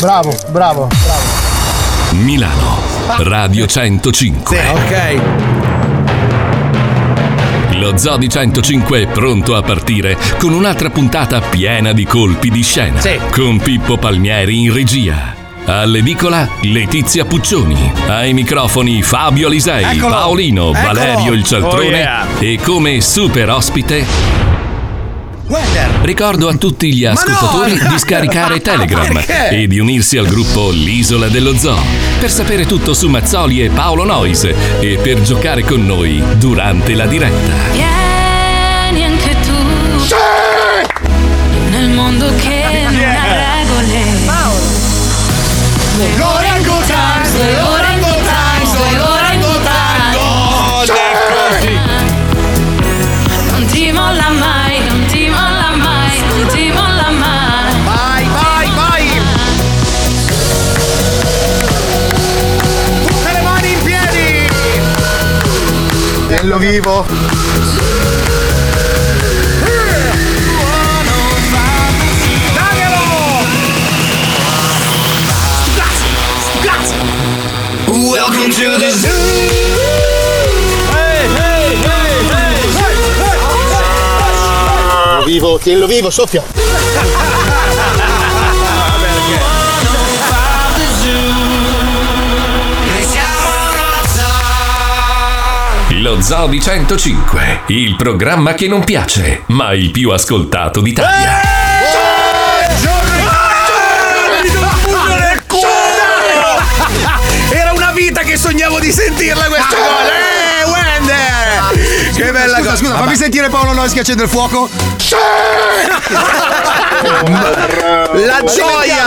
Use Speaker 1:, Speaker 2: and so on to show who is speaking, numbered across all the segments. Speaker 1: Bravo, bravo, bravo.
Speaker 2: Milano, Radio 105. Lo Zoo di 105 è pronto a partire con un'altra puntata piena di colpi di scena. Con Pippo Palmieri in regia. All'edicola Letizia Puccioni. Ai microfoni Fabio Alisei,
Speaker 3: Eccolo!
Speaker 2: Paolino,
Speaker 3: Eccolo!
Speaker 2: Valerio il Cialtrone
Speaker 3: Oh, yeah!
Speaker 2: e come super ospite Ricordo a tutti gli ascoltatori di scaricare Telegram
Speaker 3: Perché?
Speaker 2: e di unirsi al gruppo L'Isola dello Zoo per sapere tutto su Mazzoli e Paolo Nois e per giocare con noi durante la diretta.
Speaker 4: Vieni anche tu. Nel mondo che non ha regole. Le orangutans, le orangutans, le
Speaker 5: Oh,
Speaker 4: orangutans.
Speaker 5: ecco.
Speaker 3: Eh,
Speaker 4: Non ti molla mai, non ti molla mai, non ti molla mai. Vai, vai, vai.
Speaker 6: Tutte le mani in piedi!
Speaker 1: Bello vivo.
Speaker 3: Welcome to the zoo.
Speaker 1: Tienilo vivo, tienilo vivo, soffia.
Speaker 2: Lo Zoo di 105, il programma che non piace, ma il più ascoltato d'Italia.
Speaker 3: Era una vita che sognavo di sentirla questa cosa. Eh, Wender! Che bella
Speaker 6: Ah. scusa,
Speaker 3: cosa.
Speaker 6: Scusa,
Speaker 3: Vabbè.
Speaker 6: fammi sentire Paolo Nois che accende il fuoco.
Speaker 3: La gioia!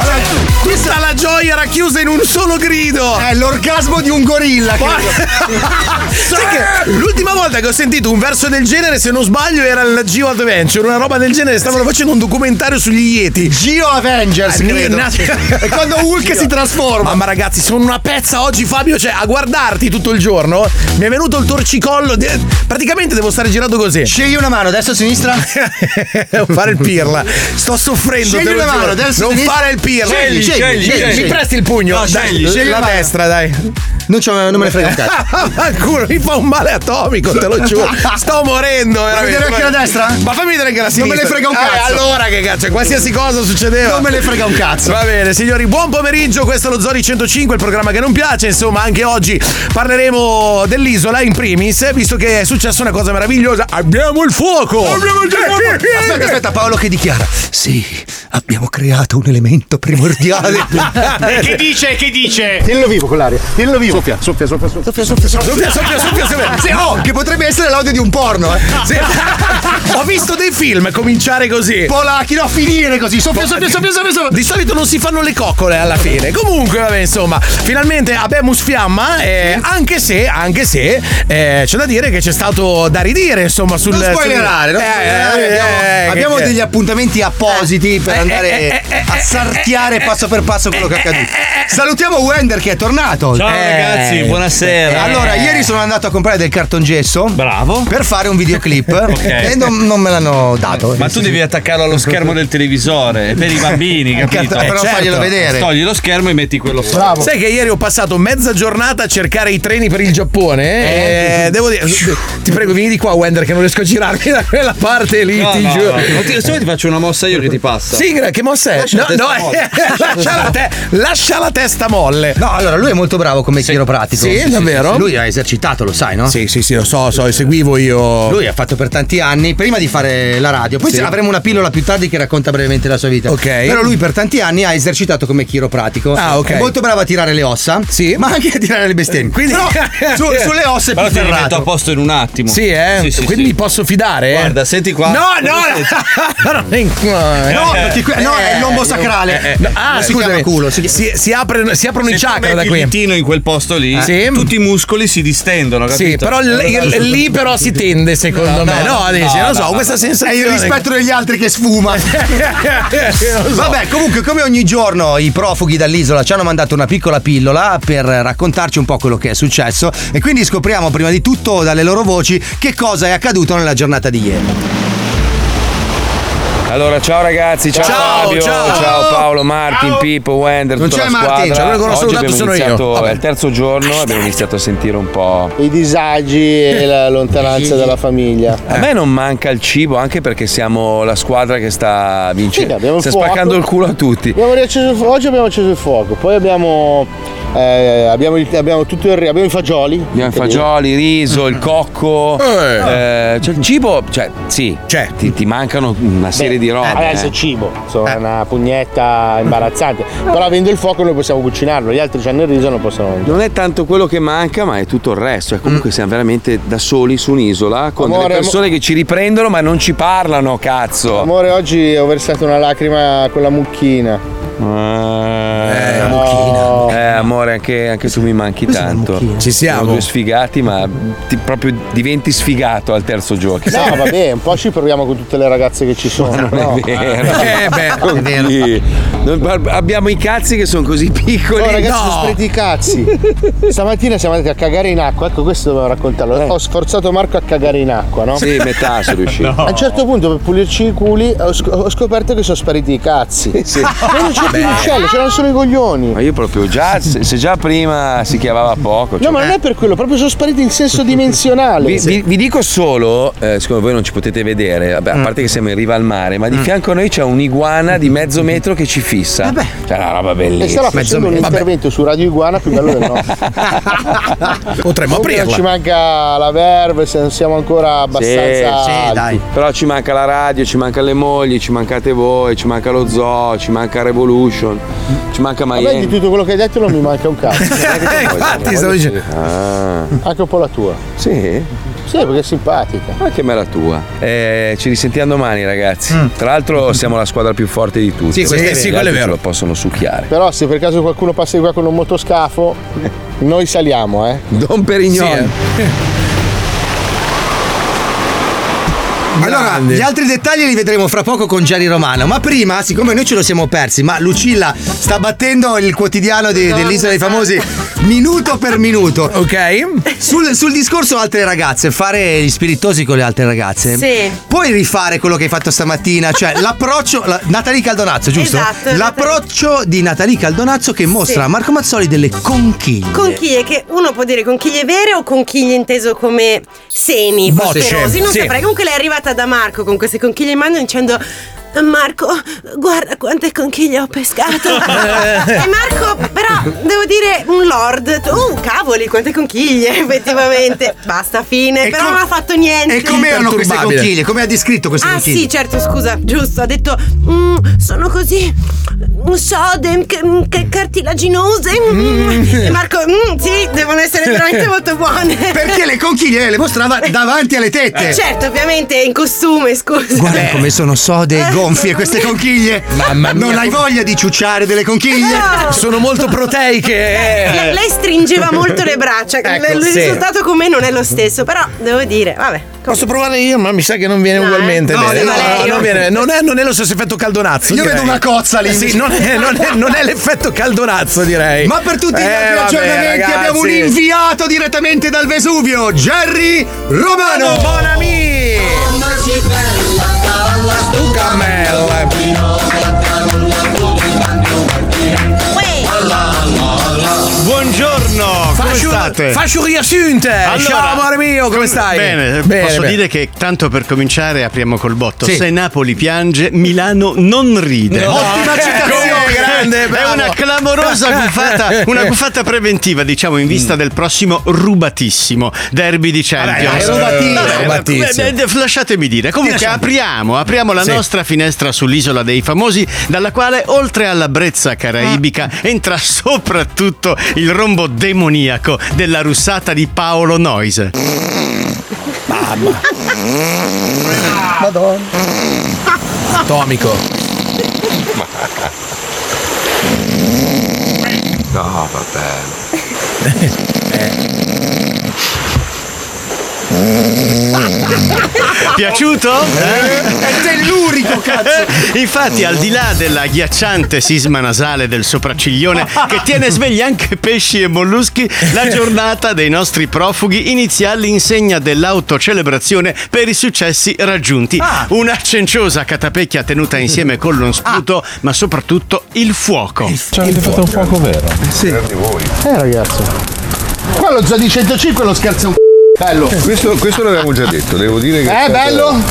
Speaker 3: Allora, Questa la gioia racchiusa in un solo grido!
Speaker 6: È l'orgasmo di un gorilla.
Speaker 3: Sai che l'ultima volta che ho sentito un verso del genere, se non sbaglio, era il Geo Adventure, una roba del genere, stavano facendo un documentario sugli Yeti.
Speaker 6: Geo Avengers, credo. È quando Hulk si trasforma.
Speaker 3: Ah, Ma ragazzi, sono una pezza oggi, Fabio. Cioè, a guardarti tutto il giorno mi è venuto il torcicollo. de- Praticamente devo stare girando così.
Speaker 6: Scegli una mano, destra o sinistra?
Speaker 3: fare il pirla. Sto soffrendo.
Speaker 6: Scegli
Speaker 3: te lo
Speaker 6: una
Speaker 3: giuro.
Speaker 6: mano, adesso
Speaker 3: Non
Speaker 6: sinistra.
Speaker 3: fare il pirla.
Speaker 6: Scegli, scegli, scegli,
Speaker 3: Mi
Speaker 6: scegli.
Speaker 3: presti il pugno.
Speaker 6: No,
Speaker 3: dai,
Speaker 6: scegli, scegli
Speaker 3: la
Speaker 6: una mano.
Speaker 3: destra, dai.
Speaker 6: Non, c'ho- non me ne frega un cazzo.
Speaker 3: Ah, ma il culo, mi fa un male atomico, te lo giuro. Sto morendo. veramente.
Speaker 6: vedere anche la destra?
Speaker 3: Ma fammi vedere anche la sinistra.
Speaker 6: me ne frega un
Speaker 3: Ah,
Speaker 6: cazzo.
Speaker 3: allora che cazzo, qualsiasi cosa succedeva.
Speaker 6: Non me ne frega un cazzo.
Speaker 3: Va bene, signori, buon pomeriggio. Questo è lo Zori 105, il programma che non piace. Insomma, anche oggi parleremo dell'isola in primis, visto che è successa una cosa meravigliosa. Abbiamo il fuoco! Eh, Abbiamo il
Speaker 6: Aspetta, aspetta, Paolo che dichiara. Sì, abbiamo creato un elemento primordiale.
Speaker 5: Che dice? Che dice?
Speaker 1: Tienilo vivo con l'aria. Tienilo vivo. Soffia, soffia, soffia, soffia.
Speaker 3: Soffia, soffia, soffia, soffia.
Speaker 6: Sì, oh, che potrebbe essere l'audio di un porno, eh.
Speaker 3: Sì. Ho visto dei film cominciare così.
Speaker 6: Polacchi, no, finire così. Soffia, soffia, soffia, soffia, soffia.
Speaker 3: Di solito non si fanno le coccole alla fine. Comunque, vabbè, insomma, finalmente abbiamo Fiamma. eh, anche se, anche se, eh, c'è da dire che c'è stato da ridire, insomma, sul.
Speaker 6: Non spoilerare, non
Speaker 3: sul- Eh,
Speaker 6: spoilerare,
Speaker 3: eh,
Speaker 6: abbiamo,
Speaker 3: eh,
Speaker 6: abbiamo
Speaker 3: che-
Speaker 6: degli appuntamenti appositi per
Speaker 3: eh,
Speaker 6: andare
Speaker 3: eh, eh, eh,
Speaker 6: a
Speaker 3: eh,
Speaker 6: sarchiare passo per passo quello che è accaduto. Salutiamo Wender che è tornato.
Speaker 7: Ciao
Speaker 6: Eh,
Speaker 7: ragazzi,
Speaker 6: eh,
Speaker 7: buonasera.
Speaker 6: Allora, ieri sono andato a comprare del cartongesso
Speaker 7: Bravo.
Speaker 6: per fare un videoclip e non, non me l'hanno dato.
Speaker 7: Ma tu devi attaccarlo allo schermo del televisore, è per i bambini, capito?
Speaker 6: Però
Speaker 7: Eh,
Speaker 6: faglielo vedere.
Speaker 7: Togli lo schermo e metti quello sopra.
Speaker 1: Bravo.
Speaker 3: Sai che ieri ho passato mezza giornata a cercare i treni per il Giappone? eh? E devo dire, ti prego, vieni di qua, Wender, che non riesco a girarmi da quella parte lì,
Speaker 7: No,
Speaker 3: ti
Speaker 7: no,
Speaker 3: giuro.
Speaker 7: no. Ma ti- Se no ti faccio una mossa io che ti passa.
Speaker 3: Sigra, che mossa è?
Speaker 7: Esatto. Lascia la testa molle.
Speaker 3: eh, lascia, la te- lascia la testa molle.
Speaker 6: No, allora lui è molto bravo come chiropratico.
Speaker 3: Sì, davvero?
Speaker 6: Lui ha esercitato, lo sai, no?
Speaker 3: Sì, sì, sì, lo so, so, seguivo io.
Speaker 6: Lui ha fatto per tanti anni, prima di fare la radio, poi
Speaker 3: Sì.
Speaker 6: avremo una pillola più tardi che racconta brevemente la sua vita.
Speaker 3: Ok.
Speaker 6: Però lui per tanti anni ha esercitato come chiropratico.
Speaker 3: Ah, ok.
Speaker 6: È molto bravo a tirare le ossa,
Speaker 3: Sì.
Speaker 6: ma anche a tirare le bestemmie.
Speaker 3: Quindi-
Speaker 6: Però su- sulle ossa è
Speaker 7: Però
Speaker 6: più
Speaker 7: ti rimetto a
Speaker 6: ferrato.
Speaker 7: posto in un attimo.
Speaker 3: Sì, eh?
Speaker 7: Sì, sì,
Speaker 3: Quindi
Speaker 7: sì.
Speaker 3: mi posso fidare? eh?
Speaker 7: Guarda, senti qua. Eh,
Speaker 3: No, no, no, no.
Speaker 6: No, non ti- no, è il
Speaker 3: Eh,
Speaker 6: lombo sacrale.
Speaker 3: No, ah,
Speaker 6: si
Speaker 3: scusami.
Speaker 6: chiama culo. Si
Speaker 3: Si, si apre- si aprono
Speaker 7: Se
Speaker 3: i
Speaker 7: tu
Speaker 3: chakra
Speaker 7: metti
Speaker 3: da qui.
Speaker 7: il ditino in quel posto lì,
Speaker 3: Sì.
Speaker 7: tutti i muscoli si distendono, capito?
Speaker 3: Sì, però l- il- lì però si tende, secondo me. No,
Speaker 7: no, no,
Speaker 3: dici, non so,
Speaker 7: no,
Speaker 3: questa
Speaker 6: è
Speaker 3: sensazione.
Speaker 6: il rispetto degli altri che sfuma.
Speaker 3: Non so.
Speaker 6: Vabbè, comunque, come ogni giorno, i profughi dall'isola ci hanno mandato una piccola pillola per raccontarci un po' quello che è successo. E quindi scopriamo prima di tutto dalle loro voci che cosa è accaduto nella giornata di ieri.
Speaker 8: Allora, ciao ragazzi, ciao,
Speaker 3: Ciao,
Speaker 8: Fabio,
Speaker 3: ciao.
Speaker 8: ciao, Paolo, Martin, Pippo, Wender,
Speaker 3: Non
Speaker 8: tutta
Speaker 3: c'è
Speaker 8: la squadra.
Speaker 3: Martin, cioè, quello che non ho
Speaker 8: Oggi
Speaker 3: salutato
Speaker 8: abbiamo
Speaker 3: sono io.
Speaker 8: iniziato,
Speaker 3: Vabbè.
Speaker 8: È il terzo giorno, abbiamo iniziato a sentire un po'.
Speaker 1: I disagi e la lontananza dalla famiglia.
Speaker 8: A me non manca il cibo, anche perché siamo la squadra che sta
Speaker 1: Sì,
Speaker 8: vincendo.
Speaker 1: abbiamo il
Speaker 8: sta
Speaker 1: fuoco.
Speaker 8: spaccando il culo a tutti.
Speaker 1: Abbiamo riacceso il fuoco, oggi abbiamo acceso il fuoco, poi abbiamo, eh, abbiamo, il- abbiamo tutto il re- abbiamo i fagioli.
Speaker 8: Abbiamo i fagioli, il riso, il cocco. eh, cioè, il cibo, cioè, sì. Ti, ti mancano una serie di robe.
Speaker 1: Adesso
Speaker 8: eh.
Speaker 1: Ah, è cibo, insomma, è una pugnetta imbarazzante. Però avendo il fuoco noi possiamo cucinarlo, gli altri hanno il riso e non possono mangiare.
Speaker 8: Non è tanto quello che manca, ma è tutto il resto. Cioè, comunque siamo veramente da soli su un'isola con
Speaker 1: Amore,
Speaker 8: delle
Speaker 1: amo-
Speaker 8: persone che ci riprendono ma non ci parlano, cazzo.
Speaker 1: Amore, oggi ho versato una lacrima con la mucchina.
Speaker 8: Eh, Eh, amore, anche, anche tu mi manchi tanto.
Speaker 3: Ci siamo.
Speaker 8: Siamo due sfigati, ma ti- proprio diventi sfigato al terzo gioco.
Speaker 1: No, vabbè, un po' ci proviamo con tutte le ragazze che ci sono.
Speaker 8: Non
Speaker 1: no?
Speaker 8: è vero.
Speaker 3: Eh, beh.
Speaker 8: Sì. Noi par- Abbiamo i cazzi che sono così piccoli.
Speaker 1: Oh, ragazzi,
Speaker 3: No.
Speaker 1: sono sprechi i cazzi. Stamattina siamo andati a cagare in acqua, ecco questo dovevo raccontarlo. Ho sforzato Marco a cagare in acqua, no?
Speaker 8: Eh. Sì, metà sono riuscito.
Speaker 1: A un certo punto per pulirci i culi ho, sc- ho scoperto che sono spariti i cazzi.
Speaker 8: Sì.
Speaker 1: Ma non c'è più l'uccello, c'erano solo i coglioni.
Speaker 8: Ma io proprio già, se se già prima si chiamava poco.
Speaker 1: No,
Speaker 8: cioè-
Speaker 1: ma non è per quello, proprio sono spariti in senso dimensionale.
Speaker 8: Vi, vi- vi dico solo, eh, siccome voi non ci potete vedere, vabbè,
Speaker 1: Mm.
Speaker 8: a parte che siamo in riva al mare, ma di fianco a noi c'è un'iguana di mezzo metro che ci fissa. C'è una roba
Speaker 1: Eh E
Speaker 8: bellissima.
Speaker 1: stava facendo un intervento su Radio Iguana più bello del nostro.
Speaker 3: Potremmo
Speaker 1: Comunque non ci
Speaker 3: aprirla.
Speaker 1: manca la verve, se non siamo ancora abbastanza.
Speaker 8: Sì,
Speaker 1: alti.
Speaker 8: Però ci manca la radio, ci mancano le mogli, ci mancate voi, ci manca lo zoo, ci manca Revolution, ci manca
Speaker 1: A me di
Speaker 8: Miami.
Speaker 1: tutto quello che hai detto non mi manca un cazzo,
Speaker 3: Eh, infatti, stavo dicendo.
Speaker 8: Ah,
Speaker 1: anche un po' la tua.
Speaker 8: sì?
Speaker 1: Sì, perché è simpatica.
Speaker 8: Ma che mela tua. Eh, ci risentiamo domani, ragazzi. Tra l'altro siamo la squadra più forte di tutti.
Speaker 3: Sì, questo è vero. Sì,
Speaker 8: Gli
Speaker 3: quello è
Speaker 8: altri ce
Speaker 3: vero.
Speaker 8: lo possono succhiare.
Speaker 1: Però se per caso qualcuno passa di qua con un motoscafo, noi saliamo, eh.
Speaker 8: Don Perignon.
Speaker 3: Sì, eh.
Speaker 6: Allora,
Speaker 3: Grande.
Speaker 6: gli altri dettagli li vedremo fra poco con Gianni Romano. Ma prima, siccome noi ce lo siamo persi, ma Lucilla sta battendo il quotidiano di- dell'isola dei famosi minuto per minuto.
Speaker 3: Ok.
Speaker 6: Sul, sul discorso altre ragazze, fare gli spiritosi con le altre ragazze.
Speaker 9: Sì.
Speaker 6: Puoi rifare quello che hai fatto stamattina, cioè l'approccio. la- Natalie Caldonazzo, giusto?
Speaker 9: Esatto,
Speaker 6: l'approccio di Natalie Caldonazzo che mostra a Marco Mazzoli delle conchiglie.
Speaker 9: Conchiglie, che uno può dire conchiglie vere o conchiglie inteso come seni,
Speaker 3: Bocce,
Speaker 9: posterosi, non
Speaker 3: sì.
Speaker 9: saprei. Comunque lei è arrivata da Marco con queste conchiglie in mano dicendo Marco, guarda quante conchiglie ho pescato. e Marco, però, devo dire, un lord. Oh, cavoli, quante conchiglie, effettivamente. Basta, fine.
Speaker 6: E
Speaker 9: però
Speaker 6: com-
Speaker 9: non ha fatto niente.
Speaker 6: E com'erano queste
Speaker 3: Imperturbabile.
Speaker 6: conchiglie? Come ha descritto queste
Speaker 9: Ah
Speaker 6: conchiglie?
Speaker 9: sì, certo, scusa, giusto, ha detto "Mm, sono così mm, sode, che, mm, che cartilaginose. mm." E Marco, "Mm, sì, devono essere veramente molto buone.
Speaker 6: Perché le conchiglie eh, le mostrava davanti alle tette.
Speaker 9: Certo, ovviamente in costume, scusa.
Speaker 6: Guarda come sono sode
Speaker 9: Eh.
Speaker 6: e gonfie queste conchiglie. Mamma mia. Non hai voglia di ciucciare delle conchiglie?
Speaker 9: No.
Speaker 3: Sono molto
Speaker 6: Eh.
Speaker 3: proteiche. Eh.
Speaker 9: Le- Eh. lei stringeva molto le braccia,
Speaker 6: Ecco,
Speaker 9: il
Speaker 3: sì.
Speaker 9: risultato con me non è lo stesso, però devo dire, vabbè.
Speaker 3: Posso provare io, ma mi sa che non viene
Speaker 9: No,
Speaker 3: ugualmente
Speaker 9: eh. No,
Speaker 3: bene.
Speaker 9: sì, Valerio.
Speaker 3: non, viene- non è, non è lo stesso effetto caldonazzo.
Speaker 6: Io
Speaker 3: direi. Eh,
Speaker 6: vedo una cozza lì.
Speaker 3: Sì, non è, non è- non è l'effetto caldonazzo, direi.
Speaker 6: Ma per tutti gli
Speaker 3: Eh,
Speaker 6: altri
Speaker 3: vabbè,
Speaker 6: aggiornamenti
Speaker 3: ragazzi.
Speaker 6: abbiamo un inviato direttamente dal Vesuvio, Jerry Romano.
Speaker 3: Bonami! Tu eh. cammella.
Speaker 5: Buongiorno, come state?
Speaker 3: Fascio riassunte!
Speaker 5: Allora-
Speaker 3: Ciao amore mio, come stai?
Speaker 5: Bene, posso dire che tanto per cominciare apriamo col botto.
Speaker 3: Sì.
Speaker 5: Se Napoli piange, Milano non ride.
Speaker 3: No.
Speaker 5: Ottima
Speaker 3: Ecco,
Speaker 5: citazione,
Speaker 3: grande, bravo.
Speaker 5: È una clamorosa buffata, una buffata preventiva, diciamo, in vista
Speaker 3: Mm.
Speaker 5: del prossimo rubatissimo derby di Champions.
Speaker 3: dai, rubatissimo.
Speaker 5: Vabbè,
Speaker 3: Rubatissimo. Diciamo.
Speaker 5: eh, eh, lasciatemi dire. Comunque apriamo, apriamo la
Speaker 3: Sì.
Speaker 5: nostra finestra sull'isola dei famosi, dalla quale oltre alla brezza caraibica entra soprattutto il rombo demoniaco della russata di Paolo Noise.
Speaker 3: Atomico.
Speaker 8: No, vabbè.
Speaker 3: Eh.
Speaker 5: Piaciuto?
Speaker 6: Eh? È tellurico, cazzo!
Speaker 5: Infatti, al di là della ghiacciante sisma nasale del sopracciglione che tiene svegli anche pesci e molluschi, la giornata dei nostri profughi inizia all'insegna dell'autocelebrazione per i successi raggiunti.
Speaker 6: Ah.
Speaker 5: Una cenciosa catapecchia tenuta insieme con lo sputo, ma soprattutto il fuoco.
Speaker 1: Ci avete fatto un fuoco vero? Sì. Eh ragazzi. Qua lo Zodi 105 lo scherzo è un c***o. Bello.
Speaker 10: Questo, questo l'avevamo già detto, devo dire che. è
Speaker 1: Eh,
Speaker 10: stata
Speaker 1: bello?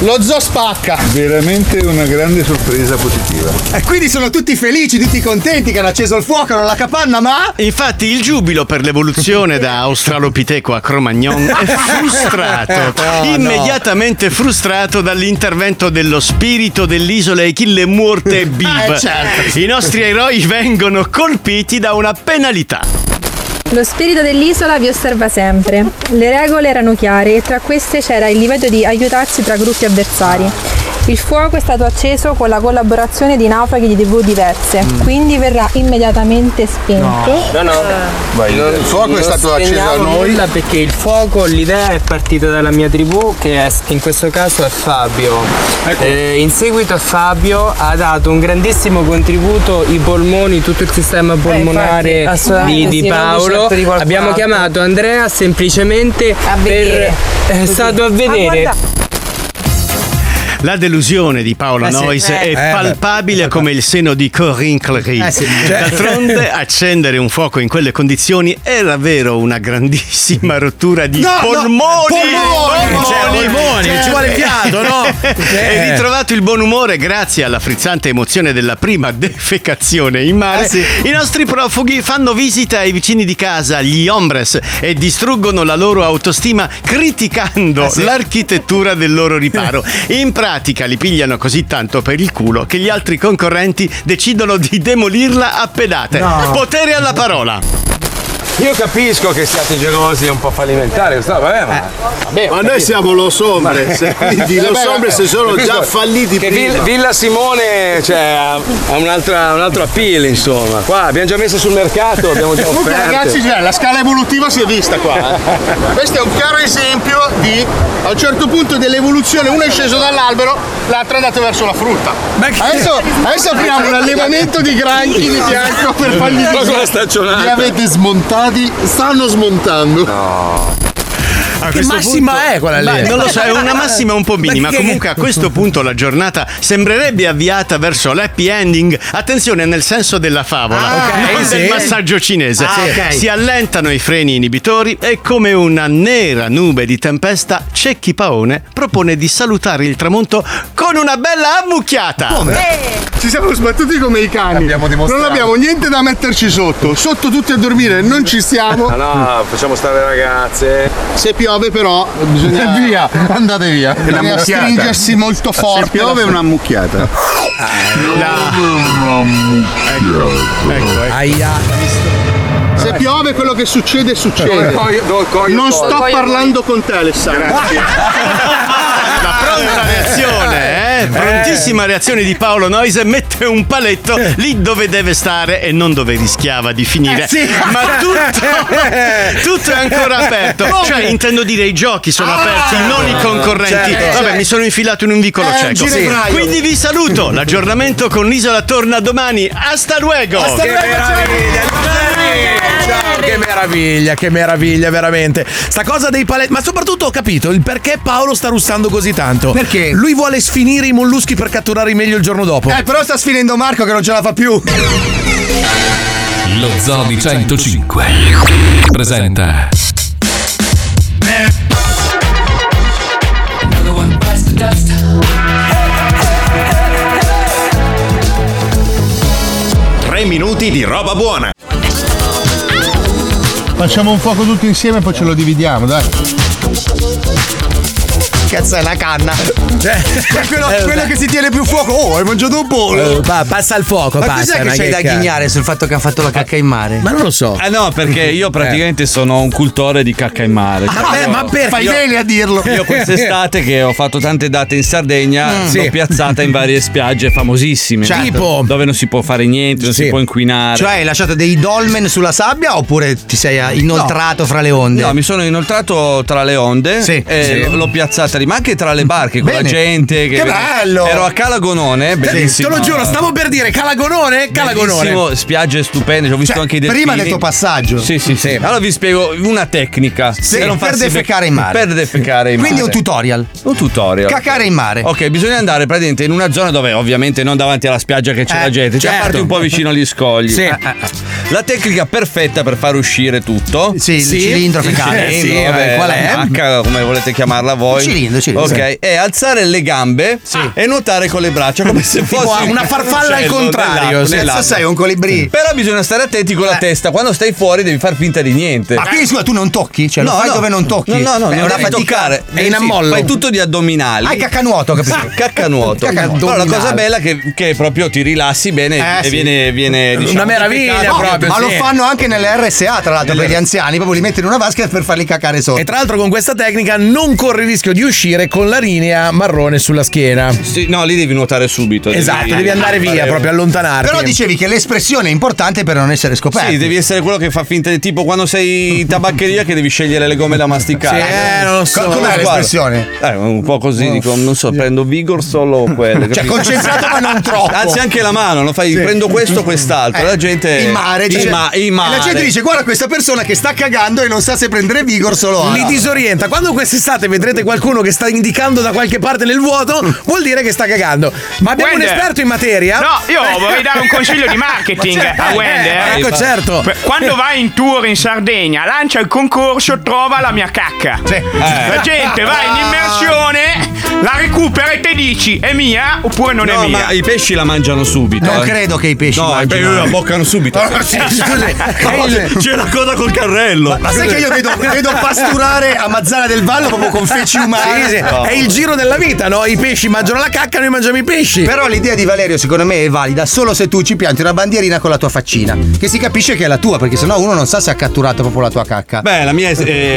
Speaker 1: Lo zoo spacca.
Speaker 10: Veramente una grande sorpresa positiva.
Speaker 6: E quindi sono tutti felici, tutti contenti che hanno acceso il fuoco, non la capanna, ma.
Speaker 5: Infatti il giubilo per l'evoluzione da Australopiteco a Cromagnon è frustrato,
Speaker 6: Oh, no.
Speaker 5: immediatamente frustrato dall'intervento dello spirito dell'isola Echille Muorte e Bib.
Speaker 11: Eh, certo.
Speaker 5: I nostri eroi vengono colpiti da una penalità.
Speaker 11: Lo spirito dell'isola vi osserva sempre. Le regole erano chiare e tra queste c'era il divieto di aiutarsi tra gruppi avversari. Il fuoco è stato acceso con la collaborazione di naufraghi di tribù diverse, quindi verrà immediatamente spento.
Speaker 12: Ah, No, no.
Speaker 10: il fuoco è stato acceso a noi.
Speaker 12: Nulla perché il fuoco, l'idea è partita dalla mia tribù che è- in questo caso è Fabio.
Speaker 10: Ecco.
Speaker 12: Eh, in seguito a Fabio ha dato un grandissimo contributo i polmoni, tutto il sistema polmonare
Speaker 13: Eh, infatti,
Speaker 12: di,
Speaker 13: assolutamente
Speaker 12: di
Speaker 13: sì, non di
Speaker 12: Paolo.
Speaker 13: certo di qualcun
Speaker 12: Abbiamo
Speaker 13: altro.
Speaker 12: chiamato Andrea semplicemente
Speaker 13: vedere.
Speaker 12: per... È stato a vedere.
Speaker 5: La delusione di Paola
Speaker 12: Eh sì,
Speaker 5: Noyes
Speaker 12: eh.
Speaker 5: è
Speaker 12: Eh, beh.
Speaker 5: palpabile come il seno di Corinne Clery.
Speaker 12: Eh sì,
Speaker 3: Cioè-
Speaker 12: certo.
Speaker 5: D'altronde accendere un fuoco in quelle condizioni è davvero una grandissima rottura di
Speaker 3: No, no,
Speaker 5: polmoni.
Speaker 3: polmoni, cioè, polmoni, ci vuole fiato, no?
Speaker 5: E
Speaker 3: Eh.
Speaker 5: ritrovato il buon umore grazie alla frizzante emozione della prima defecazione in mare.
Speaker 3: Eh sì.
Speaker 5: I nostri profughi fanno visita ai vicini di casa, gli hombres, e distruggono la loro autostima criticando
Speaker 3: Eh sì.
Speaker 5: l'architettura del loro riparo. In pratica li pigliano così tanto per il culo che gli altri concorrenti decidono di demolirla a pedate.
Speaker 14: No.
Speaker 5: Potere alla parola!
Speaker 14: Io capisco che siate gelosi e un po' fallimentari, questa- vabbè, ma.
Speaker 3: Eh.
Speaker 15: Ma noi siamo Los Hombres, quindi Los Hombres sono già falliti
Speaker 14: Che
Speaker 15: prima.
Speaker 14: Villa, Villa Simone cioè, ha ha un'altra, un altro appeal, insomma. Qua abbiamo già messo sul mercato, abbiamo già
Speaker 1: Comunque
Speaker 14: offerte.
Speaker 1: ragazzi cioè, la scala evolutiva si è vista qua. eh. Questo è un chiaro esempio di a un certo punto dell'evoluzione uno è sceso dall'albero, l'altro è andato verso la frutta. Adesso, adesso apriamo un allevamento di granchi di fianco per fargli
Speaker 15: Ma
Speaker 1: dire-
Speaker 15: con la staccionata. Li avete smontati, stanno smontando.
Speaker 5: A
Speaker 3: Che
Speaker 5: Ah, questo
Speaker 3: massima è quella lì?
Speaker 5: Ma Non lo so, è una massima un po' minima.
Speaker 3: Ma che-
Speaker 5: Comunque a questo punto la giornata sembrerebbe avviata verso l'happy ending. Attenzione nel senso della favola,
Speaker 3: Ah,
Speaker 5: non
Speaker 3: ok,
Speaker 5: del
Speaker 3: sì.
Speaker 5: massaggio cinese.
Speaker 3: Ah, ok.
Speaker 5: Si allentano i freni inibitori e come una nera nube di tempesta, Cecchi Paone propone di salutare il tramonto con una bella ammucchiata.
Speaker 15: Ci siamo sbattuti come i cani. Non
Speaker 5: dimostrato.
Speaker 15: abbiamo niente da metterci sotto. Sotto tutti a dormire, non ci siamo.
Speaker 14: No, no, facciamo stare le ragazze.
Speaker 15: Se piove però bisogna
Speaker 1: Via,
Speaker 15: andate via.
Speaker 1: Bisogna stringersi molto forte.
Speaker 15: Se piove una mucchiata.
Speaker 5: Ecco, ecco.
Speaker 1: Se piove quello che succede succede.
Speaker 15: Devo coglio- devo coglio-
Speaker 1: non sto
Speaker 15: coglio-
Speaker 1: parlando con te Alessandro.
Speaker 5: La pronta reazione, eh? Prontissima reazione di Paolo Noise mette un paletto lì dove deve stare e non dove rischiava di finire.
Speaker 3: Eh sì.
Speaker 5: Ma tutto, tutto è ancora aperto.
Speaker 3: Come? Ah,
Speaker 5: Cioè, intendo dire i giochi sono aperti, non i concorrenti.
Speaker 3: certo.
Speaker 5: Vabbè, mi sono infilato in un vicolo
Speaker 3: Eh, un
Speaker 5: cieco.
Speaker 3: ginepraio.
Speaker 5: Quindi vi saluto. L'aggiornamento con l'isola torna domani. Hasta luego!
Speaker 3: Hasta Che luego, meraviglia, Che meraviglia, che meraviglia, veramente. Sta cosa dei paletti. Ma soprattutto ho capito il perché Paolo sta russando così tanto. Perché? Lui vuole sfinire i molluschi per catturarli meglio il giorno dopo. Eh,
Speaker 6: Eh, però sta sfinendo Marco che non ce la fa più.
Speaker 2: Lo Zoo di 105 presenta
Speaker 16: Tre minuti di roba buona.
Speaker 1: Facciamo un fuoco tutti insieme e poi ce lo dividiamo, dai.
Speaker 6: Cazzo, è la canna. Cioè, È quello,
Speaker 3: Eh,
Speaker 6: quello
Speaker 3: beh. Eh,
Speaker 6: che si tiene più fuoco. Oh, hai mangiato un pollo.
Speaker 3: passa il fuoco,
Speaker 6: Ma
Speaker 3: passa,
Speaker 6: cos'è che
Speaker 3: ma
Speaker 6: c'hai
Speaker 3: che
Speaker 6: da
Speaker 3: cazzo.
Speaker 6: ghignare sul fatto che hanno fatto la cacca in mare? Ma non lo so.
Speaker 7: Ah no, perché
Speaker 3: Eh.
Speaker 7: io praticamente sono un cultore di cacca in
Speaker 3: Ah,
Speaker 7: mare. Cioè,
Speaker 6: Ma beh, ma perché? Fai bene a dirlo.
Speaker 7: Io Eh. quest'estate che ho fatto tante date in Sardegna,
Speaker 3: Mm.
Speaker 7: l'ho
Speaker 3: Sì.
Speaker 7: piazzata in varie spiagge famosissime.
Speaker 6: Certo. Tipo?
Speaker 7: dove non si può fare niente, non si può inquinare.
Speaker 6: Cioè, hai lasciato dei dolmen sulla sabbia oppure ti sei inoltrato fra le onde?
Speaker 7: No, mi sono inoltrato tra le onde
Speaker 6: Sì,
Speaker 7: e
Speaker 6: sì.
Speaker 7: l'ho piazzata lì, ma anche tra le barche con la
Speaker 6: Bene.
Speaker 7: gente.
Speaker 3: Che bello!
Speaker 7: Ero a Calagonone, bellissimo.
Speaker 3: Te lo giuro, stavo per dire Calagonone, Calagonone.
Speaker 7: Bellissimo, spiagge stupende, ci ho visto
Speaker 3: Cioè,
Speaker 7: anche i delfini.
Speaker 3: prima del tuo
Speaker 6: passaggio.
Speaker 7: Sì, sì, sì. Allora vi spiego una tecnica.
Speaker 6: Sì,
Speaker 7: per non
Speaker 6: per
Speaker 7: farsi
Speaker 6: defecare in mare.
Speaker 7: Per defecare in
Speaker 6: Quindi
Speaker 7: mare.
Speaker 6: un tutorial.
Speaker 7: Un tutorial.
Speaker 6: Cacare in mare.
Speaker 7: Ok, bisogna andare praticamente in una zona dove ovviamente non davanti alla spiaggia che c'è
Speaker 6: Eh,
Speaker 7: la gente, cioè
Speaker 6: certo.
Speaker 7: parti un po' vicino agli scogli.
Speaker 6: Sì.
Speaker 7: Eh, eh, eh. La tecnica perfetta per far uscire tutto.
Speaker 6: Sì, il cilindro fecale.
Speaker 7: cilindro,
Speaker 6: Sì, vabbè, qual è?
Speaker 7: la macca, come volete chiamarla voi.
Speaker 6: Il cilindro, il cilindro,
Speaker 7: Ok,
Speaker 6: sì.
Speaker 7: è alzare le gambe e nuotare con le braccia come se
Speaker 6: Tipo
Speaker 7: fosse
Speaker 6: una farfalla al
Speaker 7: uccello
Speaker 6: contrario,
Speaker 7: nell'acqua,
Speaker 6: sì.
Speaker 7: nell'acqua.
Speaker 6: Cazzo sei, un colibrì. Eh.
Speaker 7: Però bisogna stare attenti con la testa, quando stai fuori devi far finta di niente.
Speaker 6: Ma quindi scusa, tu non tocchi? Cioè, lo fai dove non tocchi?
Speaker 7: No, no, no,
Speaker 6: È
Speaker 7: non
Speaker 6: una
Speaker 7: devi
Speaker 6: fatica-
Speaker 7: toccare.
Speaker 6: È in
Speaker 7: Sì,
Speaker 6: ammollo.
Speaker 7: Fai tutto di addominali.
Speaker 6: Ah, è caccanuoto, capito?
Speaker 7: Sì, Caccanuoto.
Speaker 6: Caccanuoto.
Speaker 7: Però la cosa
Speaker 6: Addominali.
Speaker 7: bella è che, che proprio ti rilassi bene
Speaker 6: Eh,
Speaker 7: e
Speaker 6: sì.
Speaker 7: viene, viene diciamo,
Speaker 6: No,
Speaker 7: pubblicato.
Speaker 6: ma lo fanno anche nelle RSA, tra l'altro, per gli anziani, proprio li mettono in una vasca per farli cacare sotto.
Speaker 3: E tra l'altro con questa tecnica non corri il rischio di uscire con la linea marrone sulla schiena.
Speaker 7: Sì, no, lì devi nuotare subito.
Speaker 3: Esatto, devi andare via,
Speaker 7: fare-
Speaker 3: proprio allontanarti.
Speaker 6: Però dicevi che l'espressione è importante per non essere scoperti.
Speaker 7: Sì, devi essere quello che fa finta di tipo quando sei in tabaccheria che devi scegliere le gomme da masticare.
Speaker 6: Sì, eh, non lo so. Co- com'è
Speaker 7: Guarda,
Speaker 6: l'espressione? Oh,
Speaker 7: Eh, un po' così, dico, non so, prendo Vigor solo quelle.
Speaker 6: Cioè,
Speaker 7: capito?
Speaker 6: concentrato ma non troppo.
Speaker 7: Anzi, anche la mano, non fai,
Speaker 6: Sì. Eh,
Speaker 7: prendo questo, quest'altro. la gente.
Speaker 6: in mare, dice-
Speaker 7: in, ma- in
Speaker 6: e
Speaker 7: mare.
Speaker 6: la gente Cioè, dice guarda questa persona che sta cagando e non sa se prendere vigor solo
Speaker 3: Li
Speaker 6: ora.
Speaker 3: disorienta. Quando quest'estate vedrete qualcuno che sta indicando da qualche parte nel vuoto, vuol dire che sta cagando. Ma abbiamo
Speaker 13: Wender.
Speaker 3: un esperto in materia. Eh.
Speaker 13: No, io vorrei dare un consiglio di marketing
Speaker 3: Ma certo.
Speaker 13: a Wender.
Speaker 3: Eh, ecco, certo.
Speaker 13: Per- Quando vai in tour in Sardegna, lancia il concorso Trova la mia cacca.
Speaker 3: Eh.
Speaker 13: La gente va in immersione, la recupera e te dici è mia oppure non
Speaker 7: No,
Speaker 13: è mia.
Speaker 7: ma i pesci la mangiano subito.
Speaker 13: Non
Speaker 7: eh.
Speaker 13: credo che i pesci
Speaker 7: No, i
Speaker 13: mangino.
Speaker 7: pesci la boccano subito.
Speaker 13: Allora, sì, scusi,
Speaker 7: Cosa? C'è una cosa col carrello.
Speaker 6: Ma sai che io vedo, vedo pasturare a Mazzara del Vallo proprio con feci umane.
Speaker 3: Sì, sì. È il giro della vita, no? I pesci mangiano la cacca, noi mangiamo i pesci.
Speaker 6: Però l'idea di Valerio secondo me è valida solo se tu ci pianti una bandierina con la tua faccina, che si capisce che è la tua, perché sennò uno non sa se ha catturato proprio la tua cacca.
Speaker 7: Beh, la mia è,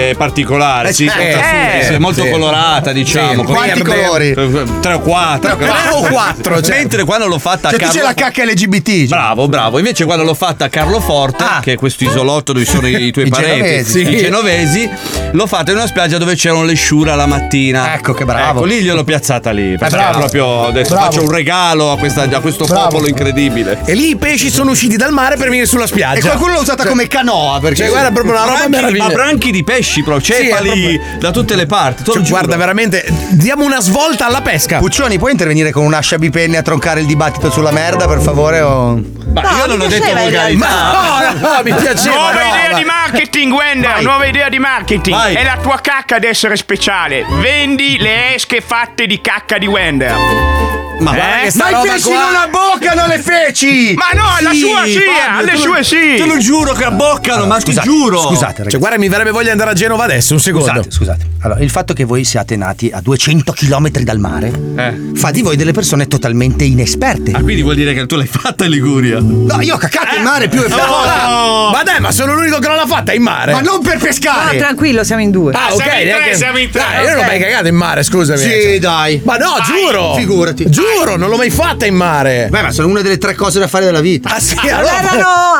Speaker 7: è particolare,
Speaker 6: Eh,
Speaker 7: sì,
Speaker 6: eh,
Speaker 7: contra-
Speaker 6: eh,
Speaker 7: sì, è molto
Speaker 6: sì.
Speaker 7: colorata, diciamo.
Speaker 6: Sì, quanti
Speaker 7: Verde,
Speaker 6: colori?
Speaker 7: Tre o quattro.
Speaker 6: Tre o quattro.
Speaker 7: Tre o quattro,
Speaker 6: Cioè-
Speaker 7: Mentre quando l'ho fatta a
Speaker 6: Cioè, tu
Speaker 7: Carlo
Speaker 6: c'è la cacca
Speaker 3: cioè.
Speaker 6: LGBT.
Speaker 7: Bravo, bravo. Invece quando l'ho fatta a Carloforte,
Speaker 3: Ah.
Speaker 7: che è questo isolotto dove sono i tuoi
Speaker 6: I
Speaker 7: parenti,
Speaker 6: genovesi.
Speaker 7: sì,
Speaker 6: Sì.
Speaker 7: i genovesi, l'ho fatta in una spiaggia dove c'erano le sciura la mattina. Ecco che bravo. Ecco, lì gliel'ho piazzata lì, perché
Speaker 3: bravo.
Speaker 7: proprio adesso
Speaker 3: Bravo.
Speaker 7: faccio un regalo a, questa- a questo
Speaker 3: Bravo.
Speaker 7: popolo incredibile.
Speaker 3: E lì i pesci sono usciti dal mare per venire sulla spiaggia.
Speaker 7: E qualcuno l'ha usata come
Speaker 6: canoa
Speaker 3: Cioè, guarda, proprio una roba meravigliosa.
Speaker 7: Ma branchi di pesci, proprio cepali da tutte le parti. te lo
Speaker 3: Cioè,
Speaker 7: giuro.
Speaker 3: guarda, veramente, diamo una svolta alla pesca.
Speaker 6: Puccioni, puoi intervenire con un'ascia bipenne a troncare il dibattito sulla merda, per favore? O...
Speaker 7: Ma io non ho detto
Speaker 6: volgarità.
Speaker 3: Ma no, no, mi piaceva.
Speaker 13: Nuova
Speaker 3: no,
Speaker 13: idea
Speaker 3: ma-
Speaker 13: di marketing, Wender. Nuova idea di marketing.
Speaker 3: Vai.
Speaker 13: È la tua cacca ad essere speciale. Vendi le esche fatte di cacca di Wender. Eh?
Speaker 7: Ma
Speaker 17: eh.
Speaker 6: guarda che sta Ma i roba pesci qua- non
Speaker 13: abboccano le feci! Ma no, alla sua sì!
Speaker 3: Fabio,
Speaker 13: alle
Speaker 3: te lo-
Speaker 13: sue sì!
Speaker 3: te lo giuro che
Speaker 7: abboccano, ma
Speaker 3: Scusate, Scusate,
Speaker 6: ragazzi.
Speaker 3: Cioè, guarda, mi verrebbe voglia di andare a Genova adesso, un secondo.
Speaker 6: Scusate, scusate. Allora, il fatto che voi siate nati a 200 km dal mare
Speaker 7: Eh.
Speaker 6: fa di voi delle persone totalmente inesperte.
Speaker 7: Ah, quindi vuol dire che tu l'hai fatta in Liguria?
Speaker 6: No, io ho caccato
Speaker 13: Eh.
Speaker 7: Eh.
Speaker 6: in mare più e
Speaker 3: No!
Speaker 6: fuori.
Speaker 3: Ma dai, ma sono l'unico che non l'ha fatta in mare.
Speaker 6: Ma non per pescare.
Speaker 18: No, tranquillo, siamo in due.
Speaker 3: Ah, ok, neanche- Dai, io non ho mai cagato in mare, scusami. Cioè,
Speaker 6: Sì, dai.
Speaker 3: Ma no,
Speaker 6: Dai,
Speaker 3: giuro.
Speaker 6: figurati.
Speaker 3: Giuro, non l'ho mai fatta in mare.
Speaker 6: Beh, ma sono una delle tre cose da fare della vita.
Speaker 3: Ah, sì,
Speaker 18: Erano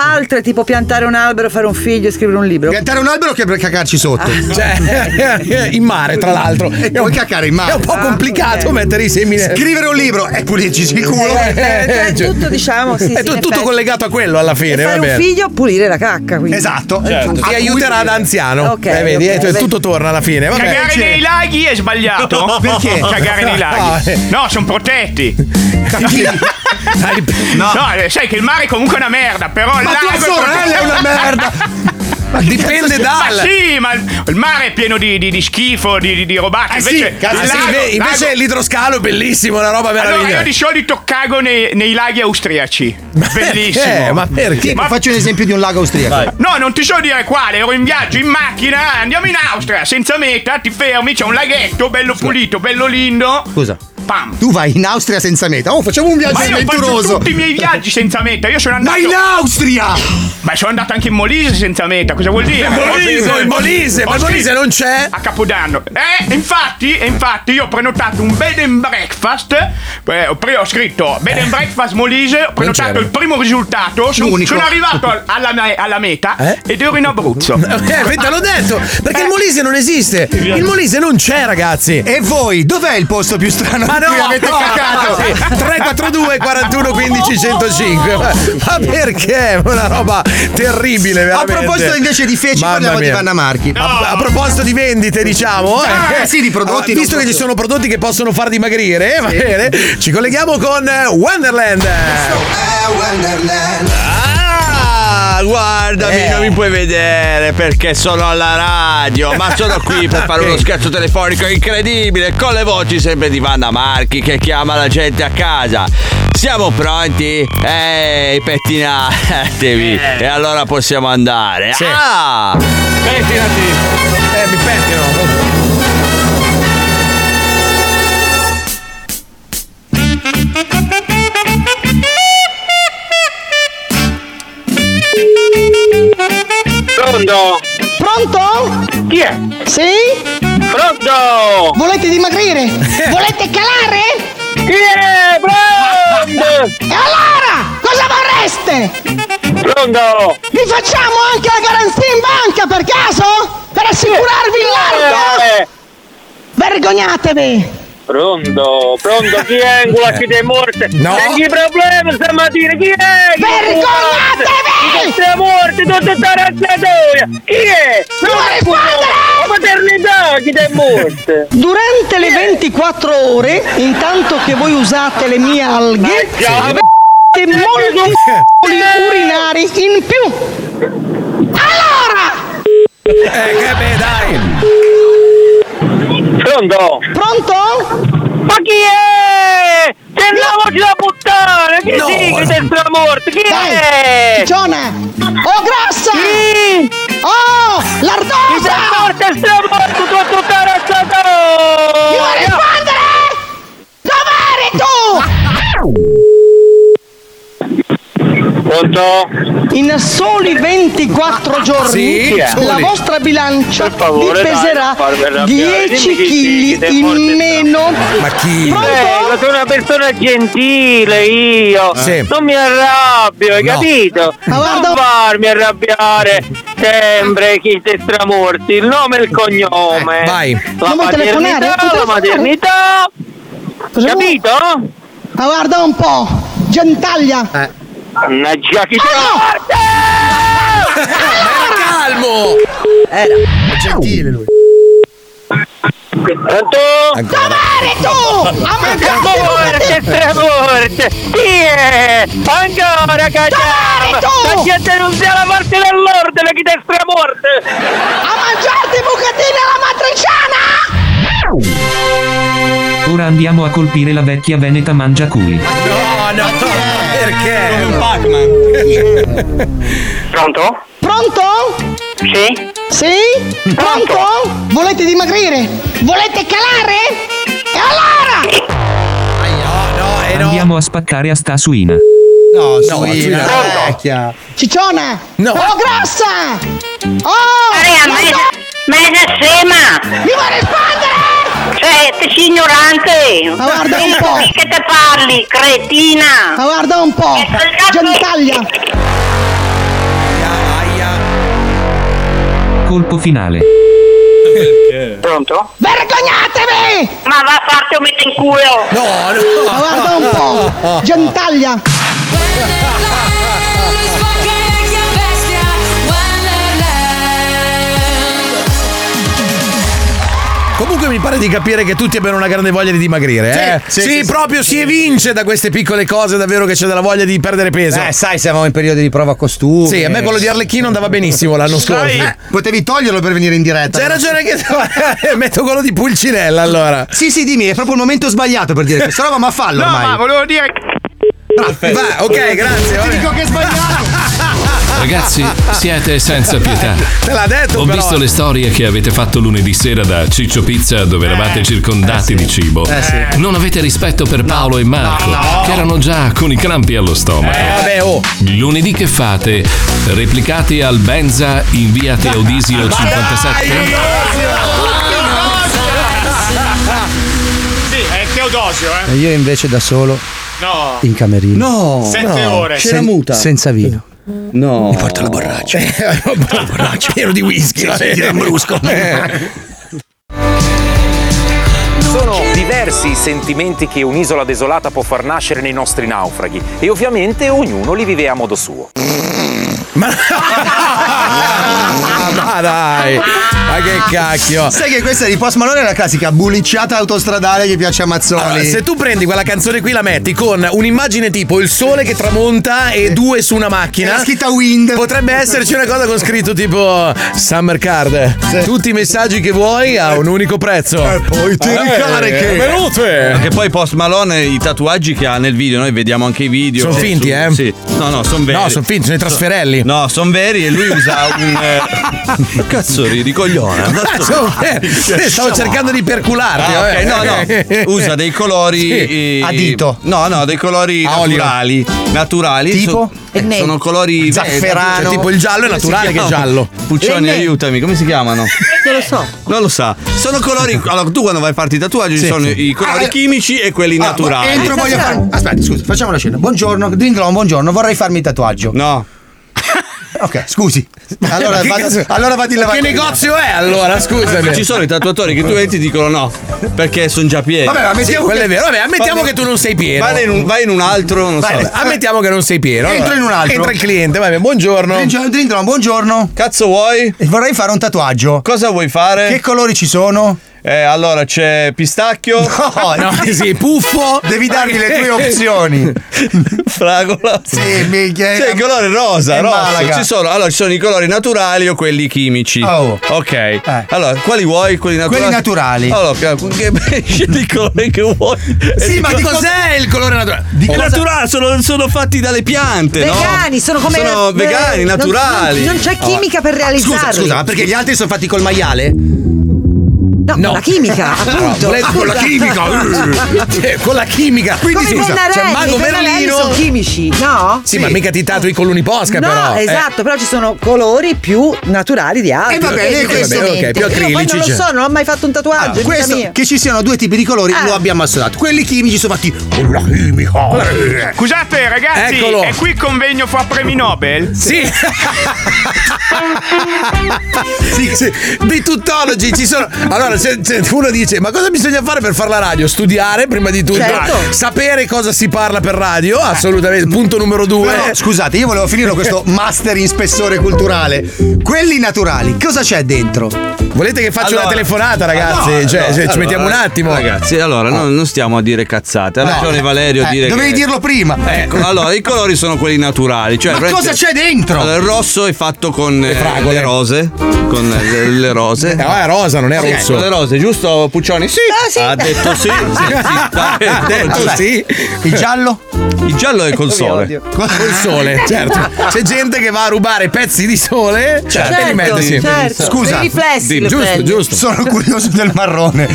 Speaker 18: altre, tipo piantare un albero, fare un figlio e scrivere un libro.
Speaker 6: Piantare un albero che per cacarci sotto.
Speaker 3: Cioè, in mare, tra l'altro.
Speaker 6: E puoi caccare in mare. Ah,
Speaker 3: È un po' complicato mettere i semi. nel-
Speaker 6: Scrivere un libro e pulirci il culo.
Speaker 18: Eh, eh, eh, tutto, diciamo, sì, sì,
Speaker 3: cioè, È
Speaker 18: in
Speaker 3: tu- tutto
Speaker 18: effetti.
Speaker 3: collegato a quello alla
Speaker 18: E
Speaker 3: fine, va
Speaker 18: fare un
Speaker 3: bene.
Speaker 18: figlio, pulire la cacca. Quindi.
Speaker 6: Esatto.
Speaker 3: Ti aiuterà ad anziano.
Speaker 18: Certo. Ok,
Speaker 3: Eh, vedi,
Speaker 18: ok,
Speaker 3: eh,
Speaker 18: vedi.
Speaker 3: tutto torna alla fine. Vabbè.
Speaker 13: Cagare
Speaker 3: Sì.
Speaker 13: nei laghi è sbagliato.
Speaker 3: No, perché?
Speaker 13: Cagare nei
Speaker 3: No,
Speaker 13: laghi.
Speaker 3: eh.
Speaker 13: No, sono protetti. No. eh, sai che il mare comunque è una merda, però il
Speaker 6: Ma
Speaker 13: lago
Speaker 6: tua
Speaker 13: protetto.
Speaker 6: sorella è una merda.
Speaker 13: Ma
Speaker 3: Dipende dal-
Speaker 13: Ma sì, ma il mare è pieno di, di- di schifo, di, di, di robacce.
Speaker 3: Eh sì,
Speaker 13: invece
Speaker 3: cazzo,
Speaker 13: il
Speaker 3: sì, inve- invece l'idroscalo è bellissimo, una roba meravigliosa.
Speaker 13: Allora, io di solito cago nei, nei laghi austriaci. Bellissimo.
Speaker 6: Eh, ma perché? Tipo, faccio un esempio di un lago austriaco.
Speaker 13: No, non ti so dire quale, ero in viaggio in macchina, eh, andiamo in Austria, senza meta, ti fermi, c'è un laghetto bello pulito, bello lindo.
Speaker 6: Scusa.
Speaker 13: Pam.
Speaker 6: Tu vai in Austria senza meta. Oh, facciamo un viaggio
Speaker 13: Ma io faccio
Speaker 6: avventuroso.
Speaker 13: tutti i miei viaggi senza meta, io sono andato.
Speaker 6: Ma in Austria!
Speaker 13: Ma sono andato anche in Molise senza meta, cosa vuol dire?
Speaker 3: In Molise, in Molise, ma in Molise
Speaker 13: non c'è! A Capodanno. Eh, infatti, e infatti, io ho prenotato un bed and breakfast. eh, ho pre- ho scritto bed and breakfast Molise, ho prenotato
Speaker 3: c'era.
Speaker 13: il primo risultato. Sono,
Speaker 3: L'unico.
Speaker 13: sono arrivato al- alla, me- alla meta ed ero in Abruzzo. Eh.
Speaker 3: Eh, ve- te l'ho detto, perché il Molise non esiste. Il Molise non c'è, ragazzi.
Speaker 6: E voi, dov'è il posto più strano
Speaker 3: Ma
Speaker 6: in
Speaker 3: no,
Speaker 6: cui avete
Speaker 3: no,
Speaker 6: cacato?
Speaker 3: sì. 342 41 15 105. Ma- Ma perché? Una roba terribile, veramente.
Speaker 6: A proposito invece di feci,
Speaker 3: Mamma
Speaker 6: parliamo di
Speaker 3: mia.
Speaker 6: Vanna Marchi.
Speaker 3: A, a proposito di vendite, diciamo, eh,
Speaker 6: Ah, sì, di prodotti,
Speaker 3: Ah, visto
Speaker 6: non
Speaker 3: che ci sono prodotti che possono far dimagrire, eh, va bene, ci colleghiamo con eh, Wonderland.
Speaker 7: Ah, guardami,
Speaker 6: Eh.
Speaker 7: non mi puoi vedere perché sono alla radio, ma sono qui per fare uno scherzo telefonico incredibile con le voci sempre di Vanna Marchi che chiama la gente a casa. Siamo pronti? Ehi, pettinatevi.
Speaker 6: Eh.
Speaker 7: E allora possiamo andare. Ah!
Speaker 3: Pettinati. Eh, mi pettino.
Speaker 19: Pronto? Pronto? Chi è? Sì? Pronto? Volete dimagrire? Volete calare? Chi è? Pronto? E allora? Cosa vorreste? Pronto? Vi facciamo anche la garanzia in banca per caso? Per assicurarvi
Speaker 20: Eh.
Speaker 19: l'auto? Vergognatevi!
Speaker 20: Pronto, pronto, chi è in
Speaker 17: Eh.
Speaker 20: culo chi è morte?
Speaker 19: No.
Speaker 20: E chi problema stamattina? Chi è?
Speaker 19: Vergognatevi!
Speaker 20: Siete morti, tutta sta razzatoria! Chi è?
Speaker 19: Non rispondere!
Speaker 20: La maternità, chi è morte?
Speaker 19: Durante le 24 ore, intanto che voi usate le mie alghe, avete molti f***oli urinari in più. Allora!
Speaker 3: Eh, che beh, dai!
Speaker 20: Pronto?
Speaker 19: Pronto?
Speaker 20: Ma chi è? C'è la voce da puttana! Chi
Speaker 19: No.
Speaker 20: sì, chi è sta morte? Chi
Speaker 19: Dai,
Speaker 20: è?
Speaker 19: ciccione! Oh, grassa! Oh, lardosa!
Speaker 20: Chi è morto e sta morto tu- tutta razzatoria!
Speaker 19: Ti vuoi rispondere? Dov'eri tu?
Speaker 20: Pronto? Ah,
Speaker 19: In soli 24 giorni
Speaker 20: Sì,
Speaker 19: la
Speaker 20: soli.
Speaker 19: vostra bilancia
Speaker 20: favore, dai,
Speaker 19: vi peserà
Speaker 20: non farmi arrabbiare.
Speaker 19: 10
Speaker 20: Dimmi chi sei, chi
Speaker 19: kg
Speaker 20: sei
Speaker 19: in meno.
Speaker 3: Ma chi?
Speaker 20: Prego, sono una persona gentile io.
Speaker 19: Sì.
Speaker 20: Non mi arrabbio, hai
Speaker 19: No.
Speaker 20: capito?
Speaker 19: oh.
Speaker 20: Non farmi arrabbiare sempre chi si è stramorti. Il nome e il cognome.
Speaker 3: Eh, vai.
Speaker 20: La
Speaker 19: Non vuoi telefonare?
Speaker 20: maternità,
Speaker 19: Non
Speaker 20: la
Speaker 19: telefonare?
Speaker 20: maternità.
Speaker 19: Capito? Ma guarda un po', gentaglia.
Speaker 20: Mannaggia chi
Speaker 19: Ah,
Speaker 20: Ah,
Speaker 3: calmo!
Speaker 19: Era Eh, gentile lui.
Speaker 20: Pronto?
Speaker 19: Dov'eri tu? A me
Speaker 20: Siamo morte, stramorte! Chi è? Ancora, cacciava! La gente non sia la parte dell'ordine, chi è stramorte!
Speaker 19: A mangiarti bucatini alla matriciana!
Speaker 21: Ora andiamo a colpire la vecchia Veneta Mangiaculi.
Speaker 3: No, no, perché? Come un Pac-Man.
Speaker 20: Pronto?
Speaker 19: Pronto?
Speaker 20: Sì?
Speaker 19: Sì? Pronto? Volete dimagrire? Volete calare? E allora?
Speaker 3: eh,
Speaker 21: Andiamo a spaccare a sta suina.
Speaker 6: No,
Speaker 21: No,
Speaker 3: eh,
Speaker 6: suina,
Speaker 21: suina.
Speaker 6: vecchia.
Speaker 19: Ciccione!
Speaker 21: No.
Speaker 19: Oh, grassa! Oh!
Speaker 22: Mezza scema!
Speaker 19: Mi vuoi rispondere?
Speaker 22: Cioè, te sei ignorante!
Speaker 19: Ma guarda un po'.
Speaker 22: Di che te parli, cretina!
Speaker 19: Ma guarda un po'! Gentaglia!
Speaker 21: Colpo finale.
Speaker 20: Pronto?
Speaker 19: Vergognatevi!
Speaker 22: Ma va a farti un metto in culo!
Speaker 3: No,
Speaker 19: Ma guarda un po'! Gentaglia!
Speaker 3: Comunque mi mi pare di capire che tutti abbiano una grande voglia di dimagrire. eh?
Speaker 6: Sì, sì, sì,
Speaker 3: proprio si evince da queste piccole cose davvero che c'è della voglia di perdere peso.
Speaker 6: Eh, sai, siamo in periodo di prova costumi.
Speaker 3: Esatto. Sì, a me quello di Arlecchino andava benissimo l'anno scorso.
Speaker 6: Eh, potevi toglierlo per venire in diretta.
Speaker 3: C'è ragione che metto quello di Pulcinella allora.
Speaker 6: Sì, sì, dimmi, è proprio il momento sbagliato per dire questa roba, ma fallo
Speaker 13: no,
Speaker 6: ormai.
Speaker 13: ma volevo dire.
Speaker 3: Va, ok, grazie.
Speaker 6: Ti dico che è
Speaker 2: Ragazzi, siete senza pietà.
Speaker 3: Te l'ha detto
Speaker 2: Ho
Speaker 3: però. eh.
Speaker 2: visto le storie che avete fatto lunedì sera da Ciccio Pizza dove
Speaker 3: Eh,
Speaker 2: eravate circondati di cibo. Eh. Non avete rispetto per Paolo e Marco, che erano già con i crampi allo stomaco.
Speaker 3: vabbè, oh.
Speaker 2: Lunedì che fate? Replicate al Benza in via Teodisio 57?
Speaker 13: Sì, è Teodosio, eh.
Speaker 6: E io invece da solo
Speaker 13: No.
Speaker 6: in camerino.
Speaker 13: No. Sette ore. C'era muta.
Speaker 6: Senza vino.
Speaker 7: No.
Speaker 6: Mi porta la borraccia.
Speaker 3: la borraccia pieno di whisky. cioè.
Speaker 6: Sì, sì,
Speaker 3: Lambrusco.
Speaker 23: Sono diversi i sentimenti che un'isola desolata può far nascere nei nostri naufraghi e ovviamente ognuno li vive a modo suo.
Speaker 3: ma dai, ma che cacchio.
Speaker 6: Sai che questa di Post Malone è la classica bullicciata autostradale che piace a Mazzoni.
Speaker 3: Allora, se tu prendi quella canzone qui la metti con un'immagine tipo il sole che tramonta e due su una macchina.
Speaker 6: E la scritta Wind.
Speaker 3: Potrebbe esserci una cosa con scritto tipo Summer Card. Tutti i messaggi che vuoi a un unico prezzo. E poi
Speaker 7: ti eh,
Speaker 3: ricarichi. Benute.
Speaker 7: Che poi Post Malone i tatuaggi che ha nel video, noi vediamo anche i video.
Speaker 3: Sono
Speaker 7: Sì,
Speaker 3: finti,
Speaker 7: su-
Speaker 3: eh?
Speaker 7: Sì. No, no, sono veri.
Speaker 3: No, sono finti, sono i trasferelli.
Speaker 7: No, sono veri e lui usa un. eh, Cazzo, ridi coglione. Adesso-
Speaker 3: Sono veri. eh, Stavo cercando di percularti.
Speaker 7: Ah, ok, no,
Speaker 3: vabbè. Eh,
Speaker 7: no. Usa dei colori
Speaker 3: Sì.
Speaker 7: eh,
Speaker 3: A dito.
Speaker 7: No, no, dei colori
Speaker 3: A olio.
Speaker 7: naturali. Naturali.
Speaker 3: Tipo?
Speaker 7: So- eh, sono colori
Speaker 3: Zafferano. Cioè, tipo il giallo è
Speaker 7: Come si
Speaker 3: naturale che è
Speaker 7: chiamano?
Speaker 3: giallo.
Speaker 7: Puccioni,
Speaker 3: Enne.
Speaker 7: aiutami, come si chiamano?
Speaker 18: Non lo so.
Speaker 7: Non lo sa. Sono colori. Allora, tu quando vai a farti i tatuaggi ci sono i
Speaker 3: Ah, eh.
Speaker 7: colori chimici e quelli naturali.
Speaker 6: Ah, Entro, voglio farmi. Aspetta, scusa, facciamo la scena. Buongiorno, Dringlon, buongiorno, vorrei farmi tatuaggio.
Speaker 7: No.
Speaker 6: Ok, scusi. Allora,
Speaker 3: Che
Speaker 6: vado,
Speaker 3: cazzo-
Speaker 6: allora vado in
Speaker 3: Che
Speaker 6: lavagna.
Speaker 3: negozio è allora? Scusami.
Speaker 7: Ci sono i tatuatori che tu vedi e dicono no, perché sono già pieni.
Speaker 3: Vabbè, ammettiamo Sì, quello che- è vero. Vabbè, ammettiamo che tu non sei pieno.
Speaker 7: Vai in un, vai in un altro, non
Speaker 3: Vai,
Speaker 7: so. Eh,
Speaker 3: ammettiamo che non sei pieno.
Speaker 6: Entro
Speaker 3: Allora,
Speaker 6: in un altro.
Speaker 3: Entra il cliente, vai, buongiorno.
Speaker 6: Dringlon, Dringlon, buongiorno.
Speaker 7: Cazzo vuoi?
Speaker 6: Vorrei fare un tatuaggio.
Speaker 7: Cosa vuoi fare?
Speaker 6: Che colori ci sono?
Speaker 7: Eh, allora c'è pistacchio.
Speaker 6: No,
Speaker 3: no, sì, puffo.
Speaker 6: Devi darmi le tue opzioni.
Speaker 7: Fragola.
Speaker 6: Sì, minchia.
Speaker 7: C'è il colore rosa,
Speaker 6: È
Speaker 7: rosso.
Speaker 6: Malaga.
Speaker 7: Ci sono, allora, ci sono i colori naturali o quelli chimici.
Speaker 6: Oh.
Speaker 7: Ok. Allora, quali vuoi? Quelli naturali.
Speaker 6: Quelli naturali.
Speaker 7: Allora, che scegli il colore che vuoi.
Speaker 6: Sì,
Speaker 7: E
Speaker 6: ma di
Speaker 3: cos'è il colore naturale?
Speaker 7: Di
Speaker 3: Oh.
Speaker 7: naturale, sono, sono fatti dalle piante, no?
Speaker 18: Vegani, sono come
Speaker 7: Sono
Speaker 18: eh,
Speaker 7: vegani,
Speaker 18: non-
Speaker 7: naturali.
Speaker 18: Non, non c'è chimica per realizzarli.
Speaker 6: Ah, Scusa, scusa, ma perché gli altri sono fatti col maiale?
Speaker 18: No, con la chimica,
Speaker 3: Ah,
Speaker 18: appunto.
Speaker 3: volete con la
Speaker 18: Scusa.
Speaker 3: chimica. Eh, con la chimica. Cioè, Quindi
Speaker 18: come i
Speaker 3: scusa,
Speaker 18: pennarelli,
Speaker 3: c'è Mago
Speaker 18: i pennarelli
Speaker 3: Merlino.
Speaker 18: sono chimici, no?
Speaker 3: Sì, ma mica ti tatui con l'uniposca
Speaker 18: No,
Speaker 3: però. Eh.
Speaker 18: esatto, però ci sono colori più naturali di altri.
Speaker 6: Eh, vabbè, lei
Speaker 18: Eh,
Speaker 6: questo-
Speaker 18: evidentemente.
Speaker 6: ok, più
Speaker 18: Io poi
Speaker 6: acrilici,
Speaker 18: non lo
Speaker 6: cioè.
Speaker 18: so, non ho mai fatto un
Speaker 3: Ah,
Speaker 18: tatuaggio. in vita
Speaker 6: Ah, Questo,
Speaker 18: Ah, mia. Ah.
Speaker 6: che ci siano due tipi di colori lo abbiamo assodato. Quelli chimici sono fatti con la
Speaker 13: eh.
Speaker 6: chimica.
Speaker 13: Scusate ragazzi,
Speaker 6: Eccolo.
Speaker 13: è qui il convegno fra premi Nobel?
Speaker 3: Sì. Sì, sì. Di tuttologi ci sono. Allora, se, se uno dice: Ma cosa bisogna fare per fare la radio? Studiare prima di tutto,
Speaker 6: Certo.
Speaker 3: sapere cosa si parla per radio, assolutamente. Punto numero due.
Speaker 6: Però, scusate, io volevo finirlo questo master in spessore culturale. Quelli naturali, cosa c'è dentro?
Speaker 3: Volete che faccia una
Speaker 6: Allora-
Speaker 3: telefonata, ragazzi?
Speaker 6: Ah, no,
Speaker 3: cioè,
Speaker 6: no,
Speaker 3: cioè, ci
Speaker 6: allora,
Speaker 3: mettiamo un attimo.
Speaker 7: Ragazzi, allora no, non stiamo a dire cazzate. Ha
Speaker 6: No.
Speaker 7: ragione Valerio a
Speaker 6: Eh,
Speaker 7: dire.
Speaker 6: dovevi
Speaker 7: che-
Speaker 6: dirlo prima.
Speaker 7: Ecco, allora i colori sono quelli naturali. Cioè,
Speaker 6: Ma
Speaker 7: praticamente-
Speaker 6: cosa c'è dentro?
Speaker 7: Allora, il rosso è fatto con eh, le,
Speaker 3: fragole.
Speaker 7: rose. Con eh, le, le rose.
Speaker 3: No, è rosa, non è
Speaker 7: Sì,
Speaker 3: rosso.
Speaker 7: con le rose, giusto, Puccioni? Sì.
Speaker 18: Ah, sì.
Speaker 7: Ha detto sì. Ha detto
Speaker 3: Vabbè.
Speaker 7: sì.
Speaker 6: Il giallo?
Speaker 7: Il giallo è col
Speaker 3: Vi
Speaker 7: sole.
Speaker 3: odio. Col sole, certo. C'è gente che va a rubare pezzi di sole e li mette insieme.
Speaker 18: certo.
Speaker 6: Scusa,
Speaker 18: I riflessi
Speaker 6: dimmi.
Speaker 18: lo
Speaker 3: Giusto,
Speaker 18: prendi.
Speaker 3: giusto.
Speaker 6: Sono curioso del marrone.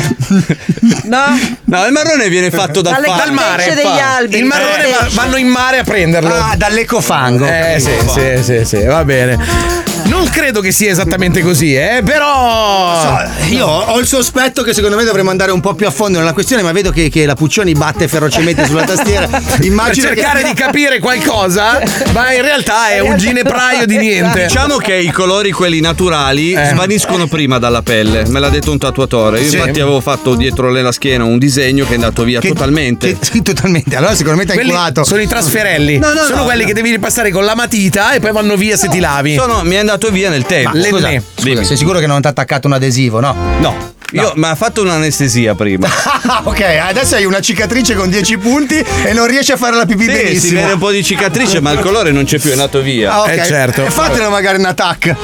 Speaker 18: No?
Speaker 7: No, il marrone viene fatto dal,
Speaker 18: Dalle
Speaker 7: fa-
Speaker 18: dal mare, degli fa- alberi.
Speaker 3: Ah, Il marrone
Speaker 18: Eh.
Speaker 3: va- vanno in mare a prenderlo.
Speaker 6: Ah, dall'ecofango.
Speaker 3: Eh sì, sì, sì, sì, va bene. Non credo che sia esattamente così, eh, però.
Speaker 6: So, Io ho il sospetto che secondo me dovremmo andare un po' più a fondo nella questione, ma vedo che, che la Puccioni batte ferocemente sulla tastiera.
Speaker 3: Per
Speaker 6: Immagino
Speaker 3: cercare
Speaker 6: che...
Speaker 3: di capire qualcosa, ma in realtà è un ginepraio di niente.
Speaker 7: Diciamo che i colori, quelli naturali, svaniscono prima dalla pelle. Me l'ha detto un tatuatore. Io,
Speaker 6: Sì.
Speaker 7: infatti, avevo fatto dietro nella schiena un disegno che è andato via
Speaker 6: Che-
Speaker 7: totalmente.
Speaker 6: che- sì, totalmente. Allora sicuramente hai
Speaker 3: Quelli
Speaker 6: culato.
Speaker 3: sono i trasferelli.
Speaker 6: No, no,
Speaker 3: sono
Speaker 6: no,
Speaker 3: quelli
Speaker 6: no.
Speaker 3: che devi ripassare con la matita e poi vanno via se ti lavi.
Speaker 7: Sono- mi è andato via nel tempo.
Speaker 6: Ma scusa,
Speaker 3: Lenné.
Speaker 6: scusa, sei sicuro che non ti ha attaccato un adesivo, no?
Speaker 7: No. Io, ma ha fatto un'anestesia prima.
Speaker 6: Ah, ok, adesso hai una cicatrice con 10 punti e non riesci a fare la pipì
Speaker 7: Sì, si
Speaker 6: benissimo.
Speaker 7: vede un po' di cicatrice, ma il colore non c'è più, è andato via. certo.
Speaker 6: Ah, ok. Eh, Fatelo magari un attack.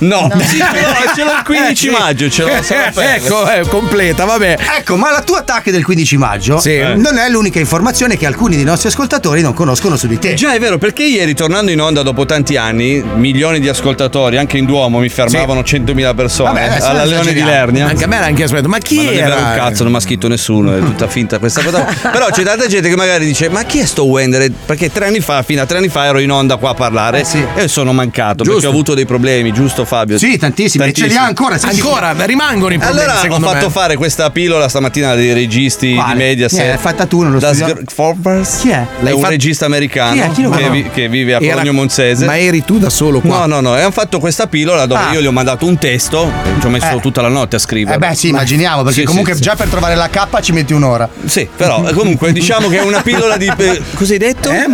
Speaker 7: No, Sì, ce l'ho- ce l'ho il 15 maggio, ce l'ho solo per-
Speaker 6: Ecco, eh, completa, vabbè. Ecco, ma la tua attack del 15 maggio eh, non è l'unica informazione che alcuni dei nostri ascoltatori non conoscono su di te.
Speaker 7: Già è vero, perché ieri tornando in onda dopo tanti anni, milioni di ascoltatori, anche in Duomo mi fermavano 100.000 persone
Speaker 3: Vabbè, adesso
Speaker 7: alla
Speaker 3: non
Speaker 7: Leone di
Speaker 3: esageriamo.
Speaker 7: Lernia.
Speaker 3: Anche a me era anche aspetto, ma chi
Speaker 7: Ma non è
Speaker 3: era?
Speaker 7: vero un cazzo, non mi ha scritto nessuno, è tutta finta questa cosa. qua. Però c'è tanta gente che magari dice: Ma chi è sto Wender? Perché tre anni fa, fino a tre anni fa, ero in onda qua a parlare e sono mancato perché
Speaker 3: Giusto.
Speaker 7: ho avuto dei problemi, giusto Fabio?
Speaker 6: Sì, tantissimi, e ce li ha ancora, sì,
Speaker 3: Ancora,
Speaker 6: sì.
Speaker 3: rimangono i problemi,
Speaker 7: Allora ho
Speaker 3: secondo
Speaker 7: fatto
Speaker 3: me.
Speaker 7: fare questa pillola stamattina dei registi
Speaker 6: Quale?
Speaker 7: di Mediaset.
Speaker 6: Eh, l'hai fatta tu nello
Speaker 7: Das
Speaker 6: studio?
Speaker 7: Gr- Forbes?
Speaker 6: Chi è?
Speaker 7: È
Speaker 6: L'hai
Speaker 7: un
Speaker 6: fatta-
Speaker 7: regista americano
Speaker 6: Chi è? Chi lo
Speaker 7: che,
Speaker 6: fa?
Speaker 7: vi- che vive a
Speaker 6: Era-
Speaker 7: Cologno Monzese.
Speaker 3: Ma eri tu da solo qua?
Speaker 7: No, no, no, e hanno fatto questa pillola dove
Speaker 6: Ah.
Speaker 7: io gli ho mandato un testo, ci ho messo
Speaker 6: Eh.
Speaker 7: tutta la notte a scrivere.
Speaker 6: Eh beh, sì, immaginiamo, perché
Speaker 7: Sì,
Speaker 6: comunque
Speaker 7: sì,
Speaker 6: già per trovare la K ci metti un'ora.
Speaker 7: Sì, però eh, comunque diciamo che è una pillola di. eh, Cosa hai detto? E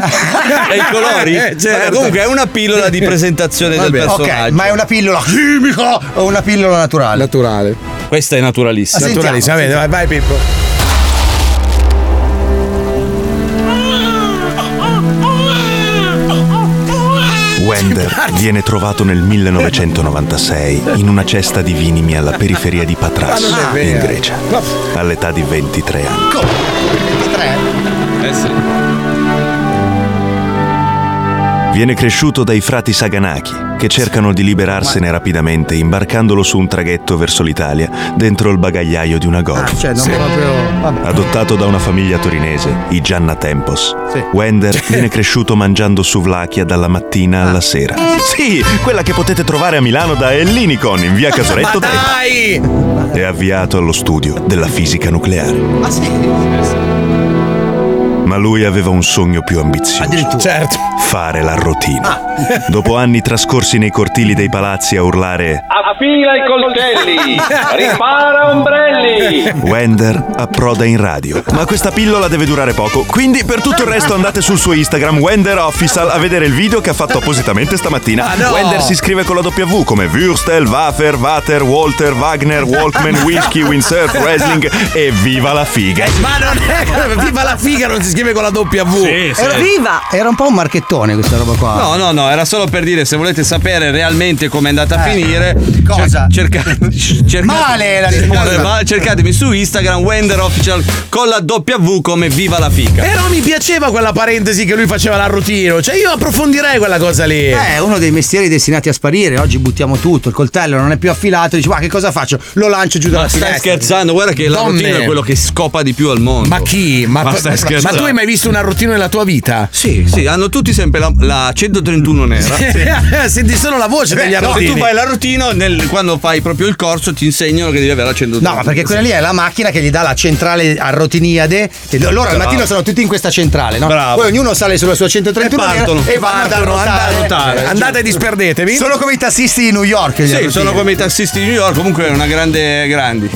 Speaker 7: i colori?
Speaker 6: Eh, certo.
Speaker 7: Vabbè, comunque è una pillola di presentazione del
Speaker 6: Vabbè.
Speaker 7: personaggio.
Speaker 6: Ok, ma è una pillola chimica o una pillola naturale? Naturale.
Speaker 7: Questa è naturalissima.
Speaker 6: Ah, sentiamo, Naturalissima, vedi,
Speaker 3: vai, Pippo.
Speaker 4: Wender viene trovato nel 1996 in una cesta di vinimi alla periferia di Patras,
Speaker 17: Ma non è vero.
Speaker 4: in Grecia, all'età di 23 anni.
Speaker 7: Eh,
Speaker 4: Viene cresciuto dai frati Saganaki, che cercano di liberarsene rapidamente imbarcandolo su un traghetto verso l'Italia, dentro il bagagliaio di una
Speaker 24: Ah,
Speaker 4: golf.
Speaker 6: Cioè, non proprio. Vabbè.
Speaker 4: Adottato da una famiglia torinese, i Gianna Tempos, Wender viene cresciuto mangiando suvlachia dalla mattina alla sera. Sì, quella che potete trovare a Milano da Ellinicon in via Casoretto 3.
Speaker 3: Dai!
Speaker 4: È avviato allo studio della fisica nucleare.
Speaker 6: Ah, sì.
Speaker 4: Ma lui aveva un sogno più ambizioso. Fare la rotina. Dopo anni trascorsi nei cortili dei palazzi a urlare
Speaker 17: Affila i coltelli, ripara ombrelli.
Speaker 4: Wender approda in radio. Ma questa pillola deve durare poco, quindi per tutto il resto andate sul suo Instagram Wender Official a vedere il video che ha fatto appositamente stamattina.
Speaker 17: Ah, no!
Speaker 4: Wender si scrive con la W come Würstel, Waffer, Water, Walter, Wagner, Walkman, Whisky, Windsurf, Wrestling e viva la figa.
Speaker 17: Eh,
Speaker 3: Ma non
Speaker 7: Eh,
Speaker 3: è. Viva la figa, non si scrive con la W.
Speaker 6: Era, viva! Era un po' un marchettone questa roba qua.
Speaker 7: No, no, no, era solo per dire se volete sapere realmente come è andata a finire.
Speaker 6: Cosa?
Speaker 7: Cercate, cercate,
Speaker 6: Male la risposta.
Speaker 7: ma cercatemi su Instagram Wender Official con la W come viva la fica.
Speaker 3: Però mi piaceva quella parentesi che lui faceva la routine. Cioè, io approfondirei quella cosa lì.
Speaker 6: È Eh, uno dei mestieri destinati a sparire. Oggi buttiamo tutto. Il coltello non è più affilato. Dici, ma che cosa faccio? Lo lancio giù dalla
Speaker 7: Ma stai
Speaker 6: finestra.
Speaker 7: scherzando, guarda che la
Speaker 6: Donne.
Speaker 7: routine è quello che scopa di più al mondo.
Speaker 3: Ma chi? Ma,
Speaker 7: Ma
Speaker 3: tu-
Speaker 7: stai
Speaker 3: ma
Speaker 7: scherzando?
Speaker 3: tu hai mai visto una routine nella tua vita?
Speaker 7: Sì, sì, hanno tutti sempre la, la 131 nera.
Speaker 3: Senti solo Oh, la voce
Speaker 7: Beh,
Speaker 6: Eh,
Speaker 3: degli
Speaker 7: no,
Speaker 3: arrotini.
Speaker 7: se tu fai la routine nel- quando fai proprio il corso ti insegnano che devi avere la 131.
Speaker 6: No, ma perché quella lì è la macchina che gli dà la centrale a rotiniade. E loro al
Speaker 7: Bravo.
Speaker 6: mattino sono tutti in questa centrale, no?
Speaker 7: Bravo.
Speaker 6: Poi ognuno sale sulla sua 131
Speaker 7: E
Speaker 6: nera
Speaker 7: partono.
Speaker 6: e vanno
Speaker 7: Partono,
Speaker 6: a
Speaker 7: andate a
Speaker 6: notare.
Speaker 7: notare. Eh, certo. Andate e
Speaker 3: disperdetevi.
Speaker 6: Sono come i tassisti di New York. gli
Speaker 7: Sì,
Speaker 6: arrotini.
Speaker 7: sono come i tassisti di New York, comunque è una grande grandi.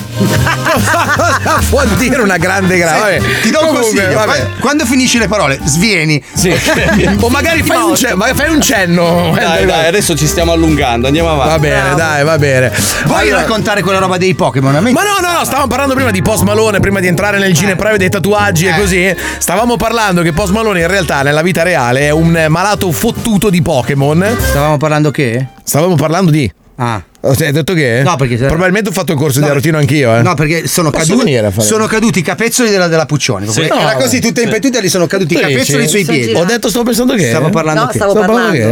Speaker 3: Cosa può dire una grande grave?
Speaker 6: Sì, ti do un
Speaker 3: Comunque,
Speaker 6: consiglio,
Speaker 3: vabbè.
Speaker 6: fa- quando finisci le parole, svieni.
Speaker 3: o magari fai un, ce- ma fai un cenno.
Speaker 7: Dai, dai, adesso ci stiamo allungando, andiamo avanti.
Speaker 3: Va bene, dai, va bene.
Speaker 6: Vuoi raccontare quella roba dei Pokémon? A me
Speaker 3: Ma no, no, no, stavamo parlando prima di Post Malone, prima di entrare nel
Speaker 6: Eh.
Speaker 3: gene previo dei tatuaggi e così. Stavamo parlando che Post Malone in realtà nella vita reale è un eh, malato fottuto di Pokémon.
Speaker 6: Stavamo parlando che?
Speaker 3: Stavamo parlando di
Speaker 6: Ah.
Speaker 3: Hai detto che?
Speaker 6: No, perché
Speaker 3: probabilmente ho fatto il corso
Speaker 6: No,
Speaker 3: di Arotino anch'io, eh.
Speaker 6: No, perché sono
Speaker 3: Posso
Speaker 6: caduti,
Speaker 3: venire a fare-
Speaker 6: sono caduti i capezzoli della, della Puccioni.
Speaker 3: Sì.
Speaker 6: Era
Speaker 3: No,
Speaker 6: così,
Speaker 3: vabbè.
Speaker 6: tutte
Speaker 3: Sì.
Speaker 6: impetute, gli sono caduti i
Speaker 3: Tu
Speaker 6: capezzoli
Speaker 3: dici?
Speaker 6: sui piedi.
Speaker 3: Ho detto, stavo pensando che.
Speaker 6: Stavo parlando che?
Speaker 3: che?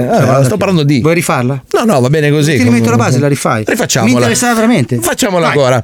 Speaker 3: Eh, sto parlando di. Vuoi
Speaker 6: rifarla?
Speaker 3: No, no, va bene così.
Speaker 6: Ti rimetto la base, la rifai.
Speaker 3: Rifacciamola.
Speaker 6: Mi interessava veramente.
Speaker 3: Facciamola
Speaker 6: Vai.
Speaker 3: ancora.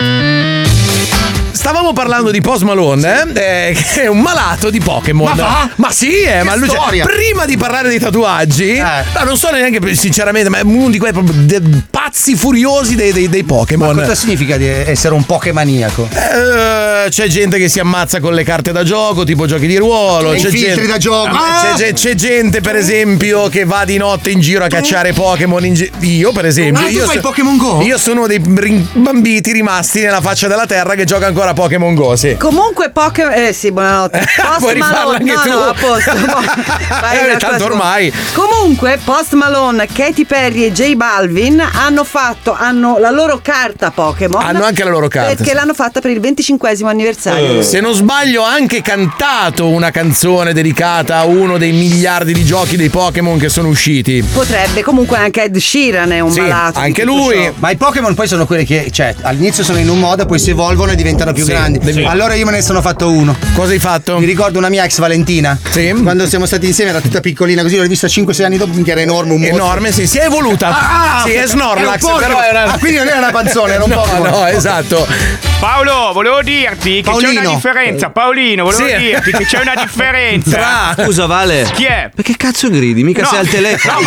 Speaker 3: Stavamo parlando di Post Malone, eh, eh, che è un malato di Pokémon.
Speaker 6: Ma va?
Speaker 3: sì, eh,
Speaker 6: Che
Speaker 3: ma lui- cioè,
Speaker 6: storia! Eh.
Speaker 3: prima di parlare dei tatuaggi, no, non so neanche sinceramente, ma è uno di quei proprio de- pazzi furiosi dei, dei- dei Pokémon.
Speaker 6: Cosa significa di essere un Pokémaniaco?
Speaker 3: Eh, c'è gente che si ammazza con le carte da gioco, tipo giochi di ruolo.
Speaker 6: E i
Speaker 3: C'è
Speaker 6: filtri
Speaker 3: gente,
Speaker 6: da gioco.
Speaker 3: C'è, c'è- c'è gente, per esempio, che va di notte in giro a cacciare Pokémon. in gi- io, per esempio.
Speaker 6: Ah, tu
Speaker 3: io
Speaker 6: fai Pokémon Go?
Speaker 3: Io sono uno dei brin- bambiti rimasti nella faccia della terra che gioca ancora a Pokémon Go, sì.
Speaker 18: Comunque Pokémon... Eh sì, buonanotte. Post
Speaker 3: Puoi rifarla
Speaker 18: Malone-
Speaker 3: anche
Speaker 18: no,
Speaker 3: tu.
Speaker 18: No, a posto. Vai,
Speaker 3: Eh,
Speaker 18: vai,
Speaker 3: tanto
Speaker 18: vai.
Speaker 3: ormai.
Speaker 18: Comunque Post Malone, Katy Perry e J Balvin hanno fatto hanno la loro carta Pokémon.
Speaker 3: Hanno anche la loro carta,
Speaker 18: Perché
Speaker 3: sì.
Speaker 18: l'hanno fatta per il 25 anniversario.
Speaker 3: Eh. Se non sbaglio, ha anche cantato una canzone dedicata a uno dei miliardi di giochi dei Pokémon che sono usciti.
Speaker 18: Potrebbe comunque anche Ed Sheeran è un malato. di tutto ciò.
Speaker 6: Ma i Pokémon poi sono quelli che, cioè, all'inizio sono in un modo, poi si evolvono e diventano più
Speaker 18: Sì,
Speaker 6: grandi.
Speaker 18: devi-
Speaker 6: Allora io me ne sono fatto uno.
Speaker 3: Cosa hai fatto?
Speaker 6: Mi ricordo una mia ex Valentina.
Speaker 3: Sì.
Speaker 6: Quando siamo stati insieme era tutta piccolina così, l'ho rivista 5-6 anni dopo, minchia era enorme un mostro.
Speaker 3: Enorme, sì, si è evoluta.
Speaker 6: Ah, ah,
Speaker 3: sì, è Snorlax.
Speaker 6: era un
Speaker 3: però
Speaker 6: Pokémon. Ah, quindi non era una panzone, era un
Speaker 3: no,
Speaker 6: Pokémon.
Speaker 3: No, esatto.
Speaker 13: Paolo, volevo dirti che c'è
Speaker 3: Paolino.
Speaker 13: una differenza. Paolino, volevo
Speaker 7: Sì.
Speaker 13: dirti che c'è una differenza.
Speaker 7: Scusa, Vale.
Speaker 13: Chi è?
Speaker 7: Perché cazzo gridi? Mica
Speaker 13: No.
Speaker 7: sei al telefono.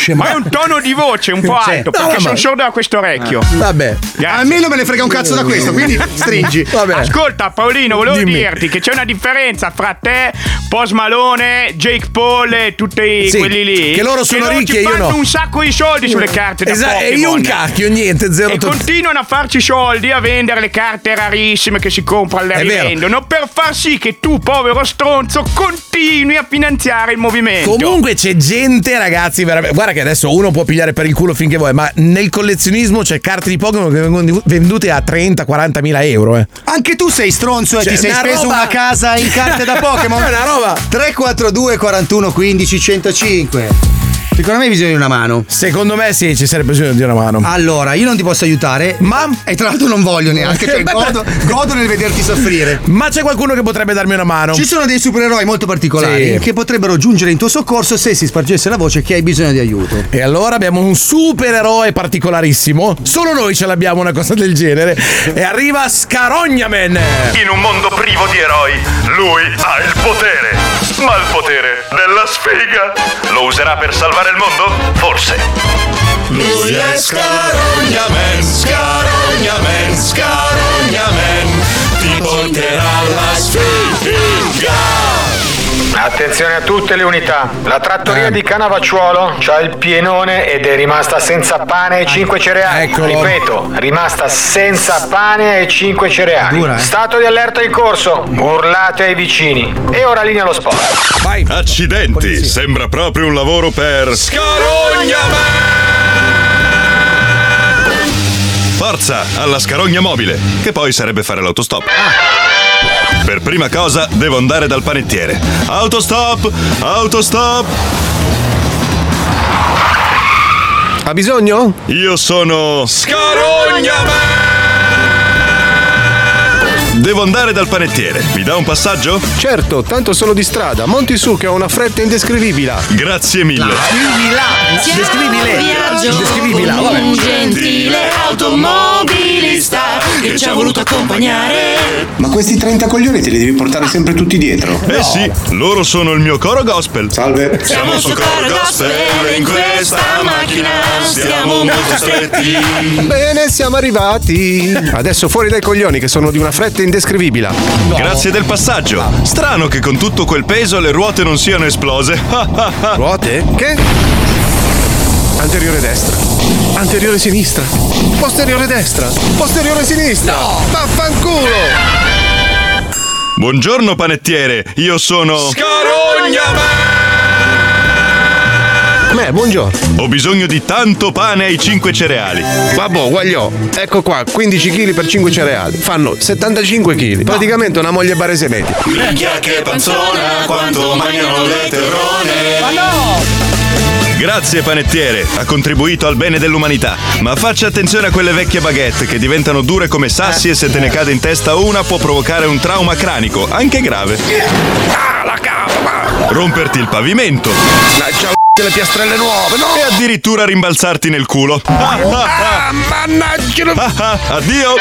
Speaker 13: No, ma... ma è un tono di voce un po'
Speaker 7: Sì.
Speaker 13: alto, perché
Speaker 7: No,
Speaker 13: sono
Speaker 7: ma-
Speaker 13: sordo da questo orecchio.
Speaker 7: Ah.
Speaker 3: Vabbè.
Speaker 13: Almeno me ne
Speaker 1: frega un cazzo da questo, quindi stringi. Vabbè.
Speaker 13: Ascolta, Paolino, volevo
Speaker 1: Dimmi.
Speaker 13: dirti che c'è una differenza fra te, Pos Malone, Jake Paul e tutti
Speaker 3: Sì,
Speaker 13: quelli lì.
Speaker 3: che loro sono ricchi e
Speaker 13: ci
Speaker 3: io
Speaker 13: fanno
Speaker 3: no.
Speaker 13: un sacco di soldi sulle carte da
Speaker 3: Esatto, e
Speaker 13: Pokémon.
Speaker 3: io un cacchio, niente, zero
Speaker 13: E
Speaker 3: tot-
Speaker 13: continuano a farci soldi a vendere le carte rarissime che si comprano e le
Speaker 3: È vero.
Speaker 13: rivendono per far sì che tu, povero stronzo, continui a finanziare il movimento.
Speaker 3: Comunque c'è gente, ragazzi, veramente. Guarda che adesso uno può pigliare per il culo finché vuoi, ma nel collezionismo c'è carte di Pokémon che vengono vendute a 30-40 mila euro. Eh.
Speaker 6: Anche tu sei stronzo e
Speaker 3: Cioè,
Speaker 6: ti sei
Speaker 3: una
Speaker 6: preso
Speaker 3: roba-
Speaker 6: una casa in carte da Pokémon.
Speaker 3: È una roba.
Speaker 6: 342 41 15 105. Secondo me hai bisogno di una mano.
Speaker 3: Secondo me sì, ci sarebbe bisogno di una mano.
Speaker 6: Allora, io non ti posso aiutare,
Speaker 3: ma.
Speaker 6: E tra l'altro non voglio neanche, cioè godo, godo nel vederti soffrire.
Speaker 3: Ma c'è qualcuno che potrebbe darmi una mano.
Speaker 6: Ci sono dei supereroi molto particolari
Speaker 3: Sì.
Speaker 6: che potrebbero giungere in tuo soccorso se si spargesse la voce che hai bisogno di aiuto.
Speaker 3: E allora abbiamo un supereroe particolarissimo. Solo noi ce l'abbiamo una cosa del genere. E arriva Scarognaman.
Speaker 4: In un mondo privo di eroi, lui ha il potere, ma il potere della sfiga. Lo userà per salvare il mondo? Forse.
Speaker 17: Lui è Scarognamen, Scarognamen, Scarognamen Ti porterà alla sfiga
Speaker 8: Attenzione a tutte le unità. La
Speaker 6: Eh.
Speaker 8: trattoria di Canavacciuolo c'ha il pienone ed è rimasta senza pane e
Speaker 6: Ecco.
Speaker 8: 5 cereali. Ripeto, rimasta senza pane e 5 cereali.
Speaker 17: Dura, eh.
Speaker 8: Stato di allerta in corso. Urlate ai vicini. E ora linea allo sport.
Speaker 4: Accidenti, sembra proprio un lavoro per. Forza, alla scarogna mobile, che poi sarebbe fare l'autostop. Per prima cosa devo andare dal panettiere. Autostop! Autostop! Ha bisogno? Io sono. Scarogna! Devo andare dal panettiere. Mi dà un passaggio? Certo, tanto sono di strada. Monti su che ho una fretta indescrivibile. Grazie mille.
Speaker 17: Siamo
Speaker 8: Indescrivibile.
Speaker 17: in viaggio
Speaker 8: Indescrivibile,
Speaker 17: con
Speaker 8: vabbè.
Speaker 17: Un gentile automobilista che ci ha voluto accompagnare
Speaker 4: Ma questi 30 coglioni te li devi portare sempre tutti dietro. Eh sì, loro sono il mio coro gospel. Salve.
Speaker 17: Siamo su Coro Gospel in questa macchina Stiamo molto stretti
Speaker 24: Bene, siamo arrivati. Adesso fuori dai coglioni che sono di una fretta indescrivibile.
Speaker 4: Grazie del passaggio. Strano che con tutto quel peso le ruote non siano esplose.
Speaker 24: ruote? Che? Anteriore destra. Anteriore sinistra. Posteriore destra. Posteriore sinistra. No! Vaffanculo!
Speaker 4: Buongiorno panettiere, io sono. Beh, buongiorno. Ho bisogno di tanto pane ai 5 cereali.
Speaker 24: Vabbò, guagliò, ecco qua, 15 kg per 5 cereali. Fanno 75 kg. Praticamente una moglie barese media.
Speaker 17: Minchia che panzona quanto mangiano le terrone Ma no!
Speaker 4: Grazie panettiere, ha contribuito al bene dell'umanità. Ma faccia attenzione a quelle vecchie baguette che diventano dure come sassi e se te ne cade in testa una può provocare un trauma cranico, anche grave.
Speaker 17: Ah,
Speaker 4: Romperti il pavimento.
Speaker 24: le piastrelle nuove, no!
Speaker 4: E addirittura rimbalzarti nel culo.
Speaker 24: Ah, mannaggia!
Speaker 4: Ah, ah, addio!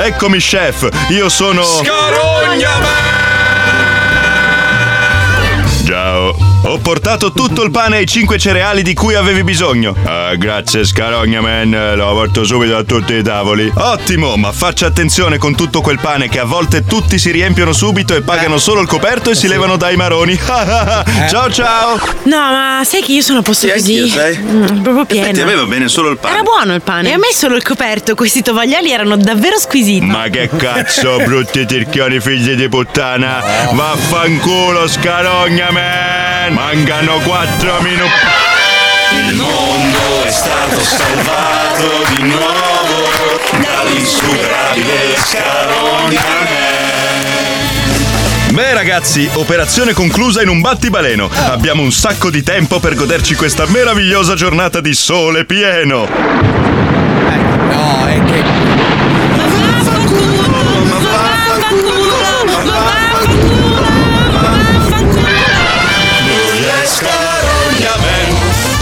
Speaker 4: Eccomi chef, io sono... Scarogna! Ciao, Marco, ho portato tutto il pane e i 5 cereali di cui avevi bisogno. Ah, grazie Scarogna Man, l'ho portato subito a tutti i tavoli. Ottimo, ma faccia attenzione con tutto quel pane che a volte tutti si riempiono subito e pagano solo il coperto e si levano dai maroni. ciao ciao!
Speaker 9: No, ma sai che io sono a posto Eh. così?
Speaker 4: anch'io, sai.
Speaker 9: Mm, proprio piena.
Speaker 4: bene solo il
Speaker 9: Era buono il pane. E a me solo il coperto, questi tovagliali erano davvero squisiti.
Speaker 4: Ma che cazzo, brutti tirchioni figli di puttana! Vaffanculo, scarogna man! Mancano 4 minuti!
Speaker 17: Il mondo è stato salvato di nuovo dall'insuperabile
Speaker 4: Beh ragazzi, operazione conclusa in un battibaleno. Abbiamo un sacco di tempo per goderci questa meravigliosa giornata di sole pieno.
Speaker 6: No, è che.
Speaker 17: Lui è scarognamen,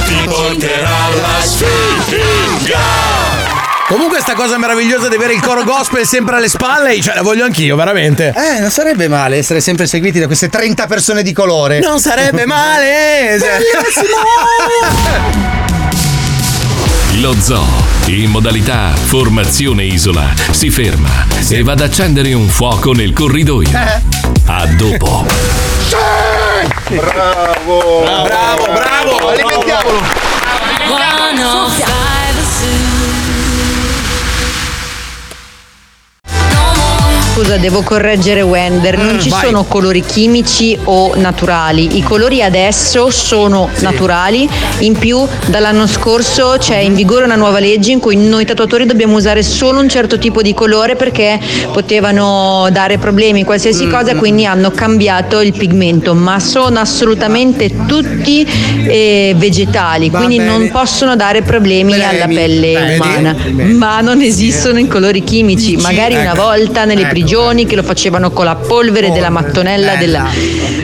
Speaker 17: ti porterà alla sfiga.
Speaker 3: Comunque sta cosa meravigliosa di avere il coro gospel sempre alle spalle, cioè la voglio anch'io, veramente.
Speaker 6: Eh, non sarebbe male essere sempre seguiti da queste 30 persone di colore.
Speaker 3: Non sarebbe male! eh,
Speaker 2: Lo zoo, in modalità formazione isola, si ferma e va ad accendere un fuoco nel corridoio.
Speaker 3: Eh.
Speaker 2: A dopo.
Speaker 1: Bravo! Bravo, bravo! Alimentiamolo!
Speaker 10: Scusa, devo correggere Wender, non ci
Speaker 11: Mm, vai.
Speaker 10: sono colori chimici o naturali. I colori adesso sono naturali. In più, dall'anno scorso c'è
Speaker 11: Mhm.
Speaker 10: in vigore una nuova legge in cui noi tatuatori dobbiamo usare solo un certo tipo di colore perché potevano dare problemi, qualsiasi
Speaker 11: Mm,
Speaker 10: cosa, quindi hanno cambiato il pigmento, ma sono assolutamente tutti eh, vegetali, quindi non possono dare problemi alla pelle umana. Ma non esistono i colori chimici, magari una
Speaker 11: Ecco.
Speaker 10: volta nelle
Speaker 11: Ecco.
Speaker 10: prigioni che lo facevano con la
Speaker 12: Oh,
Speaker 10: polvere della mattonella della,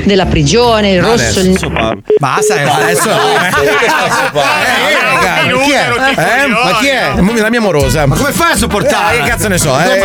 Speaker 10: della prigione, il rosso, il
Speaker 3: Ah,
Speaker 6: Basta, adesso.
Speaker 3: eh.
Speaker 6: chi è? Eh? Ma chi è?
Speaker 3: La mia morosa.
Speaker 6: Ma come fai a sopportare?
Speaker 3: Eh, che cazzo ne so, eh?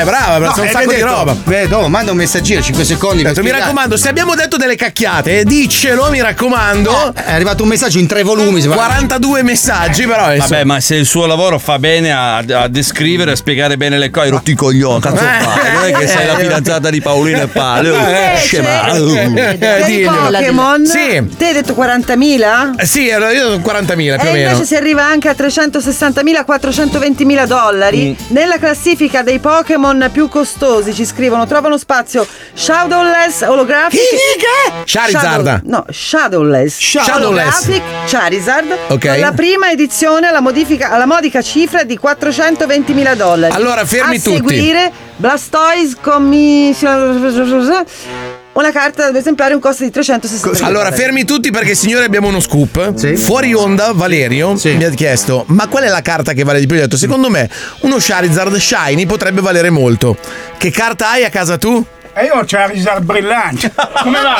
Speaker 3: Eh, brava, brava, sono un sacco di roba.
Speaker 6: Vedo, manda un messaggino 5 secondi. per
Speaker 3: Certo, mi
Speaker 6: spiegare.
Speaker 3: raccomando, se abbiamo detto delle cacchiate, eh, diccelo, mi raccomando.
Speaker 6: Eh, È arrivato un messaggio in tre volumi, si
Speaker 3: 42 messaggi, però. eh, insomma.
Speaker 7: Vabbè, ma se il suo lavoro fa bene a, a descrivere, a spiegare bene le cose, hai rotto i coglioni, Eh. cazzo fai? Non è che sei la fidanzata di Paolino e Paleo.
Speaker 3: Eh,
Speaker 7: Scema. certo.
Speaker 18: Te di Pokémon?
Speaker 3: Sì.
Speaker 18: Te hai detto 40.000?
Speaker 3: Eh, Sì, allora io sono 40.000 più o
Speaker 18: E
Speaker 3: meno.
Speaker 18: Eh, invece si arriva anche a 360.000-420.000 dollari.
Speaker 3: Mm.
Speaker 18: Nella classifica dei Pokémon più costosi ci scrivono: trovano spazio Shadowless Holographic. Che?
Speaker 3: Charizard.
Speaker 18: no, Shadowless.
Speaker 3: Shadowless.
Speaker 18: Holographic Charizard.
Speaker 3: Ok.
Speaker 18: Con la prima edizione alla, modifica- alla modica cifra di 420.000 dollari.
Speaker 3: Allora, fermi
Speaker 18: a
Speaker 3: tutti.
Speaker 18: seguire Blastoise Commission. Una carta ad esemplare un costo di 360
Speaker 3: Allora, fermi tutti perché signori abbiamo uno scoop. Fuori onda Valerio mi ha chiesto "Ma qual è la carta che vale di più?" Gli ho detto "Secondo me uno Charizard Shiny potrebbe valere molto. Che carta hai a casa tu?"
Speaker 13: E Eh, io ho Charizard brillante. Come va?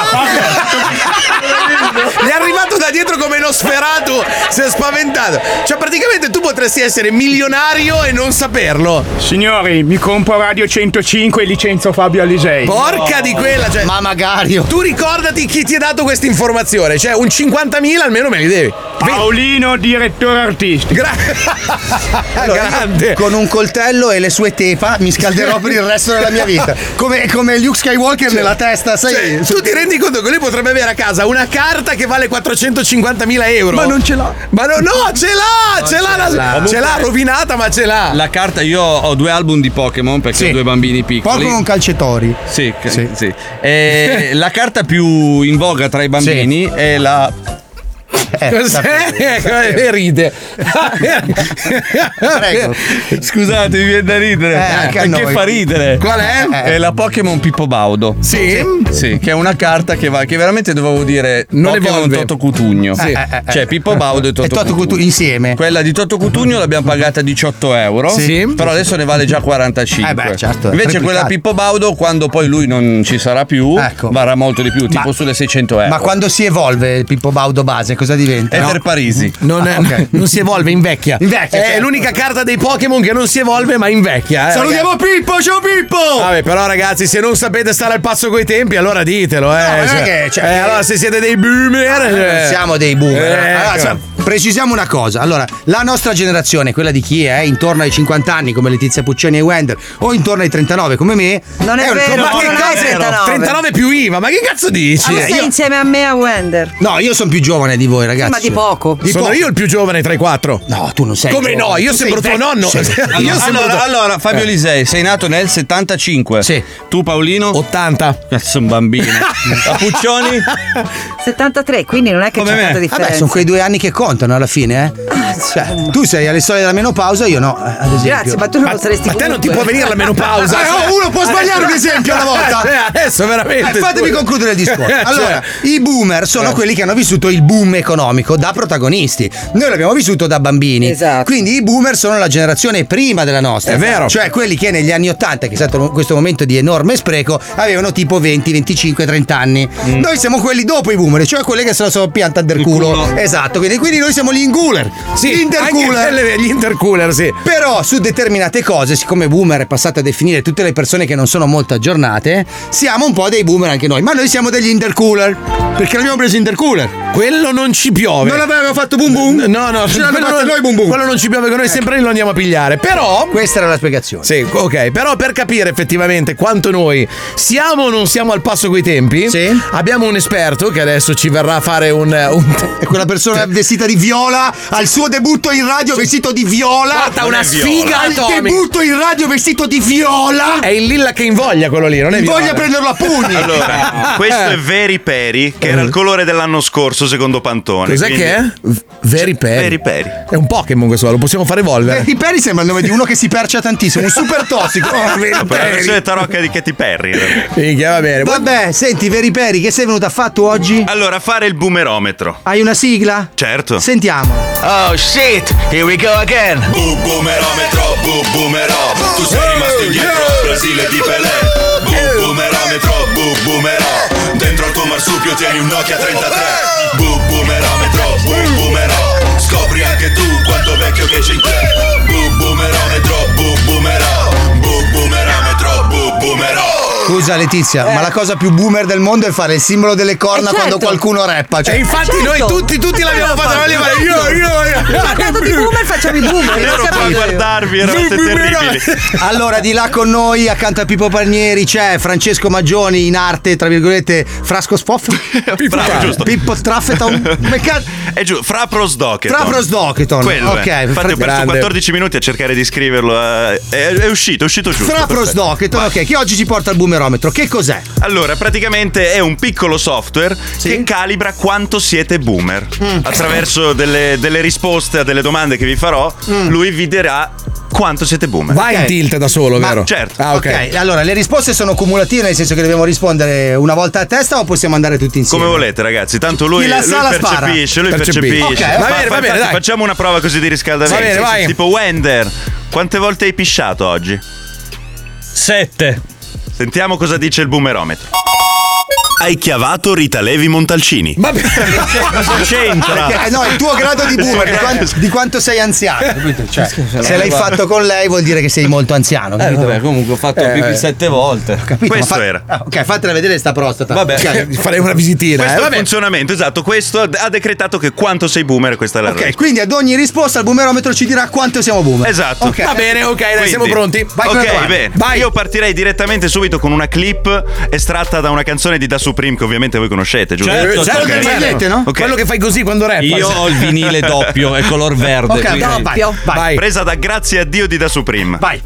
Speaker 3: Gli è arrivato da dietro come Nosferatu, si è spaventato. Cioè, praticamente tu potresti essere milionario e non saperlo.
Speaker 13: Signori, mi compro Radio 105 e licenzo Fabio Alisei.
Speaker 3: Porca di quella, cioè, Tu ricordati chi ti ha dato questa informazione, cioè un 50.000 almeno me li devi.
Speaker 13: Paolino, direttore artistico.
Speaker 6: Allora, io con un coltello e le sue tepa mi scalderò per il resto della mia vita. Come, come Luke Skywalker nella testa, sai?
Speaker 3: Cioè, tu ti rendi conto che lui potrebbe avere a casa una carta che vale 450.000 euro?
Speaker 7: Ma non
Speaker 3: ce l'ha. Ma no, no, ce l'ha!
Speaker 7: No,
Speaker 3: ce l'ha! la-
Speaker 7: ce l'ha.
Speaker 3: ce l'ha rovinata, ma ce l'ha!
Speaker 7: La carta, io ho due album di Pokémon perché ho due bambini piccoli.
Speaker 6: Pokémon calcetori.
Speaker 7: Sì, ca- sì. E la carta più in voga tra i bambini è la.
Speaker 6: Eh,
Speaker 3: Eh, Cos'è? E ride.
Speaker 7: Prego. Scusate, mi viene da ridere.
Speaker 3: Eh, anche a
Speaker 7: perché
Speaker 3: noi.
Speaker 7: fa ridere.
Speaker 3: Qual è? Eh.
Speaker 7: È la Pokémon Pippo Baudo.
Speaker 3: Sì.
Speaker 7: Sì, che è una carta che, va, che veramente dovevo dire
Speaker 6: Non
Speaker 7: Pokémon
Speaker 6: evolve.
Speaker 7: Toto Cutugno.
Speaker 6: Sì. Eh, eh, eh.
Speaker 7: Cioè Pippo Baudo e Toto,
Speaker 6: E Toto Cutugno insieme.
Speaker 7: Quella di Toto Cutugno l'abbiamo pagata 18 euro.
Speaker 6: Sì.
Speaker 7: Però adesso ne vale già 45.
Speaker 6: Eh beh, certo, è
Speaker 7: Invece quella
Speaker 6: triplicata.
Speaker 7: Pippo Baudo, quando poi lui non
Speaker 6: Ecco.
Speaker 7: ci sarà più, varrà molto di più, tipo sulle 600 euro.
Speaker 6: Ma quando si evolve il Pippo Baudo base, cosa presente.
Speaker 3: È
Speaker 6: no?
Speaker 3: per Parisi.
Speaker 6: Non, è- non si evolve, invecchia. Eh,
Speaker 3: Invecchia,
Speaker 6: È
Speaker 3: certo.
Speaker 6: l'unica carta dei Pokémon che non si evolve, ma invecchia. eh,
Speaker 3: Salutiamo
Speaker 6: ragazzi. Pippo, ciao Pippo! Vabbè, però ragazzi, se non sapete stare al passo coi tempi, allora ditelo, eh. non è
Speaker 3: Cioè,
Speaker 6: che, cioè,
Speaker 3: eh, allora se siete dei boomer,
Speaker 6: Non
Speaker 3: eh.
Speaker 6: siamo dei boomer.
Speaker 3: Eh,
Speaker 6: Allora,
Speaker 3: ecco.
Speaker 6: cioè, precisiamo una cosa. Allora, la nostra generazione, quella di chi è eh, intorno ai 50 anni come Letizia Puccioni e Wender, o intorno ai 39 come me,
Speaker 18: Non è
Speaker 6: un-
Speaker 18: vero,
Speaker 6: ma
Speaker 18: tu
Speaker 6: che
Speaker 18: non hai
Speaker 6: cazzo
Speaker 18: 39.
Speaker 6: 39 più IVA, ma che cazzo dici?
Speaker 18: Ah, Ma sei
Speaker 6: Io-
Speaker 18: insieme a me a Wender.
Speaker 6: No, io sono più giovane di voi, ragazzi.
Speaker 18: ma di poco.
Speaker 6: Di
Speaker 3: Sono
Speaker 6: poco.
Speaker 3: io il più giovane tra i quattro.
Speaker 6: No, tu non sei.
Speaker 3: Come
Speaker 6: giovane.
Speaker 3: no? Io
Speaker 6: Tu
Speaker 3: sembro
Speaker 6: sei
Speaker 3: tuo
Speaker 6: vecchio.
Speaker 3: nonno.
Speaker 6: Sei-
Speaker 3: Io
Speaker 7: Allora,
Speaker 3: sembro
Speaker 7: allora,
Speaker 3: tuo-
Speaker 7: allora, Fabio
Speaker 3: Eh.
Speaker 7: Lisei, sei nato nel 75. Sì. Tu Paolino?
Speaker 6: 80.
Speaker 7: Cazzo, un bambino. La Puccioni?
Speaker 18: 73, quindi non è che c'è tanta differenza.
Speaker 6: Vabbè, sono quei due anni che contano alla fine, eh. Cioè, tu sei alle storie della menopausa, io no, eh, ad esempio.
Speaker 18: Grazie, ma tu non lo saresti
Speaker 6: a te non ti
Speaker 18: comunque.
Speaker 6: può venire la menopausa. cioè.
Speaker 18: Eh, oh, uno può sbagliare un esempio alla volta.
Speaker 6: Eh, adesso veramente.
Speaker 18: Eh,
Speaker 6: fatemi
Speaker 18: fatemi
Speaker 6: concludere il discorso. Allora,
Speaker 18: Cioè.
Speaker 6: i boomer sono
Speaker 3: Eh.
Speaker 6: quelli che hanno vissuto il boom economico da protagonisti. Noi l'abbiamo vissuto da bambini. Quindi i boomer sono la generazione prima della nostra.
Speaker 3: Esatto. È vero.
Speaker 6: Cioè quelli che negli anni 80, che è stato questo momento di enorme spreco, avevano tipo 20, 25, 30 anni.
Speaker 3: Mm.
Speaker 6: Noi siamo quelli dopo i boomer, cioè quelli che se la sono pianta del culo. Esatto, quindi, quindi noi siamo gli ingooler.
Speaker 3: Sì,
Speaker 6: gli intercooler.
Speaker 3: anche gli intercooler, sì.
Speaker 6: Però su determinate cose, siccome boomer è passato a definire tutte le persone che non sono molto aggiornate, siamo un po' dei boomer anche noi, ma noi siamo degli intercooler. Perché l'abbiamo preso intercooler?
Speaker 3: Quello non ci piove.
Speaker 6: Non l'avevamo fatto boom boom?
Speaker 3: No, no,
Speaker 6: ce l'abbiamo
Speaker 3: quello
Speaker 6: fatto
Speaker 3: non-
Speaker 6: noi boom boom.
Speaker 3: quello non ci piove che noi sempre lì lo andiamo a pigliare. Però.
Speaker 6: Questa era la spiegazione.
Speaker 3: Sì, ok. Però per capire effettivamente quanto noi siamo o non siamo al passo coi tempi, abbiamo un esperto che adesso ci verrà a fare un.
Speaker 6: E quella persona vestita di viola al suo debutto in radio vestito di viola.
Speaker 3: Guarda, una
Speaker 6: Non è viola.
Speaker 3: sfiga
Speaker 6: Al
Speaker 3: atomica.
Speaker 6: debutto in radio vestito di viola.
Speaker 3: È il lilla che invoglia quello lì, non è viola.
Speaker 6: Invoglia a prenderlo a pugni. Eh.
Speaker 4: Allora, questo è Veri Peri, che era il colore dell'anno scorso secondo Pantone.
Speaker 3: Cos'è
Speaker 4: quindi-
Speaker 3: che è? V- Very Perry.
Speaker 4: Veri Peri.
Speaker 3: È un Pokémon questo, qua, lo possiamo far evolvere.
Speaker 6: Katy Perry sembra il nome di uno che si percia tantissimo, un super tossico. Oh,
Speaker 4: No, Ah, però eh. la
Speaker 6: Perry.
Speaker 4: versione tarocca di Katy Perry. in realtà.
Speaker 3: Minchia, va bene.
Speaker 6: Vabbè, senti, Veri Peri, che sei venuto a fatto oggi?
Speaker 4: Allora, fare il boomerometro.
Speaker 6: Hai una sigla?
Speaker 4: Certo.
Speaker 6: Sentiamo.
Speaker 4: Oh shit, here we go again. Bu boomerometro, bu boomero. Tu sei rimasto indietro, Brasile di Pelé. Bu boomerometro, bu boomero. Dentro al tuo marsupio tieni un Nokia 33. Bu boomerometro, bu boomero. Scopri anche tu quanto vecchio che c'è in te. Bu boomerometro, bu boomero. Bu boomerometro, bu boomero.
Speaker 6: Scusa Letizia, ma la
Speaker 18: Eh.
Speaker 6: cosa più boomer del mondo è fare il simbolo delle corna
Speaker 3: Eh, certo.
Speaker 6: quando qualcuno rappa. Cioè,
Speaker 3: E infatti
Speaker 6: Certo.
Speaker 3: noi tutti,
Speaker 18: Eh,
Speaker 3: tutti l'abbiamo fatta.
Speaker 6: L'abbiamo
Speaker 3: l'abbiamo
Speaker 6: fatto.
Speaker 3: fatta, Io, io,
Speaker 18: Tanto
Speaker 3: io.
Speaker 18: certo. di boomer facciamo i boomer.
Speaker 4: Non ero
Speaker 18: lo
Speaker 4: qua a
Speaker 18: sapevo io.
Speaker 4: guardarvi, eravate terribili.
Speaker 6: Allora, di là con noi, accanto a Pippo Palmieri, c'è Francesco Maggioni in arte, tra virgolette, Frasco Sfoff. Pippo,
Speaker 4: Bravo, giusto.
Speaker 6: Pippo Traffeton.
Speaker 4: È giù, fra Prosdocheton.
Speaker 6: Fra Prosdocheton,
Speaker 4: Quello.
Speaker 6: ok,
Speaker 4: è.
Speaker 6: fra-
Speaker 4: Infatti ho perso
Speaker 6: grande.
Speaker 4: 14 minuti a cercare di scriverlo. eh, È, è uscito, è uscito giusto.
Speaker 6: Fra
Speaker 4: perfetto.
Speaker 6: Prosdocheton, ok, che oggi ci porta al boomerometro. Che cos'è?
Speaker 4: Allora, praticamente è un piccolo software che calibra quanto siete boomer.
Speaker 6: Mm.
Speaker 4: Attraverso delle, delle risposte a delle domande che vi farò,
Speaker 6: Mm.
Speaker 4: lui vi dirà quanto siete boomer.
Speaker 3: Vai in tilt da solo, vero?
Speaker 4: Certo.
Speaker 3: Ah, ok.
Speaker 6: Ok, allora le risposte sono cumulative, nel senso che dobbiamo rispondere una volta a testa o possiamo andare tutti insieme?
Speaker 4: Come volete, ragazzi. Tanto lui,
Speaker 6: Chi la
Speaker 4: lui
Speaker 6: sa, la spara.
Speaker 4: percepisce, lui
Speaker 6: Percepisce.
Speaker 4: percepisce.
Speaker 6: Ok, va bene,
Speaker 4: Fa- fa-
Speaker 6: va bene,
Speaker 4: infatti,
Speaker 6: dai.
Speaker 4: Facciamo una prova così di riscaldamento.
Speaker 6: Va bene, vai.
Speaker 4: Tipo Wender, quante volte hai pisciato oggi? Sette. Sentiamo cosa dice il boomerometro. Hai chiavato Rita Levi Montalcini.
Speaker 3: Vabbè.
Speaker 4: cosa c'entra?
Speaker 6: Perché, eh, no, il tuo grado di boomer, di quan- di quanto, sei anziano. capito? Cioè, se l'hai fatto con lei vuol dire che sei molto anziano. capito?
Speaker 7: comunque ho fatto
Speaker 6: Eh,
Speaker 7: più
Speaker 6: eh.
Speaker 7: di sette volte.
Speaker 6: Capito? Ma fa- Ah, ok, fatela vedere sta prostata.
Speaker 7: Vabbè.
Speaker 6: Ok.
Speaker 3: Farei una visitina.
Speaker 4: Questo
Speaker 6: eh,
Speaker 4: è il
Speaker 6: vabbè.
Speaker 4: funzionamento, esatto. Questo ha decretato che quanto sei boomer, questa è la
Speaker 6: Ok,
Speaker 4: risposta.
Speaker 6: quindi ad ogni risposta il boomerometro ci dirà quanto siamo boomer.
Speaker 4: Esatto.
Speaker 6: Ok.
Speaker 3: Va bene, ok, dai,
Speaker 4: Quindi-
Speaker 3: siamo pronti. Vai con la
Speaker 4: ok,
Speaker 3: domanda.
Speaker 4: bene.
Speaker 3: Vai.
Speaker 4: Io partirei direttamente subito con una clip estratta da una canzone di Da Supreme che ovviamente voi conoscete, giusto?
Speaker 3: Certo, certo,
Speaker 4: Ok.
Speaker 3: certo.
Speaker 6: Magliette, no?
Speaker 4: Ok.
Speaker 3: Quello che fai così quando rappa.
Speaker 7: Io ho il vinile doppio, è color verde.
Speaker 6: Ok,
Speaker 7: quindi-
Speaker 6: no, vai, vai.
Speaker 4: Presa da Grazie a Dio di Da Supreme.
Speaker 6: Vai.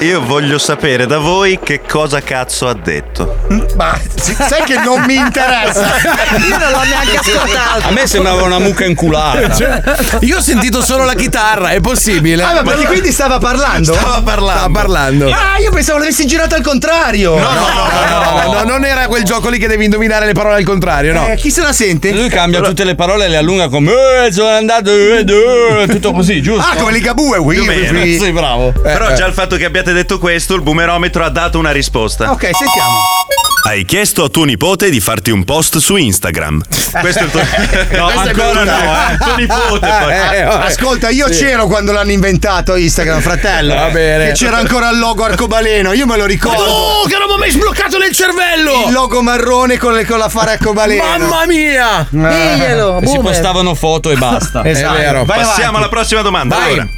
Speaker 4: Io voglio sapere da voi che cosa cazzo ha detto.
Speaker 6: Ma sai che non mi interessa. Io non l'ho neanche ascoltato.
Speaker 7: A me sembrava una mucca inculata.
Speaker 3: Cioè, io ho sentito solo la chitarra, è possibile.
Speaker 6: Ah, ma perché quindi stava parlando?
Speaker 3: Stava parlando. Stava parlando.
Speaker 6: Ah, io pensavo l'avessi girato al contrario.
Speaker 3: No, no, no, no, no, non era quel gioco lì che devi indovinare le parole al contrario, no.
Speaker 6: Eh, chi se la sente?
Speaker 7: Lui cambia tutte le parole e le allunga come "Eh, sono andato eh, eh", tutto così, giusto?
Speaker 6: Ah, come le gabue,
Speaker 7: Più o meno.
Speaker 6: qui.
Speaker 7: Sì, bravo.
Speaker 6: Eh,
Speaker 4: Però già il fatto che abbiate detto questo, il boomerometro ha dato una risposta.
Speaker 6: Ok, sentiamo.
Speaker 4: Hai chiesto a tuo nipote di farti un post su Instagram. Questo è il tuo.
Speaker 6: No, Questa è
Speaker 4: ancora
Speaker 6: brutta.
Speaker 4: no, eh. Tuo nipote poi.
Speaker 6: Eh, vabbè. Ascolta, io
Speaker 4: Sì.
Speaker 6: c'ero quando l'hanno inventato Instagram, fratello.
Speaker 3: Va bene.
Speaker 6: Che c'era ancora il logo arcobaleno, io me lo ricordo.
Speaker 3: Oh, che roba mi hai sbloccato nel cervello!
Speaker 6: Il logo marrone con, le- con la fare arcobaleno. Eh.
Speaker 3: Mamma mia! Eh,
Speaker 6: Diglielo,
Speaker 7: si
Speaker 6: boomer.
Speaker 7: postavano foto e basta.
Speaker 4: Esatto. Passiamo alla prossima domanda.
Speaker 7: Vai.
Speaker 4: Allora,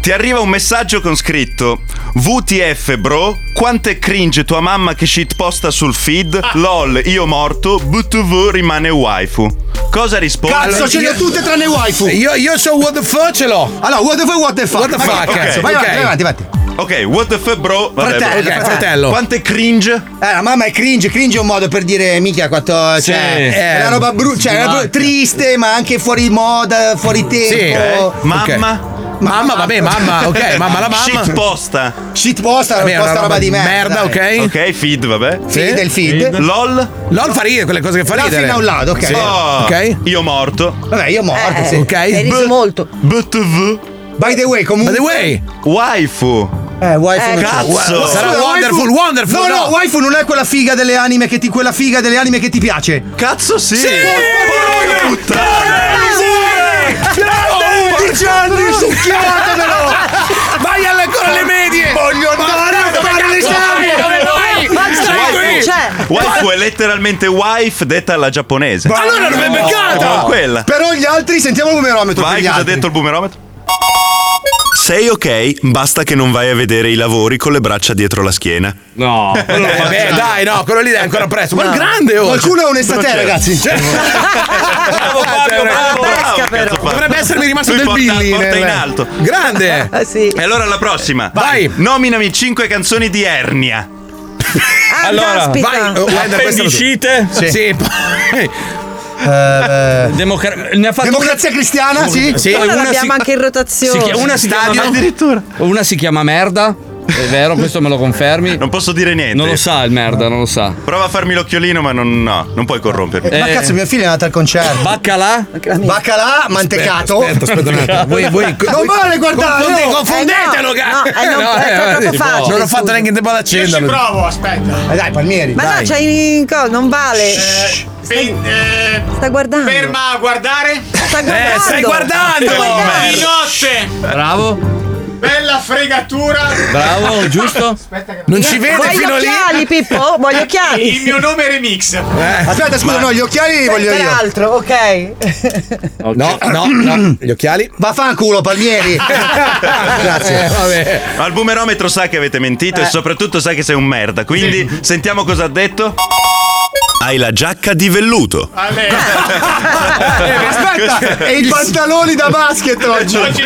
Speaker 4: ti arriva un messaggio con scritto VTF bro, quanto è cringe tua mamma che shit posta sul feed?
Speaker 6: Ah.
Speaker 4: LOL, io morto, BTV rimane waifu. Cosa rispondi?
Speaker 6: Cazzo, ce le ho tutte tranne waifu.
Speaker 3: Io, io so what the fuck ce l'ho.
Speaker 6: Oh. Allora, what the fuck, what the fuck.
Speaker 3: What the
Speaker 6: Vai,
Speaker 3: fuck,
Speaker 6: vai,
Speaker 3: cazzo,
Speaker 6: vai,
Speaker 3: ok.
Speaker 6: vai, vai avanti, vai avanti.
Speaker 4: Ok, what the fuck bro? Vabbè,
Speaker 6: Fratello,
Speaker 4: bro.
Speaker 6: fratello.
Speaker 4: Quante cringe?
Speaker 6: Eh, la mamma è cringe, cringe è un modo per dire minchia quanto.
Speaker 4: Sì.
Speaker 6: Cioè,
Speaker 4: Eh,
Speaker 6: è una roba brutta, cioè, è una roba triste, ma anche fuori moda, fuori tempo.
Speaker 4: Ok. Mamma?
Speaker 3: Mamma, vabbè, mamma, ok, mamma la mamma.
Speaker 4: Shit posta.
Speaker 6: Shit posta,
Speaker 3: Vabbè, è
Speaker 6: posta
Speaker 3: una
Speaker 6: roba
Speaker 3: roba
Speaker 6: di
Speaker 3: di
Speaker 6: merda.
Speaker 3: merda,
Speaker 6: dai.
Speaker 3: ok?
Speaker 4: Ok, feed, vabbè.
Speaker 6: Feed, il feed.
Speaker 4: LOL.
Speaker 3: LOL fa ridere, quelle cose che fa
Speaker 6: LOL
Speaker 3: ridere.
Speaker 6: fino a un lato, ok.
Speaker 4: Oh,
Speaker 3: Ok?
Speaker 4: Io morto.
Speaker 6: Vabbè, io morto,
Speaker 17: Eh,
Speaker 6: sì.
Speaker 3: ok.
Speaker 6: Eri
Speaker 4: B-
Speaker 6: molto.
Speaker 4: BTV.
Speaker 6: By the way, comunque.
Speaker 3: By the way.
Speaker 4: Waifu.
Speaker 6: Eh, waifu non c'è.
Speaker 4: Cazzo.
Speaker 3: Sarà
Speaker 6: Scusa,
Speaker 3: Wonderful,
Speaker 6: waifu-
Speaker 3: Wonderful,
Speaker 6: No, no,
Speaker 3: no.
Speaker 6: waifu non è quella figa delle anime che ti quella figa delle anime che ti piace.
Speaker 4: Cazzo sì.
Speaker 6: Porca
Speaker 3: anni, succhiatemelo! Vai alle, ancora alle medie!
Speaker 6: Voglio andare a fare l'esame!
Speaker 3: Dove vai?
Speaker 18: Ma
Speaker 17: Eh,
Speaker 18: c'è,
Speaker 17: cioè,
Speaker 18: c'è.
Speaker 4: Waifu è letteralmente wife detta alla giapponese.
Speaker 3: Ma allora non è beccata!
Speaker 4: No, quella.
Speaker 6: Però gli altri sentiamo il numerometro. per
Speaker 4: Vai,
Speaker 6: gli
Speaker 4: cosa ha
Speaker 6: altri.
Speaker 4: detto il boomerometro? Sei ok, basta che non vai a vedere i lavori con le braccia dietro la schiena.
Speaker 7: No.
Speaker 3: Eh, beh, dai, no, quello lì è ancora presto. Ma è grande, oh!
Speaker 6: Qualcuno è onesta a te, ragazzi.
Speaker 3: Ah, cioè,
Speaker 7: Bravo Fabio, bravo.
Speaker 4: Bravo, cazzo fatto.
Speaker 3: Dovrebbe essermi rimasto
Speaker 4: Lui
Speaker 3: del
Speaker 4: porta-
Speaker 3: Billy.
Speaker 4: porta
Speaker 3: nel-
Speaker 4: in alto. Eh,
Speaker 3: Grande!
Speaker 4: E allora alla prossima.
Speaker 3: Vai.
Speaker 4: Nominami 5 canzoni di Ernia.
Speaker 18: Ah,
Speaker 7: Allora,
Speaker 18: caspita.
Speaker 3: Vai, oh, Wender, questo lo so.
Speaker 7: Appendicite. Eh,
Speaker 3: Sì. Sì.
Speaker 7: Democra- ne ha fatto
Speaker 6: Democrazia cristiana, sì.
Speaker 7: Sì,
Speaker 18: Allora
Speaker 7: una
Speaker 18: l'abbiamo
Speaker 7: si-
Speaker 18: anche in
Speaker 7: Si
Speaker 18: rotazione.
Speaker 7: chia- una si chiama addirittura. Una si chiama merda. È vero, questo me lo confermi.
Speaker 4: Non posso dire niente.
Speaker 7: Non lo sa il merda, non lo sa.
Speaker 4: Prova a farmi l'occhiolino, ma non, no, non puoi corrompermi.
Speaker 6: Ma
Speaker 7: Eh.
Speaker 6: cazzo, mio figlio è andato al concerto.
Speaker 7: Baccalà?
Speaker 6: Baccalà, mantecato.
Speaker 3: Aspetta, aspetta un attimo. Voi, voi
Speaker 6: Non vale guardare.
Speaker 3: confonde-
Speaker 6: no.
Speaker 3: confondetelo,
Speaker 18: Eh, no,
Speaker 3: cazzo!
Speaker 18: no, eh, non- è
Speaker 3: eh,
Speaker 18: troppo
Speaker 3: eh,
Speaker 18: facile,
Speaker 3: Non ho fatto
Speaker 18: scusa.
Speaker 3: neanche in tempo ad
Speaker 1: Io ci
Speaker 3: accenderlo.
Speaker 1: provo, aspetta.
Speaker 6: Eh, dai, Palmieri.
Speaker 18: Ma no,
Speaker 6: dai.
Speaker 18: c'è in co- non vale.
Speaker 1: Eh, pen- eh,
Speaker 18: Sta guardando.
Speaker 1: ferma a guardare.
Speaker 18: Sta guardando.
Speaker 3: Eh, stai guardando.
Speaker 18: Sta
Speaker 1: Di
Speaker 18: guardando.
Speaker 1: notte.
Speaker 7: Bravo,
Speaker 1: Bella fregatura.
Speaker 7: bravo, giusto?
Speaker 1: Aspetta che-
Speaker 3: Non ci vede
Speaker 18: Vuoi gli
Speaker 3: fino lì.
Speaker 18: occhiali, Pippo? Vuoi gli occhiali?
Speaker 1: Il mio nome è remix.
Speaker 6: Aspetta, scusa, no, gli occhiali li voglio io. Eh,
Speaker 18: Peraltro, ok.
Speaker 3: No, no, no. Gli occhiali.
Speaker 6: Vaffanculo, Palmieri. Grazie.
Speaker 3: Eh, vabbè. Eh.
Speaker 4: Ma il boomerometro sa che avete mentito e soprattutto sa che sei un merda. Quindi sentiamo cosa ha detto. Hai la giacca di velluto.
Speaker 6: Aspetta, e i pantaloni da basket oggi.
Speaker 3: Che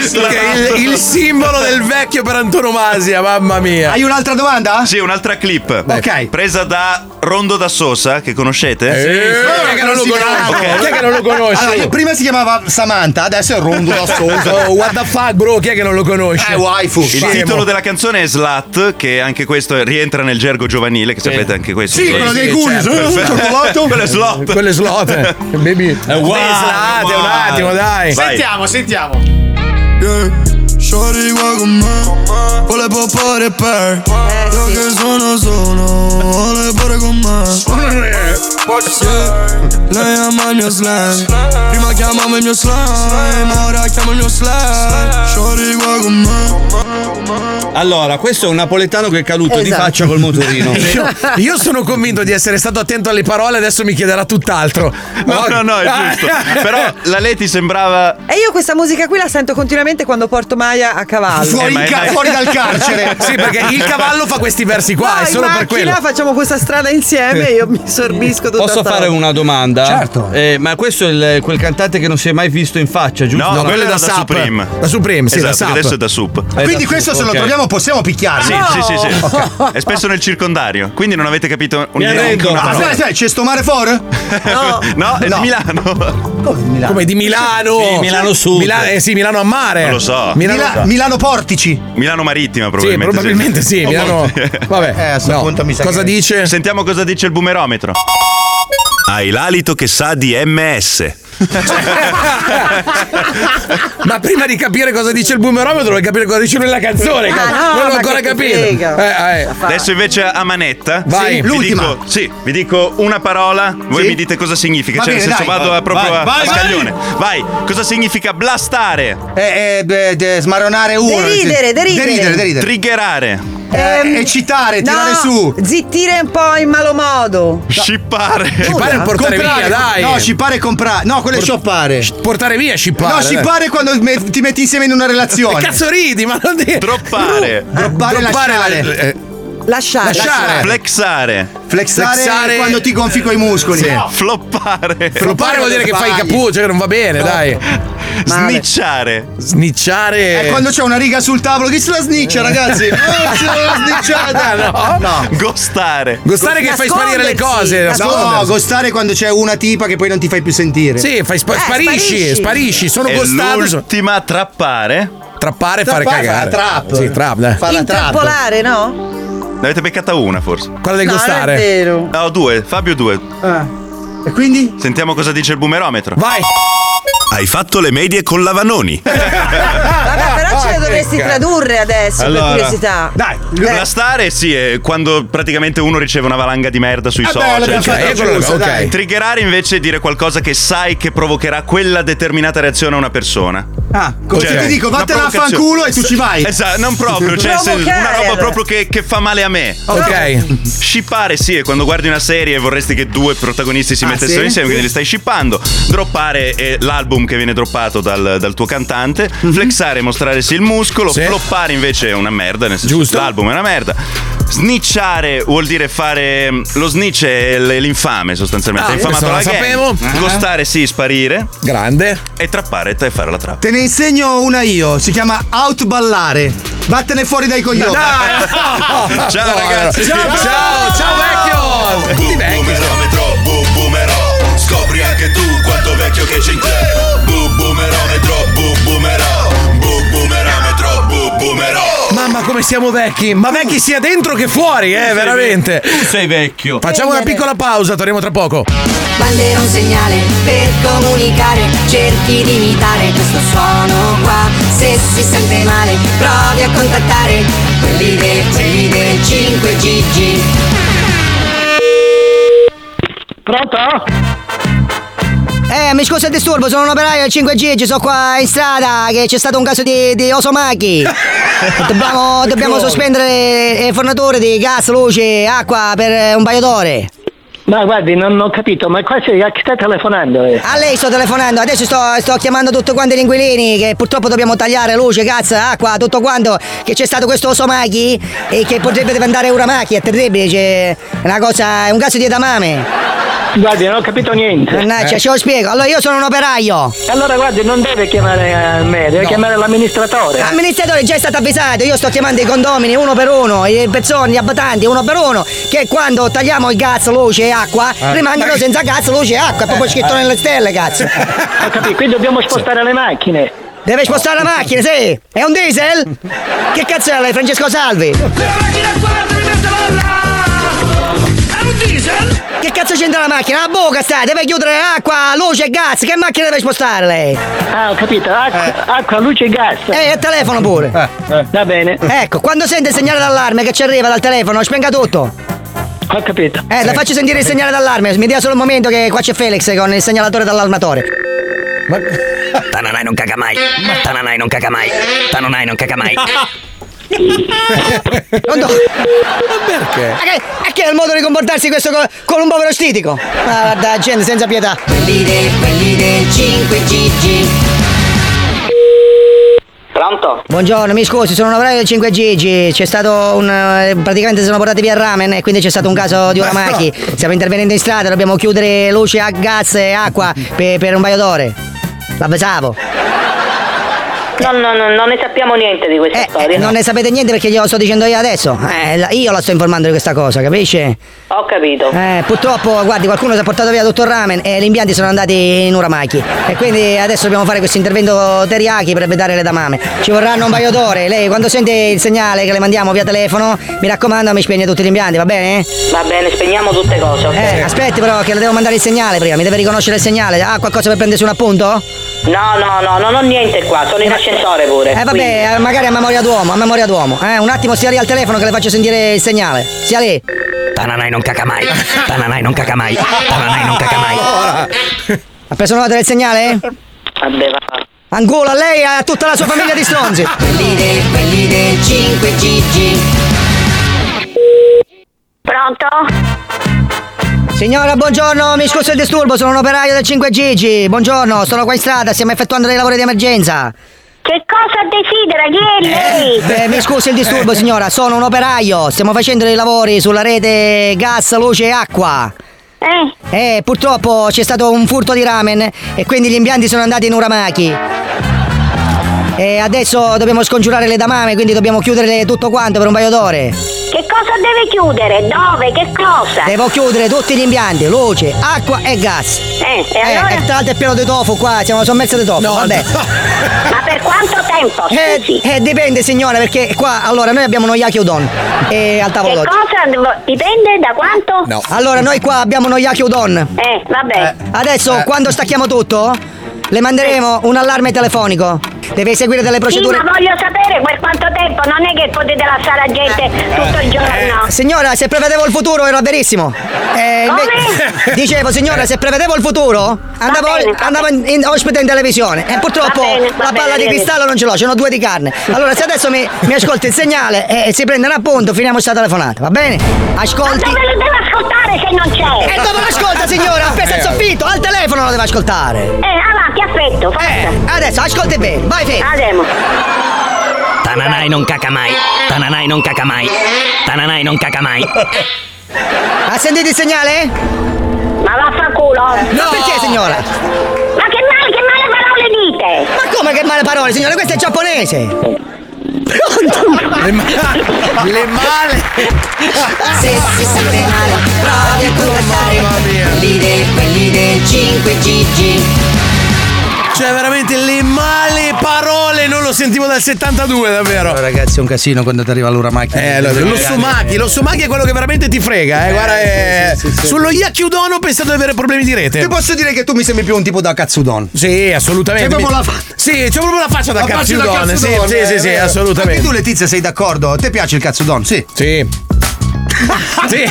Speaker 3: il, il simbolo del vecchio per antonomasia, mamma mia.
Speaker 6: Hai un'altra domanda?
Speaker 4: Sì, un'altra clip.
Speaker 6: Ok.
Speaker 4: Presa da Rondo da Sosa, che conoscete?
Speaker 3: Eh, chi è che non lo conosco? Chi è che non lo conosce?
Speaker 6: Allora, io prima si chiamava Samantha, adesso è Rondo da
Speaker 3: Oh, what the fuck, bro? Chi è che non lo conosce?
Speaker 6: Eh, waifu.
Speaker 4: Il
Speaker 6: Scemo.
Speaker 4: titolo della canzone è Slat, che anche questo rientra nel gergo giovanile, che sapete anche questo.
Speaker 6: Sì, quello dei cugni.
Speaker 3: eh?
Speaker 4: Perfetto. Quello è Slot.
Speaker 3: Quelle slot. eh. Baby. Wow,
Speaker 7: wow,
Speaker 3: un attimo, dai.
Speaker 4: Vai.
Speaker 1: Sentiamo, sentiamo.
Speaker 14: Yeah. Shorty va con me Vuole poppare per Lo che sono sono Vuole pure con me Yeah. Lei ama il mio slang Prima chiamava il mio slime Ora chiama il mio slang Shorty va con me
Speaker 7: Allora, questo è un napoletano che è caduto di
Speaker 18: Esatto.
Speaker 7: faccia col motorino.
Speaker 3: Io, io sono convinto di essere stato attento alle parole, adesso mi chiederà tutt'altro. Oh.
Speaker 4: No, no, no, è giusto. Però la Leti sembrava.
Speaker 18: E io questa musica qui la sento continuamente quando porto Maya a cavallo.
Speaker 3: Eh,
Speaker 6: Fuori, in ca- fuori dal carcere.
Speaker 3: Sì, perché il cavallo fa questi versi qua,
Speaker 18: Vai,
Speaker 3: è solo
Speaker 18: in
Speaker 3: per
Speaker 18: macchina,
Speaker 3: quello.
Speaker 18: facciamo questa strada insieme e io mi sorbisco tutto
Speaker 7: Posso fare una domanda?
Speaker 6: Certo.
Speaker 7: Eh, ma questo è il- quel cantante che non si è mai visto in faccia, giusto?
Speaker 4: No,
Speaker 3: No,
Speaker 4: quello
Speaker 3: quello è
Speaker 4: era
Speaker 3: da
Speaker 4: da
Speaker 3: Sup.
Speaker 4: Supreme.
Speaker 3: Da Supreme, sì,
Speaker 4: esatto,
Speaker 3: da Sup.
Speaker 4: perché adesso è da Sup.
Speaker 7: Eh,
Speaker 6: Quindi
Speaker 7: da
Speaker 6: questo
Speaker 7: Sup,
Speaker 6: se lo
Speaker 7: ok.
Speaker 6: troviamo possiamo picchiarli.
Speaker 4: Sì, sì, sì, sì.
Speaker 6: Ok.
Speaker 4: È spesso nel circondario, quindi non avete capito un una
Speaker 6: Aspetta,
Speaker 4: parola.
Speaker 6: aspetta, c'è sto mare fuori?
Speaker 4: No, è di Milano.
Speaker 6: Come di Milano?
Speaker 3: Come di Milano?
Speaker 4: Sì, Milano Sud.
Speaker 3: Mila- eh sì, Milano a mare.
Speaker 4: Non lo so.
Speaker 3: Milano,
Speaker 4: Mila-
Speaker 6: Milano Portici.
Speaker 4: Milano Marittima,
Speaker 3: Sì,
Speaker 4: probabilmente.
Speaker 3: probabilmente sì. Milano. Vabbè. no. Cosa dici?
Speaker 4: Sentiamo cosa dice il boomerometro. Hai Ah, l'alito che sa di MS.
Speaker 3: Ma prima di capire cosa dice il boomerometro, vuoi capire cosa dice lui nella canzone?
Speaker 4: Ah,
Speaker 3: cazzo.
Speaker 4: no,
Speaker 3: non l'ho
Speaker 4: ma
Speaker 3: ancora
Speaker 4: che
Speaker 3: capito.
Speaker 4: frega.
Speaker 3: Eh, eh.
Speaker 4: Adesso invece a manetta.
Speaker 3: Vai.
Speaker 4: Sì, vi
Speaker 3: L'ultima.
Speaker 4: dico, sì, vi dico una parola, voi
Speaker 3: Sì.
Speaker 4: mi dite cosa significa.
Speaker 3: Va
Speaker 4: cioè,
Speaker 3: bene,
Speaker 4: nel senso,
Speaker 3: dai.
Speaker 4: vado a- proprio
Speaker 3: Vai,
Speaker 4: a,
Speaker 3: vai,
Speaker 4: a
Speaker 3: vai.
Speaker 4: scaglione. Vai. cosa significa blastare?
Speaker 6: Eh, eh, beh, de- smaronare uno.
Speaker 18: Deridere, deridere.
Speaker 6: Deridere, deridere.
Speaker 4: Triggerare.
Speaker 6: Eh, eccitare, tirare su.
Speaker 18: Ehm, Zittire un po' in malo modo.
Speaker 4: Scippare.
Speaker 6: Scippare è portare Comprare, via, dai. no, scippare è comprare. No, quello è scioppare.
Speaker 3: Portare via, scippare.
Speaker 6: No, scippare quando me- ti metti insieme in una relazione.
Speaker 3: Che cazzo ridi, ma non dire.
Speaker 4: Droppare.
Speaker 6: Droppare, lasciare.
Speaker 3: eh,
Speaker 18: Lasciare.
Speaker 6: Cioè, Lasciare.
Speaker 4: Flexare.
Speaker 6: Flexare, quando ti gonfi coi muscoli.
Speaker 4: Sì. Floppare.
Speaker 3: Floppare vuol dire che fai il cappuccio, che non va bene,
Speaker 6: Esatto.
Speaker 3: dai.
Speaker 4: Snicciare.
Speaker 3: Snicciare.
Speaker 6: Eh, quando c'è una riga sul tavolo, chi se la sniccia, ragazzi? Eh, se la snicciata.
Speaker 3: No.
Speaker 4: Gostare.
Speaker 3: Gostare che fai sparire le cose,
Speaker 6: No,
Speaker 3: nascondersi.
Speaker 6: gostare quando c'è una tipa che poi non ti fai più sentire.
Speaker 3: Sì, fai
Speaker 6: Eh,
Speaker 3: spa- sparisci, sparisci, sono
Speaker 4: E
Speaker 3: costato.
Speaker 4: L'ultima trappare.
Speaker 3: Trappare e fare
Speaker 4: Trappare,
Speaker 3: cagare.
Speaker 4: fa la trap.
Speaker 3: Sì, trap, dai.
Speaker 18: Intrappolare, no?
Speaker 4: Ne avete beccata una forse.
Speaker 3: Quella del
Speaker 18: No, non è gostare. vero.
Speaker 4: No, due. Fabio due.
Speaker 6: E quindi?
Speaker 4: Sentiamo cosa dice il boomerometro.
Speaker 3: Vai.
Speaker 4: Hai fatto le medie con Lavanoni.
Speaker 18: Eh. Vabbè, però ce le dovresti
Speaker 4: porca.
Speaker 18: tradurre adesso,
Speaker 4: Allora.
Speaker 18: per curiosità.
Speaker 6: Dai,
Speaker 4: Blastare sì, è quando praticamente uno riceve una valanga di merda sui
Speaker 18: Eh beh,
Speaker 4: social.
Speaker 18: l'abbiamo
Speaker 4: eccetera.
Speaker 18: fatta
Speaker 4: Eccolo là,
Speaker 18: giusta,
Speaker 4: ok.
Speaker 18: dai.
Speaker 4: Triggerare invece è dire qualcosa che sai che provocherà quella determinata reazione a una persona.
Speaker 6: Ah, così
Speaker 4: Cioè,
Speaker 6: ti dico,
Speaker 4: una
Speaker 6: vattene a
Speaker 4: provocazione.
Speaker 6: fanculo e tu ci vai.
Speaker 4: Esatto, non proprio, cioè se- una roba proprio che, che fa male a me.
Speaker 3: Ok.
Speaker 4: Scippare sì, è quando guardi una serie e vorresti che due protagonisti si
Speaker 3: Ah,
Speaker 4: mettessero
Speaker 3: sì?
Speaker 4: insieme, quindi
Speaker 3: Sì.
Speaker 4: li stai scippando. Droppare è l'album che viene droppato dal, dal tuo cantante. Flexare è mostrarsi il muscolo.
Speaker 3: Mhm. Sì.
Speaker 4: Floppare invece è una merda, nel senso l'album è una merda. Snicciare vuol dire fare. Lo snitch è l- l'infame sostanzialmente.
Speaker 3: Ah,
Speaker 4: è infamato la
Speaker 3: questo
Speaker 4: gang.
Speaker 3: non lo sapevo.
Speaker 4: Costare sì, sparire.
Speaker 3: Grande.
Speaker 4: E trappare e fare la trappa.
Speaker 6: Te ne insegno una io, si chiama outballare. Vattene fuori dai coglioni.
Speaker 4: Dai, no. Ciao, ragazzi.
Speaker 6: Ciao,
Speaker 3: ciao, ciao
Speaker 6: vecchio. Tutti vecchi.
Speaker 5: Scopri anche tu quanto vecchio che c'è in te Bu boomerometro, bu boomero Bu boomerometro, bu boomero
Speaker 3: Mamma, come siamo vecchi! Ma vecchi sia dentro che fuori, eh, veramente! Tu
Speaker 7: sei vecchio.
Speaker 3: Facciamo una piccola pausa, torniamo tra poco.
Speaker 11: Bandiera un segnale per comunicare, cerchi di imitare questo suono qua. Se si sente male, provi a contattare quelli del, quelli del 5GG.
Speaker 19: Pronto?
Speaker 12: Eh, mi scusa il disturbo, sono un operaio del 5G, ci sono qua in strada che c'è stato un caso di, di osomachi. dobbiamo dobbiamo
Speaker 19: Come?
Speaker 12: sospendere le forniture di gas, luce, acqua per eh, un paio d'ore.
Speaker 19: Ma guardi, non ho capito, ma qua c'è, a chi stai telefonando? eh?
Speaker 12: A lei sto telefonando, adesso sto, sto chiamando tutti quanti gli inquilini che purtroppo dobbiamo tagliare luce, gas, acqua, tutto quanto, che c'è stato questo osomachi e che potrebbe diventare una macchia, è terribile, c'è una cosa, è un caso di edamame.
Speaker 19: Guardi, non ho capito niente. Eh.
Speaker 12: Mannaggia, ce lo spiego. Allora io sono un operaio.
Speaker 19: Allora guardi, non deve chiamare eh, me, deve chiamare l'amministratore.
Speaker 12: Amministratore già è stato avvisato, io sto chiamando i condomini uno per uno, le persone, gli abitanti uno per uno, che quando tagliamo il gas, luce e acqua,
Speaker 19: Eh.
Speaker 12: rimangono
Speaker 19: Eh.
Speaker 12: senza gas, luce e acqua, è proprio
Speaker 19: Eh.
Speaker 12: scritto nelle stelle, cazzo.
Speaker 19: Ho capito, quindi dobbiamo spostare le macchine.
Speaker 12: Deve spostare la macchina, sì! È un diesel? Che cazzo è lei, Francesco Salvi? Che cazzo c'entra la macchina? La bocca sta, deve chiudere acqua, luce e gas, che macchina deve spostare lei?
Speaker 19: Ah, ho capito, acqua, acqua, luce e gas. Eh,
Speaker 12: Eh, il telefono pure.
Speaker 19: Va bene.
Speaker 12: Ecco, quando sente il segnale d'allarme che ci arriva dal telefono, spenga tutto.
Speaker 19: Ho capito.
Speaker 12: Eh, la faccio sentire il segnale d'allarme, mi dia solo un momento che qua c'è Felix con il segnalatore dall'almatore.
Speaker 15: Tananai non caga mai. Tananai non caga mai. Tananai non caga mai.
Speaker 12: Pronto?
Speaker 3: Perché?
Speaker 12: Ma che, ma che è il modo di comportarsi questo co- con un povero stitico? Ma guarda, gente senza pietà.
Speaker 11: Quelli del, quelli del 5GG.
Speaker 22: Pronto?
Speaker 12: Buongiorno, mi scusi, sono un operaio del 5G, c'è stato un... eh, praticamente si sono portati via il ramen e quindi c'è stato un caso di oramaki. Stiamo intervenendo in strada, dobbiamo chiudere luce, a- gas e acqua per, per un paio d'ore. L'avvisavo.
Speaker 22: No, no, no, non ne sappiamo niente di questa storia.
Speaker 12: Eh, Non ne sapete niente perché glielo sto dicendo io adesso. Eh, la- io la sto informando di questa cosa, capisce?
Speaker 22: Ho capito.
Speaker 12: Eh, purtroppo, guardi, qualcuno si è portato via dottor Ramen e gli impianti sono andati in Uramaki. E quindi adesso dobbiamo fare questo intervento teriyaki per vedere le damame. Ci vorranno un paio d'ore. Lei, quando sente il segnale che le mandiamo via telefono, mi raccomando, mi spegne tutti gli impianti, va bene?
Speaker 22: Va bene, spegniamo tutte cose, ok?
Speaker 12: Eh, aspetti però che le devo mandare il segnale prima, mi deve riconoscere il segnale. Ha qualcosa per prendersi un appunto?
Speaker 22: No, no, no, non ho niente qua, sono in ascensore pure.
Speaker 12: Eh vabbè, eh, magari a memoria d'uomo, a memoria d'uomo. Eh, un attimo sia lì al telefono che le faccio sentire il segnale. Sia lì.
Speaker 15: Tananai non caca mai. Tananai non caca mai. Tananai non caca mai.
Speaker 12: Ha preso nota del segnale?
Speaker 22: Vabbè, va.
Speaker 12: Angola, lei e a tutta la sua famiglia di stronzi.
Speaker 11: Quelli del, quelli del 5 Gigi.
Speaker 22: Pronto?
Speaker 12: Signora, buongiorno, mi scuso il disturbo, sono un operaio del 5 Gigi. Buongiorno, sono qua in strada, stiamo effettuando dei lavori di emergenza.
Speaker 22: Che cosa desidera? Chi
Speaker 12: Eh, mi scusi il disturbo, signora, sono un operaio, stiamo facendo dei lavori sulla rete gas, luce e acqua. Eh? purtroppo c'è stato un furto di ramen e quindi gli impianti sono andati in Uramaki. E adesso dobbiamo scongiurare le damame, quindi dobbiamo chiudere tutto quanto per un paio d'ore.
Speaker 22: Che cosa deve chiudere? Dove? Che cosa?
Speaker 12: Devo chiudere tutti gli impianti, luce, acqua e gas.
Speaker 22: Eh, e
Speaker 12: allora? tra l'altro è pieno di tofu qua, siamo sommersi di tofu, vabbè.
Speaker 22: Ma per quanto tempo?
Speaker 12: Eh, eh, dipende signora, perché qua, allora, noi abbiamo uno yaki udon eh, al tavolo
Speaker 22: Che
Speaker 12: d'oggi.
Speaker 22: cosa? Dipende da quanto?
Speaker 12: Allora, noi qua abbiamo uno yaki udon.
Speaker 22: Eh, vabbè.
Speaker 12: Adesso,
Speaker 22: Eh.
Speaker 12: quando stacchiamo tutto, le manderemo un allarme telefonico. Deve seguire delle procedure...
Speaker 22: Sì, ma voglio sapere per quanto tempo, non è che potete lasciare la gente tutto il
Speaker 3: Eh,
Speaker 22: giorno.
Speaker 12: Signora, se prevedevo il futuro era verissimo. Eh, inve- Dicevo, signora, se prevedevo il futuro andavo, andavo in, in- ospite in televisione e purtroppo
Speaker 22: bene, va
Speaker 12: la
Speaker 22: bene,
Speaker 12: palla di
Speaker 22: arrivederci.
Speaker 12: cristallo non ce l'ho, ce n'ho due di carne. Allora, se adesso mi, mi ascolti il segnale e, e si prende un appunto, finiamo questa telefonata, va bene? Ascolti.
Speaker 22: Ma dove lo devo ascoltare se non c'è?
Speaker 12: E dove lo ascolta, signora? Appesa il soffitto, al telefono lo deve ascoltare. Eh,
Speaker 22: Eh, avanti, aspetto, forza.
Speaker 12: adesso ascolti bene, vai Fede.
Speaker 22: Andiamo.
Speaker 15: Tananai non caca mai. Tananai non caca mai. Tananai non caca mai.
Speaker 12: Ha sentito il segnale?
Speaker 22: Ma vaffanculo.
Speaker 12: Ma perché, signora?
Speaker 22: Ma che male, che male parole dite?
Speaker 12: Ma come che male parole, signora? Questo è giapponese.
Speaker 3: Le, ma- le male.
Speaker 11: Se si sente male, provi a contattare quelli del, quelli del 5 Gigi.
Speaker 3: Cioè, veramente le male parole. Non lo sentivo dal 72, davvero.
Speaker 6: Ragazzi, è un casino quando ti arriva l'ura macchina.
Speaker 3: Eh, lo, lo Somaki, lo Somaki è quello che veramente ti frega, eh. Guarda, eh, sullo Yaki Udon ho pensato di avere problemi di rete.
Speaker 6: Ti posso dire che tu mi sembri più un tipo da cazzudon.
Speaker 3: Sì, assolutamente.
Speaker 6: C'è proprio la,
Speaker 3: sì, c'è proprio la faccia da cazzudon. Sì, sì, sì,
Speaker 16: eh,
Speaker 6: eh,
Speaker 3: sì, assolutamente.
Speaker 6: Anche tu, Letizia, sei d'accordo? Ti piace il cazzudon? Sì. Eh,
Speaker 3: Sì. Sì.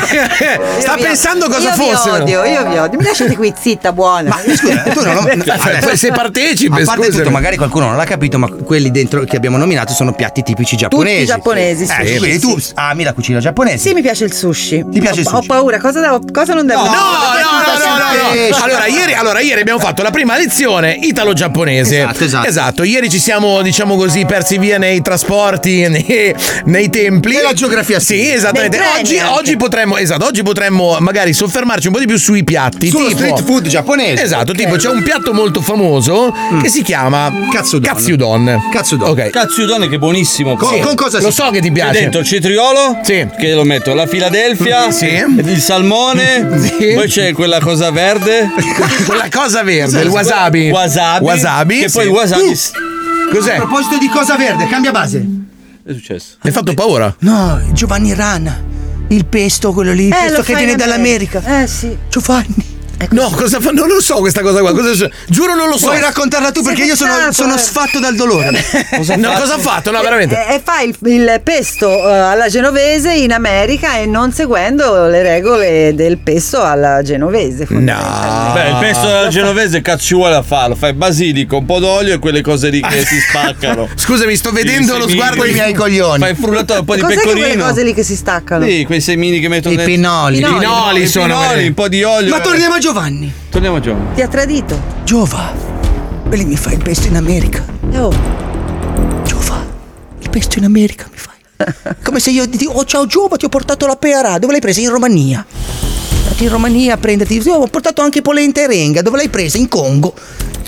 Speaker 3: Sta
Speaker 18: vi-
Speaker 3: pensando cosa
Speaker 18: io
Speaker 3: fosse.
Speaker 18: Io vi odio, io vi odio. Mi lasciate qui zitta, buona. Ma
Speaker 6: scusa, tu non A parte tutto, magari qualcuno non l'ha capito, ma quelli dentro che abbiamo nominato sono piatti tipici giapponesi.
Speaker 18: giapponesi, sì.
Speaker 6: Eh,
Speaker 18: Sì,
Speaker 6: quindi
Speaker 18: sì.
Speaker 6: tu ami la cucina giapponese.
Speaker 18: Sì, mi piace il sushi.
Speaker 6: Ti piace il
Speaker 18: Ho- Ho paura, cosa, devo, cosa non devo
Speaker 3: No, no, no, no, no. Allora ieri, allora, ieri abbiamo fatto la prima lezione italo-giapponese. Esatto, esatto. ieri ci siamo, diciamo così, persi via nei trasporti, nei, nei templi. Nella geografia. Sì, esattamente.
Speaker 6: Nei treni
Speaker 3: Oggi,
Speaker 6: anche.
Speaker 3: oggi potremmo, esatto, oggi potremmo magari soffermarci un po' di più sui piatti.
Speaker 6: Sullo
Speaker 3: tipo,
Speaker 6: street food giapponese.
Speaker 3: Esatto,
Speaker 6: Ok.
Speaker 3: tipo c'è un piatto molto famoso che si chiama Mm. Katsudon. Katsudon. Katsudon. Ok.
Speaker 16: Cazzudone che è buonissimo.
Speaker 3: Con-
Speaker 16: Sì.
Speaker 3: con cosa
Speaker 16: Lo
Speaker 3: si-
Speaker 16: so che ti
Speaker 3: C'è
Speaker 16: piace.
Speaker 3: dentro
Speaker 16: il cetriolo. Che lo metto. La Filadelfia. Il salmone. Poi c'è quella cosa verde.
Speaker 3: quella cosa verde, il wasabi.
Speaker 16: Wasabi.
Speaker 3: Wasabi,
Speaker 16: Che poi
Speaker 3: sì. Uh!
Speaker 16: il wasabi.
Speaker 3: Cos'è?
Speaker 6: A proposito di cosa verde, cambia base.
Speaker 16: È successo.
Speaker 3: Mi hai fatto paura?
Speaker 20: No, Giovanni Rana. Il pesto, quello lì, il
Speaker 18: Eh,
Speaker 20: pesto
Speaker 18: lo
Speaker 20: che
Speaker 18: fai
Speaker 20: viene
Speaker 18: in America.
Speaker 20: dall'America.
Speaker 18: Eh sì.
Speaker 20: Giovanni.
Speaker 6: Ecco.
Speaker 3: No, cosa fa? Non lo so questa cosa qua. Cosa c'è? Giuro non lo so.
Speaker 6: Puoi raccontarla tu perché io sono, sono sfatto dal dolore.
Speaker 3: no, cosa ha fatto? No,
Speaker 6: Eh,
Speaker 3: veramente.
Speaker 18: E, e Eh, fa il, il pesto eh, alla genovese in America e non seguendo le regole del pesto alla genovese.
Speaker 3: No.
Speaker 16: Beh, il pesto genovese cazzo ci vuole a farlo. Fai basilico, un po' d'olio e quelle cose lì che si spaccano.
Speaker 3: Scusami, sto
Speaker 6: vedendo lo sguardo dei miei coglioni.
Speaker 16: Fai il frullato un po' di
Speaker 18: Cos'è che quelle
Speaker 16: pecorino.
Speaker 18: cose lì che si staccano?
Speaker 16: Sì, quei semini che mettono
Speaker 6: I
Speaker 16: dentro-
Speaker 6: pinoli.
Speaker 16: I pinoli,
Speaker 6: Pinoli
Speaker 16: i
Speaker 6: sono,
Speaker 16: pinoli,
Speaker 6: vedi.
Speaker 16: un po' di olio.
Speaker 20: Ma torniamo a Giovanni.
Speaker 16: Torniamo a Giovanni.
Speaker 18: Ti ha tradito.
Speaker 20: Giova. Quelli mi fai il pesto in America.
Speaker 18: Oh.
Speaker 20: Giova. Il pesto in America mi fai. Come se io ti dico, oh ciao Giova, ti ho portato la pera. Dove l'hai presa? In Romania. "Oh, Andati in Romania a prenderti. Sì, ho portato anche polenta e renga. Dove l'hai presa? In Congo.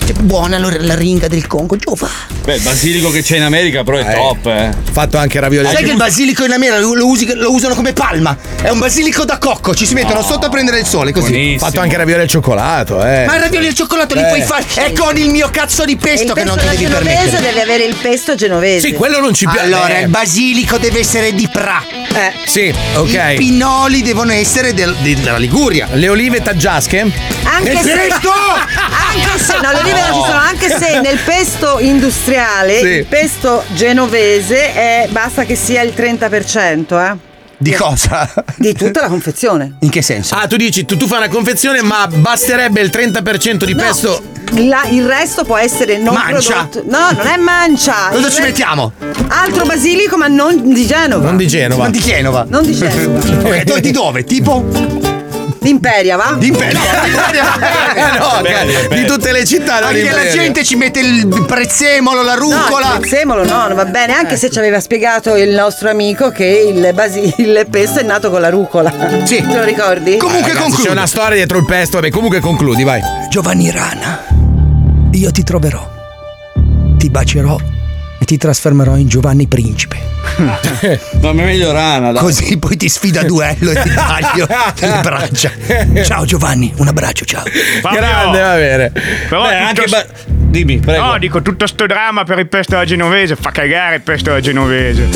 Speaker 20: Cioè,
Speaker 25: Cioè, buona allora la ringa del Congo, giova.
Speaker 3: Eh,
Speaker 7: Beh, il basilico che c'è in America però è top, eh.
Speaker 3: Fatto anche ravioli.
Speaker 25: Sai che il
Speaker 6: basilico in America lo, lo usi- lo usano come palma. È un basilico da cocco, ci si mettono
Speaker 3: No.
Speaker 6: sotto a prendere il sole così.
Speaker 3: Fatto anche ravioli al cioccolato, eh.
Speaker 6: Ma i ravioli al cioccolato li
Speaker 3: Eh.
Speaker 6: puoi fare. È con il mio cazzo di pesto che non ti devi permettere.
Speaker 18: deve avere il pesto genovese.
Speaker 3: Sì, quello non ci piace.
Speaker 6: Allora,
Speaker 3: Eh.
Speaker 6: il basilico deve essere di Pra.
Speaker 18: Eh.
Speaker 3: Sì, ok.
Speaker 6: I pinoli devono essere del- di- della Liguria.
Speaker 3: Le olive taggiasche?
Speaker 18: Anche se, anche se, no, le olive non ci sono, anche se nel pesto industriale,
Speaker 3: Sì.
Speaker 18: il pesto genovese è- basta che sia il 30%, eh.
Speaker 6: Di cosa?
Speaker 18: Di tutta la confezione.
Speaker 6: In che senso?
Speaker 3: Ah, tu dici, tu, tu fai una confezione, ma basterebbe il 30% di pesto.
Speaker 18: La- il resto può essere non
Speaker 3: Mancia.
Speaker 18: prodotto. No, non è mancia.
Speaker 3: Cosa ci
Speaker 18: Il re-
Speaker 3: mettiamo?
Speaker 18: Altro basilico, ma non di Genova.
Speaker 3: Non di Genova.
Speaker 6: Non di Genova.
Speaker 18: Non di Genova.
Speaker 6: Ok, tu- di dove? Tipo?
Speaker 18: D'Imperia, cioè, va?
Speaker 6: D'Imperia.
Speaker 3: Eh, no, ok. di tutte le città. non
Speaker 6: Perché la
Speaker 3: imperia.
Speaker 6: gente ci mette il prezzemolo, la
Speaker 18: No,
Speaker 6: rucola.
Speaker 18: il prezzemolo no, non va bene, anche se ci aveva spiegato il nostro amico che il, basi- il pesto è nato con la rucola. Sì. Te lo ricordi?
Speaker 3: Comunque concludi. C'è una storia dietro il pesto, vabbè, comunque concludi, vai.
Speaker 25: Giovanni Rana, io ti troverò, ti bacerò e ti trasformerò in Giovanni Principe.
Speaker 7: No, ma è meglio rana, dai.
Speaker 6: Così poi ti sfida a duello e ti taglio le braccia.
Speaker 25: Ciao Giovanni, un abbraccio, ciao.
Speaker 13: Fabio.
Speaker 7: Grande, va bene.
Speaker 13: Però
Speaker 7: Beh,
Speaker 13: tutto
Speaker 7: anche
Speaker 13: s-
Speaker 7: ba- Dimmi, prego.
Speaker 13: No, dico tutto sto dramma per il pesto alla genovese. Fa cagare il pesto alla genovese.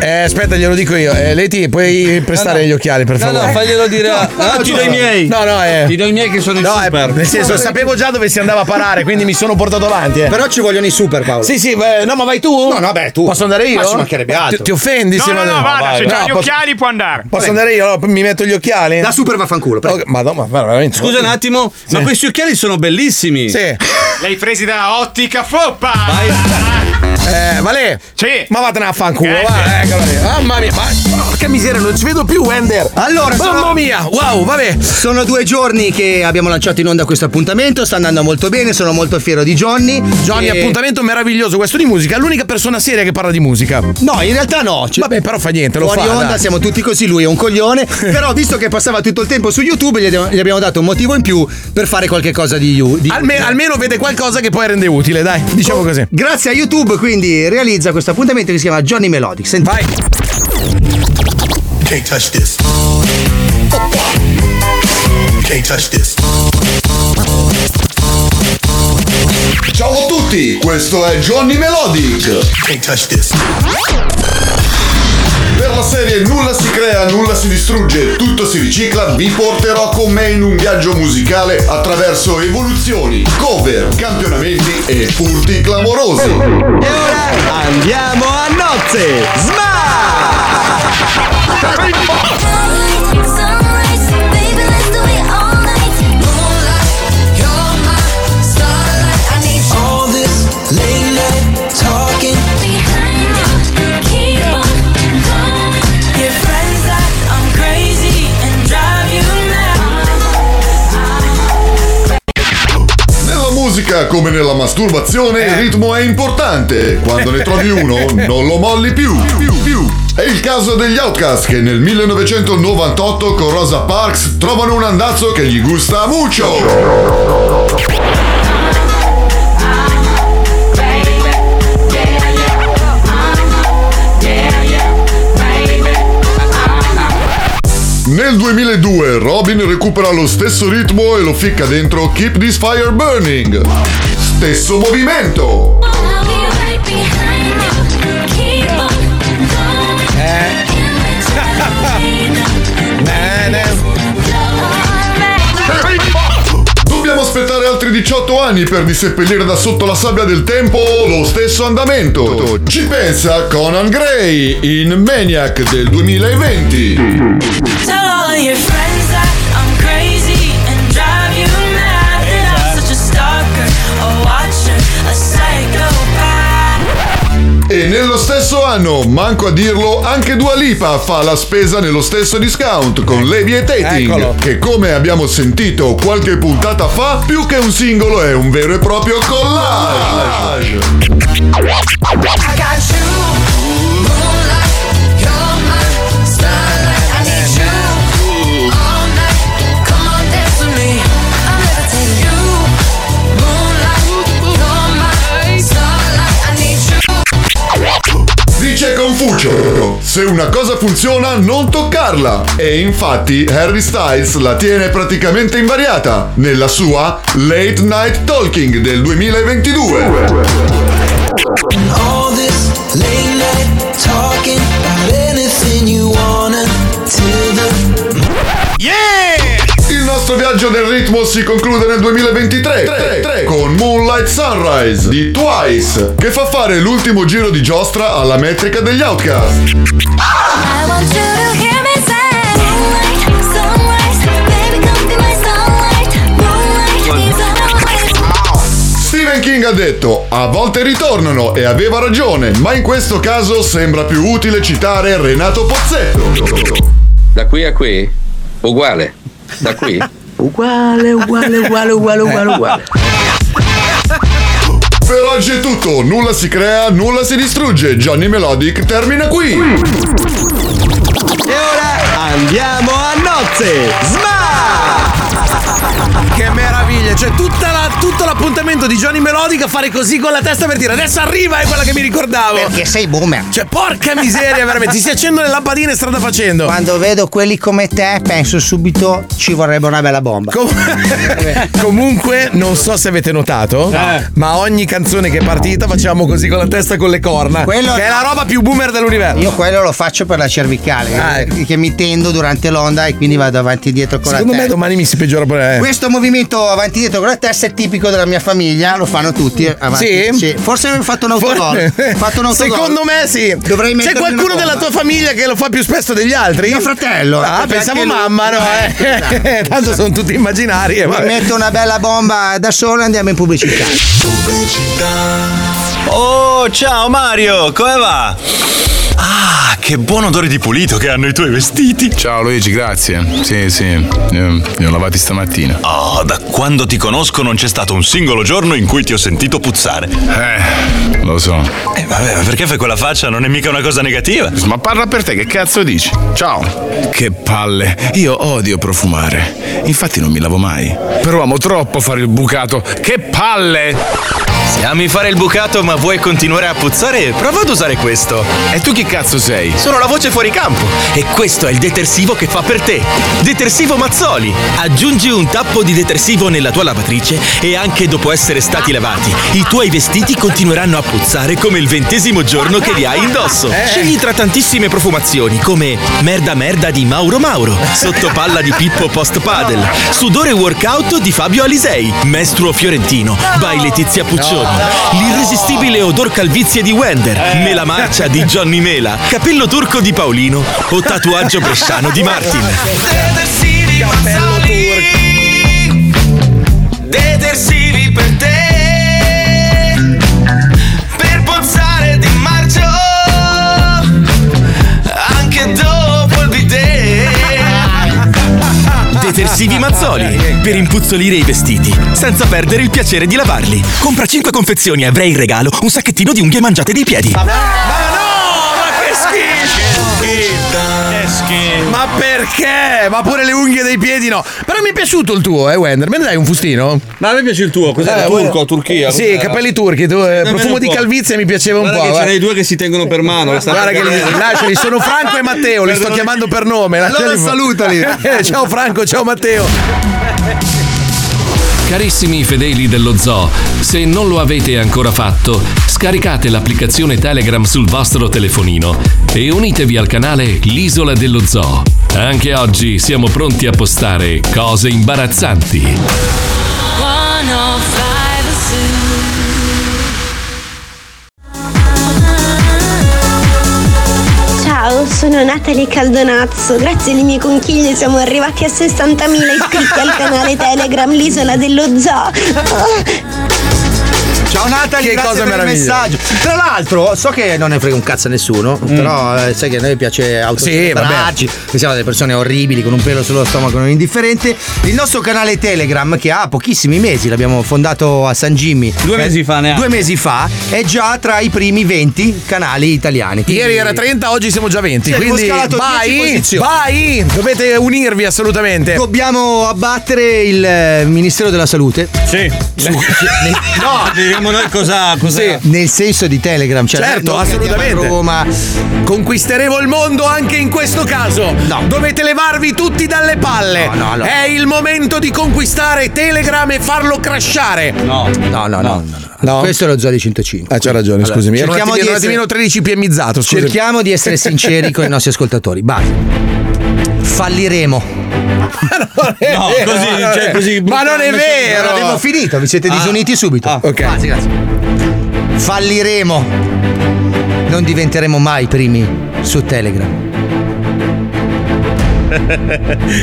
Speaker 3: Eh, aspetta, glielo dico io. Eh, Leti, puoi prestare gli occhiali, per
Speaker 13: No,
Speaker 3: favore?
Speaker 13: no,
Speaker 7: faglielo dire a- Ah, ti do i miei.
Speaker 3: No, no, eh.
Speaker 7: Ti do i miei che sono in
Speaker 3: No, eh,
Speaker 7: super.
Speaker 3: nel senso, sapevo già dove si andava a parare, quindi mi sono portato avanti, eh.
Speaker 6: Però ci vogliono i super, Paolo.
Speaker 3: Sì, sì, beh, no, ma vai tu? No, no, beh, tu. Posso andare io?
Speaker 6: Ma ci mancherebbe altro.
Speaker 3: Ti, ti offendi
Speaker 13: No,
Speaker 3: se
Speaker 13: no,
Speaker 3: vado-
Speaker 13: no, vada,
Speaker 7: cioè,
Speaker 13: se
Speaker 3: vai.
Speaker 13: c'ha
Speaker 3: No,
Speaker 13: gli
Speaker 3: posso-
Speaker 13: occhiali può andare.
Speaker 3: Posso andare io? Allora, Mi metto gli occhiali?
Speaker 6: La super vaffanculo, prego.
Speaker 3: Ok, Madonna, ma veramente.
Speaker 7: Scusa un attimo, ma questi occhiali sono bellissimi.
Speaker 3: Sì.
Speaker 13: L'hai presi dalla ottica foppa.
Speaker 3: Eh, Vale.
Speaker 13: Sì.
Speaker 3: Ma vattene a fanculo,
Speaker 13: Eh,
Speaker 3: va,
Speaker 13: sì.
Speaker 3: eccola lì. Mamma mia, ma porca miseria, non ci vedo più Wender.
Speaker 6: Allora,
Speaker 3: mamma
Speaker 6: sono-
Speaker 3: mia, wow, vabbè.
Speaker 6: Sono due giorni che abbiamo lanciato in onda questo appuntamento, sta andando molto bene, sono molto fiero di Johnny.
Speaker 3: Johnny,
Speaker 6: E-
Speaker 3: appuntamento meraviglioso questo di musica, l'unica persona seria che parla di musica.
Speaker 6: No, in realtà no. ci-
Speaker 3: Vabbè, però fa niente, lo
Speaker 6: Fuori
Speaker 3: fa.
Speaker 6: onda,
Speaker 3: dai.
Speaker 6: siamo tutti così, lui è un coglione. Però visto che passava tutto il tempo su YouTube, gli abbiamo, gli abbiamo dato un motivo in più per fare qualche cosa di, you- di Oh,
Speaker 3: Alme- almeno vede qualcosa che poi rende utile, dai, diciamo così.
Speaker 6: Grazie a YouTube, quindi realizza questo appuntamento che si chiama Johnny Melodic. Senti. Vai.
Speaker 21: Can't touch this. Can't touch this. Ciao a tutti, questo è Johnny Melodic. Can't touch this. Per la serie Nulla si crea, nulla si distrugge, tutto si ricicla, vi porterò con me in un viaggio musicale attraverso evoluzioni, cover, campionamenti e furti clamorosi. E ora andiamo a nozze! Nella musica, come nella masturbazione, il ritmo è importante. Quando ne trovi uno, non lo molli più. più, più. È il caso degli Outcast che nel 1998 con Rosa Parks trovano un andazzo che gli gusta a muccio. Nel 2002 Robin recupera lo stesso ritmo e lo ficca dentro Keep This Fire Burning. Stesso movimento. Dobbiamo aspettare altri 18 anni per diseppellire da sotto la sabbia del tempo lo stesso andamento. Ci pensa Conan Gray in Maniac del 2020.
Speaker 17: Tell all of your friends that I'm crazy and drive you mad. That I'm such a stalker, a watcher, a psychopath.
Speaker 21: E nello stesso anno, manco a dirlo, anche Dua Lipa fa la spesa nello stesso discount con Levietating,
Speaker 3: Eccolo.
Speaker 21: che come abbiamo sentito qualche puntata fa, più che un singolo è un vero e proprio collage.
Speaker 17: Come on, dance with me. I'm levitating. You, moonlight.
Speaker 21: Confucio. Se una cosa funziona, non toccarla. E infatti Harry Styles la tiene praticamente invariata nella sua Late Night Talking del 2022.
Speaker 17: All this late night talking about anything you wanna till the
Speaker 21: Il nostro viaggio del ritmo si conclude nel 2023 tre, tre, con Moonlight Sunrise di Twice, che fa fare l'ultimo giro di giostra alla metrica degli Outcast.
Speaker 17: I want you to hear me say Moonlight, sunrise, baby come be my sunlight Moonlight, sunrise
Speaker 21: Stephen King ha detto: A volte ritornano e aveva ragione, ma in questo caso sembra più utile citare Renato Pozzetto.
Speaker 26: Da qui a qui? Uguale. Da qui?
Speaker 21: Uguale, uguale, uguale, uguale,
Speaker 26: uguale,
Speaker 21: uguale. Per oggi è tutto, nulla si crea, nulla si distrugge. Johnny Melodic termina qui.
Speaker 27: E ora andiamo a nozze!
Speaker 3: Che meraviglia, cioè tutta la- tutto l'appuntamento di Johnny Melodic a fare così con la testa per dire adesso arriva è quella che mi ricordavo. Perché
Speaker 6: sei boomer.
Speaker 3: Cioè porca miseria veramente, si si accendono le lampadine strada facendo.
Speaker 6: Quando vedo quelli come te, penso subito ci vorrebbe una bella bomba.
Speaker 3: Comunque, non so se avete notato,
Speaker 6: Eh.
Speaker 3: ma ogni canzone che è partita facciamo così con la testa e con le corna.
Speaker 6: Quello-
Speaker 3: Che è la roba più boomer dell'universo.
Speaker 6: Io quello lo faccio per la cervicale,
Speaker 3: Ah,
Speaker 6: eh,
Speaker 3: ecco.
Speaker 6: che- che mi tendo durante l'onda e quindi vado avanti e dietro con
Speaker 3: Secondo
Speaker 6: la
Speaker 3: me
Speaker 6: testa.
Speaker 3: domani mi si peggiora pure. eh.
Speaker 6: Questo movimento avanti e dietro con la testa è tipico della mia famiglia, lo fanno tutti. eh, Avanti.
Speaker 3: Sì?
Speaker 6: Forse ho fatto un autogol.
Speaker 3: For-
Speaker 6: Ho fatto un autogol.
Speaker 3: Secondo me sì.
Speaker 6: Dovrei
Speaker 3: C'è
Speaker 6: mettermi
Speaker 3: qualcuno
Speaker 6: una
Speaker 3: della
Speaker 6: gomma.
Speaker 3: tua famiglia che lo fa più spesso degli altri?
Speaker 6: Mio fratello.
Speaker 3: Ah,
Speaker 6: Perché
Speaker 3: pensavo
Speaker 6: anche lui-
Speaker 3: mamma, no?
Speaker 6: Eh,
Speaker 3: eh. Tanto sono tutti immaginari. eh,
Speaker 6: Mi
Speaker 3: vabbè.
Speaker 6: metto una bella bomba da solo e andiamo in pubblicità.
Speaker 4: Oh, ciao Mario, come va? Ah, che buon odore di pulito che hanno i tuoi vestiti.
Speaker 28: Ciao Luigi, grazie. Sì, sì, eh, li ho lavati stamattina.
Speaker 4: Oh, da quando ti conosco non c'è stato un singolo giorno in cui ti ho sentito puzzare.
Speaker 28: Eh, lo so.
Speaker 4: Eh, vabbè, ma perché fai quella faccia? Non è mica una cosa negativa.
Speaker 28: Ma parla per te, che cazzo dici? Ciao. Che palle, io odio profumare. Infatti non mi lavo mai. Però amo troppo fare il bucato. Che palle!
Speaker 23: Se ami fare il bucato ma vuoi continuare a puzzare, prova ad usare questo.
Speaker 28: E tu chi cazzo sei?
Speaker 23: Sono la voce fuori campo e questo è il detersivo che fa per te. Detersivo Mazzoli. Aggiungi un tappo di detersivo nella tua lavatrice e anche dopo essere stati lavati, i tuoi vestiti continueranno a puzzare come il ventesimo giorno che li hai indosso. Scegli tra tantissime profumazioni come merda merda di Mauro Mauro, sottopalla di Pippo Post Padel, sudore workout di Fabio Alisei, mestruo fiorentino, by Letizia Puccioni, l'irresistibile odor calvizie di Wender, mela marcia di Johnny Mela, capello turco di Paolino o tatuaggio bresciano di Martin.
Speaker 17: Detersivi Mazzoli Detersivi per te Per pozzare di marcio Anche dopo il bidet
Speaker 23: Detersivi Mazzoli per impuzzolire i vestiti senza perdere il piacere di lavarli. Compra 5 confezioni e avrai in regalo un sacchettino di unghie mangiate dei piedi.
Speaker 3: Oh, che schifo! Che schifo! Ma perché? Ma pure le unghie dei piedi no. Però mi è piaciuto il tuo, eh, Wender. Me ne dai un fustino?
Speaker 7: Ma a me piace il tuo, cos'era?
Speaker 3: Eh,
Speaker 7: Turco,
Speaker 3: quello-
Speaker 7: Turchia?
Speaker 3: Sì,
Speaker 7: cos'era?
Speaker 3: capelli turchi, tu, eh,
Speaker 7: Dammene
Speaker 3: profumo
Speaker 7: un
Speaker 3: di
Speaker 7: po'.
Speaker 3: calvizie mi piaceva un
Speaker 7: Guarda
Speaker 3: po', eh.
Speaker 7: Che ce
Speaker 3: guarda.
Speaker 7: n'hai due che si tengono per mano.
Speaker 3: Guarda che li, lasciali, sono Franco e Matteo, li sto
Speaker 7: Perdonami.
Speaker 3: chiamando per nome.
Speaker 7: Allora
Speaker 3: lasciali-
Speaker 7: salutali.
Speaker 3: Eh, ciao Franco, ciao Matteo.
Speaker 2: Carissimi fedeli dello zoo, se non lo avete ancora fatto, scaricate l'applicazione Telegram sul vostro telefonino e unitevi al canale L'Isola dello Zoo. Anche oggi siamo pronti a postare cose imbarazzanti.
Speaker 17: 105
Speaker 9: Ciao, sono Natalie Caldonazzo. Grazie alle mie conchiglie siamo arrivati a 60.000 iscritti al canale Telegram L'isola dello zoo.
Speaker 6: Ciao Natalie,
Speaker 9: Che
Speaker 6: grazie
Speaker 9: cosa
Speaker 6: per
Speaker 9: meravigliosa.
Speaker 6: il messaggio. Tra l'altro, so che non ne frega un cazzo a nessuno,
Speaker 3: Mm.
Speaker 6: però eh, sai che a noi piace autocentrarci, che siamo delle persone orribili con un pelo sullo stomaco non indifferente. Il nostro canale Telegram che ha pochissimi mesi, l'abbiamo fondato a San Jimmy.
Speaker 7: Due mesi fa, neanche.
Speaker 6: Due mesi fa è già tra i primi 20 canali italiani.
Speaker 3: Ieri era 30, oggi siamo già 20.
Speaker 6: Sì, abbiamo
Speaker 3: quindi
Speaker 6: scalato 10
Speaker 3: vai,
Speaker 6: posizioni.
Speaker 3: vai, dovete unirvi assolutamente.
Speaker 6: Dobbiamo abbattere il eh, Ministero della Salute.
Speaker 7: Sì.
Speaker 6: no,
Speaker 7: sappiamo noi cosa. cosa...
Speaker 6: Nel senso di Telegram, cioè
Speaker 3: Ah, Certo,
Speaker 6: noi che andiamo
Speaker 3: assolutamente.
Speaker 6: a Roma.
Speaker 3: Conquisteremo il mondo anche in questo caso. Dovete levarvi tutti dalle palle.
Speaker 6: No, no, no.
Speaker 3: È il momento di conquistare Telegram e farlo crashare.
Speaker 7: No,
Speaker 6: no, no, no. Questo è lo Zoli 105.
Speaker 3: Ah, c'ha ragione, scusami. Ero un
Speaker 6: Cerchiamo di
Speaker 3: attimino-
Speaker 6: essere...
Speaker 3: un attimino 13 PMizzato, scusami.
Speaker 6: Cerchiamo di essere sinceri con i nostri ascoltatori. Basta. Falliremo.
Speaker 3: No, vero, così, ma non cioè, è- così ma non è vero.
Speaker 6: Avevo finito, vi siete
Speaker 3: Ah.
Speaker 6: disuniti subito.
Speaker 3: ok.
Speaker 6: Grazie, grazie. Falliremo. Non diventeremo mai primi su Telegram.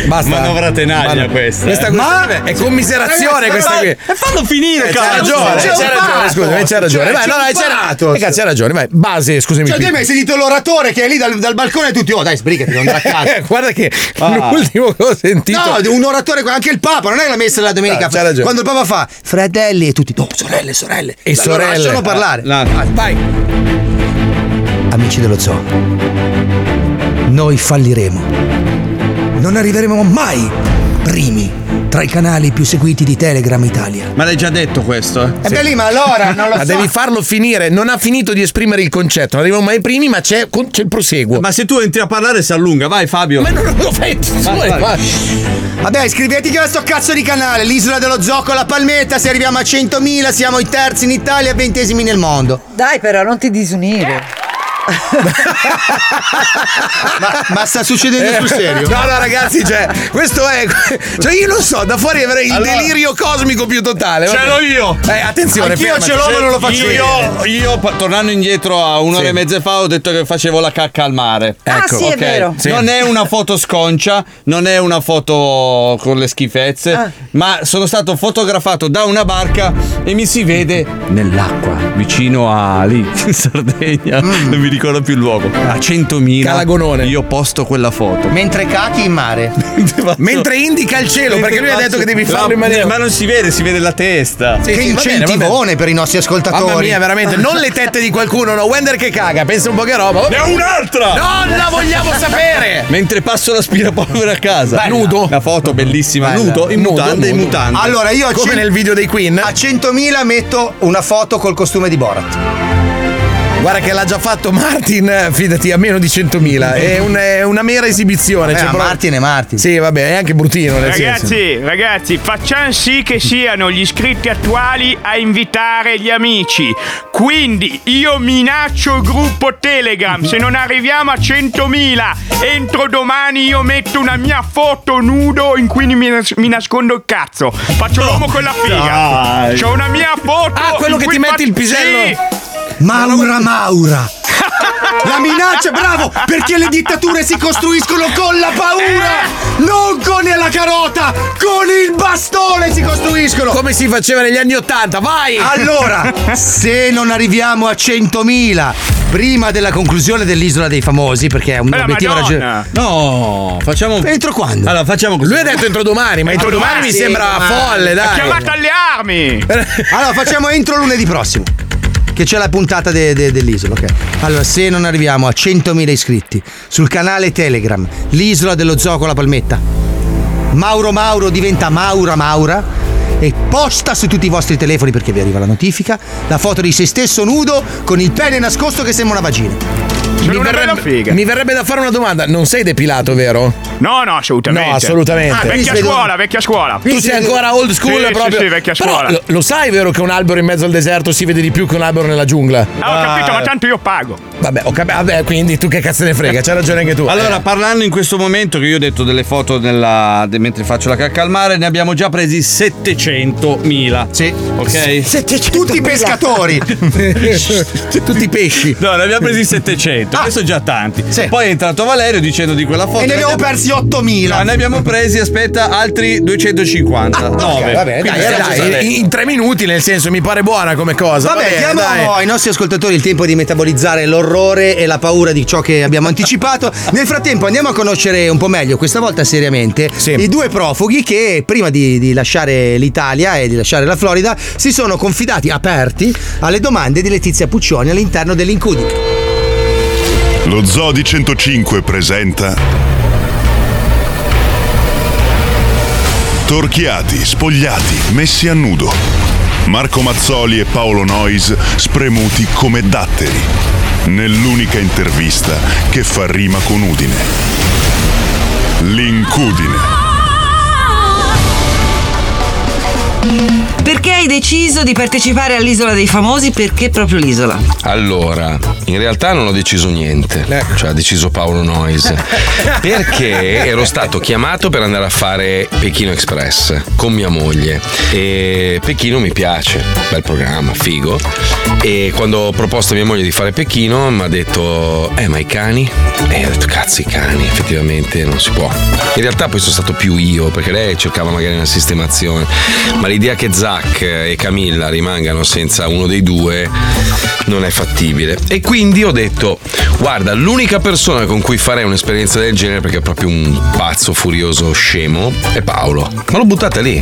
Speaker 3: Basta.
Speaker 7: Manovra tenaglia questa.
Speaker 3: Questa,
Speaker 7: eh.
Speaker 3: questa è
Speaker 6: eh,
Speaker 7: Ragazzi,
Speaker 3: commiserazione questa
Speaker 7: ma-
Speaker 3: qui.
Speaker 7: E fallo finire,
Speaker 3: Eh,
Speaker 7: cazzo.
Speaker 3: C'ha ragione,
Speaker 7: C'è
Speaker 3: c'ha
Speaker 7: un
Speaker 3: ragione,
Speaker 7: fatto.
Speaker 3: scusami, c'ha ragione.
Speaker 7: Cioè,
Speaker 3: Vai,
Speaker 7: c'è
Speaker 3: no,
Speaker 7: un
Speaker 3: no,
Speaker 7: fatto.
Speaker 3: c'era. eh, Cazzo, c'ha ragione, vai. Base, scusami.
Speaker 6: Cioè, te
Speaker 3: Pippo.
Speaker 6: mi hai sentito l'oratore che è lì dal, dal balcone e tutti, oh dai, sbrigati, non da casa.
Speaker 3: Eh, Guarda che
Speaker 6: Ah.
Speaker 3: l'ultimo che ho sentito.
Speaker 6: No, un oratore, anche il Papa, non è che l'ha messa la domenica.
Speaker 3: No, c'ha ragione.
Speaker 6: Quando il Papa fa, fratelli e tutti, "Oh, no, sorelle, sorelle.
Speaker 3: E
Speaker 6: Allora
Speaker 3: sorelle.
Speaker 6: Lasciano parlare.
Speaker 3: Vai.
Speaker 6: Amici dello zoo, noi falliremo. Non arriveremo mai primi tra i canali più seguiti di Telegram Italia.
Speaker 7: Ma l'hai già detto questo? eh?
Speaker 6: beh, lì, ma allora non lo
Speaker 3: Ma
Speaker 6: so.
Speaker 3: devi farlo finire, non ha finito di esprimere il concetto, non arrivano mai i primi, ma c'è, con- c'è il proseguo.
Speaker 7: Ma se tu entri a parlare si allunga, vai Fabio.
Speaker 3: Ma non lo fai,
Speaker 7: Vai, vai.
Speaker 6: Vabbè, iscriviti a questo cazzo di canale, l'isola dello zocco, la palmetta, se arriviamo a 100.000 siamo i terzi in Italia, ventesimi nel mondo.
Speaker 29: Dai, però, non ti disunire.
Speaker 6: Ma, ma sta succedendo
Speaker 3: Eh,
Speaker 6: sul serio?
Speaker 3: No, no, ragazzi, cioè, questo è. Cioè, io non so, da fuori avrei il
Speaker 6: Allora-
Speaker 3: delirio cosmico più totale.
Speaker 7: Ce
Speaker 3: vabbè.
Speaker 7: l'ho io.
Speaker 3: Eh, attenzione,
Speaker 7: Anch'io
Speaker 3: fermati. cioè,
Speaker 7: ce l'ho, ma non lo faccio io.
Speaker 3: vedere.
Speaker 7: Io, pa- tornando indietro a un'ora e mezza fa, ho detto che facevo la cacca al mare.
Speaker 3: Ah, Ecco. sì, è
Speaker 7: Ok?
Speaker 3: vero. Sì.
Speaker 7: Non è una foto sconcia, non è una foto con le schifezze,
Speaker 3: Ah.
Speaker 7: ma sono stato fotografato da una barca e mi si vede nell'acqua, vicino a lì, in Sardegna.
Speaker 3: Mm.
Speaker 7: Non mi ricordo più il luogo. A 100.000. Calagonone. Io posto quella foto.
Speaker 6: Mentre cachi in mare.
Speaker 3: Mentre indica il cielo, perché lui ha detto che devi farlo in maniera.
Speaker 7: Ma non si vede, si vede la testa.
Speaker 6: che incentivone per i nostri ascoltatori.
Speaker 3: Mamma mia, veramente, non le tette di qualcuno, no. Wender che caga, pensa un po' che roba.
Speaker 7: Ne ho un'altra!
Speaker 3: Non la vogliamo sapere!
Speaker 7: Mentre passo l'aspirapolvere a casa. Nudo. La foto bellissima. Nudo, in mutande, in mutande.
Speaker 6: Allora io a
Speaker 7: Come
Speaker 6: cen-
Speaker 7: nel
Speaker 3: video dei Queen.
Speaker 6: A 100.000 metto una foto col costume di Borat.
Speaker 3: Guarda che l'ha già fatto Martin, eh, fidati, a meno di 100.000. È, un- è una mera esibizione.
Speaker 6: Vabbè, ma
Speaker 3: Eh, Martin è Martin. Sì, vabbè, è anche bruttino. Nel senso.
Speaker 13: Ragazzi, ragazzi, facciamo sì che siano gli iscritti attuali a invitare gli amici. Quindi io minaccio il gruppo Telegram. Se non arriviamo a 100.000 entro domani, io metto una mia foto nudo in cui mi, nas- mi nascondo il cazzo. Faccio l'uomo con la figa.
Speaker 6: Dai.
Speaker 13: C'ho una mia foto.
Speaker 6: Ah, quello
Speaker 13: in
Speaker 6: che
Speaker 13: cui
Speaker 6: ti metti
Speaker 13: faccio-
Speaker 6: il pisello?
Speaker 13: Sì,
Speaker 6: Maura Maura. La minaccia, bravo, perché le dittature si costruiscono con la paura, non con la carota, con il bastone si costruiscono.
Speaker 3: Come si faceva negli anni 80, vai!
Speaker 6: Allora, se non arriviamo a 100.000 prima della conclusione dell'isola dei famosi, perché è un
Speaker 7: la
Speaker 6: obiettivo
Speaker 7: Madonna.
Speaker 6: ragionevole.
Speaker 7: No, facciamo.
Speaker 6: Entro quando?
Speaker 7: Allora, facciamo così.
Speaker 3: Lui ha detto entro domani, ma entro domani,
Speaker 13: Ah,
Speaker 3: mi sembra folle, dai.
Speaker 13: alle armi.
Speaker 6: Allora, facciamo entro lunedì prossimo. Che c'è la puntata de- de- dell'isola, ok. Allora, se non arriviamo a 100.000 iscritti sul canale Telegram, l'isola dello zoo con la palmetta, Mauro Mauro diventa Maura Maura e posta su tutti i vostri telefoni perché vi arriva la notifica la foto di se stesso nudo con il pene nascosto che sembra una vagina.
Speaker 3: Mi verrebbe, mi verrebbe da fare una domanda. Non sei depilato, vero?
Speaker 13: No, no, assolutamente.
Speaker 3: No, assolutamente.
Speaker 13: Ah, vecchia scuola, vecchia scuola.
Speaker 3: Tu sei ancora old school
Speaker 13: Ah, Sì, sì,
Speaker 3: proprio.
Speaker 13: Sì, vecchia
Speaker 3: Però
Speaker 13: scuola.
Speaker 3: lo, lo sai, vero, che un albero in mezzo al deserto si vede di più che un albero nella giungla?
Speaker 13: Ah, ho capito, ma tanto io pago.
Speaker 3: Vabbè, ho capi- vabbè, quindi tu che cazzo ne frega, c'hai ragione anche tu.
Speaker 7: Allora, parlando in questo momento che io ho detto delle foto nella- de- mentre faccio la cacca al mare, ne abbiamo già presi 700.000.
Speaker 6: Sì.
Speaker 7: Ok?
Speaker 6: Tutti i pescatori.
Speaker 3: Tutti i pesci.
Speaker 7: No, ne abbiamo presi 700. Adesso già tanti. Poi è entrato Valerio dicendo di quella foto.
Speaker 6: E ne abbiamo persi 8.000.
Speaker 7: No, ne abbiamo presi, aspetta, altri 250. Nove.
Speaker 3: Vabbè,
Speaker 7: Quindi
Speaker 3: dai,
Speaker 7: siamo
Speaker 3: dai,
Speaker 7: sulle-
Speaker 3: Eh, in, in tre minuti, nel senso, mi pare buona come cosa.
Speaker 6: Vabbè,
Speaker 3: Va bene,
Speaker 6: diamo
Speaker 3: dai.
Speaker 6: ai nostri ascoltatori il tempo di metabolizzare l'orrore e la paura di ciò che abbiamo anticipato. Nel frattempo andiamo a conoscere un po' meglio, questa volta seriamente, i due profughi che prima di, di lasciare l'Italia e di lasciare la Florida si sono confidati aperti alle domande di Letizia Puccioni all'interno dell'Incudic.
Speaker 14: Lo Zodi 105 presenta Torchiati, spogliati, messi a nudo
Speaker 1: Marco Mazzoli e Paolo Nois spremuti come datteri nell'unica intervista che fa rima con Udine. L'incudine.
Speaker 14: Perché hai deciso di partecipare all'Isola dei Famosi? Perché proprio l'isola?
Speaker 8: Allora, in realtà non ho deciso niente, cioè ha deciso Paolo Noyes, perché ero stato chiamato per andare a fare Pechino Express con mia moglie e Pechino mi piace, bel programma, figo, e quando ho proposto a mia moglie di fare Pechino mi ha detto, eh ma i cani? E ho detto, cazzo i cani, effettivamente non si può. In realtà poi sono stato più io, perché lei cercava magari una sistemazione, ma l'idea che Zach e Camilla rimangano senza uno dei due non è fattibile. E quindi ho detto, guarda, l'unica persona con cui farei un'esperienza del genere, perché è proprio un pazzo furioso scemo, è Paolo. Ma l'ho buttata lì.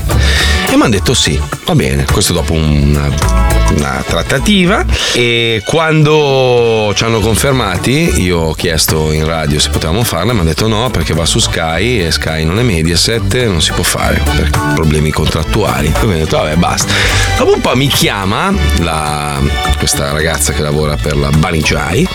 Speaker 8: E mi hanno detto sì, va bene, questo dopo una una trattativa e quando ci hanno confermati io ho chiesto in radio se potevamo farla mi hanno detto no perché va su Sky e Sky non è Mediaset non si può fare per problemi contrattuali poi mi hanno detto vabbè basta dopo un po' mi chiama la- questa ragazza che lavora per la Banijai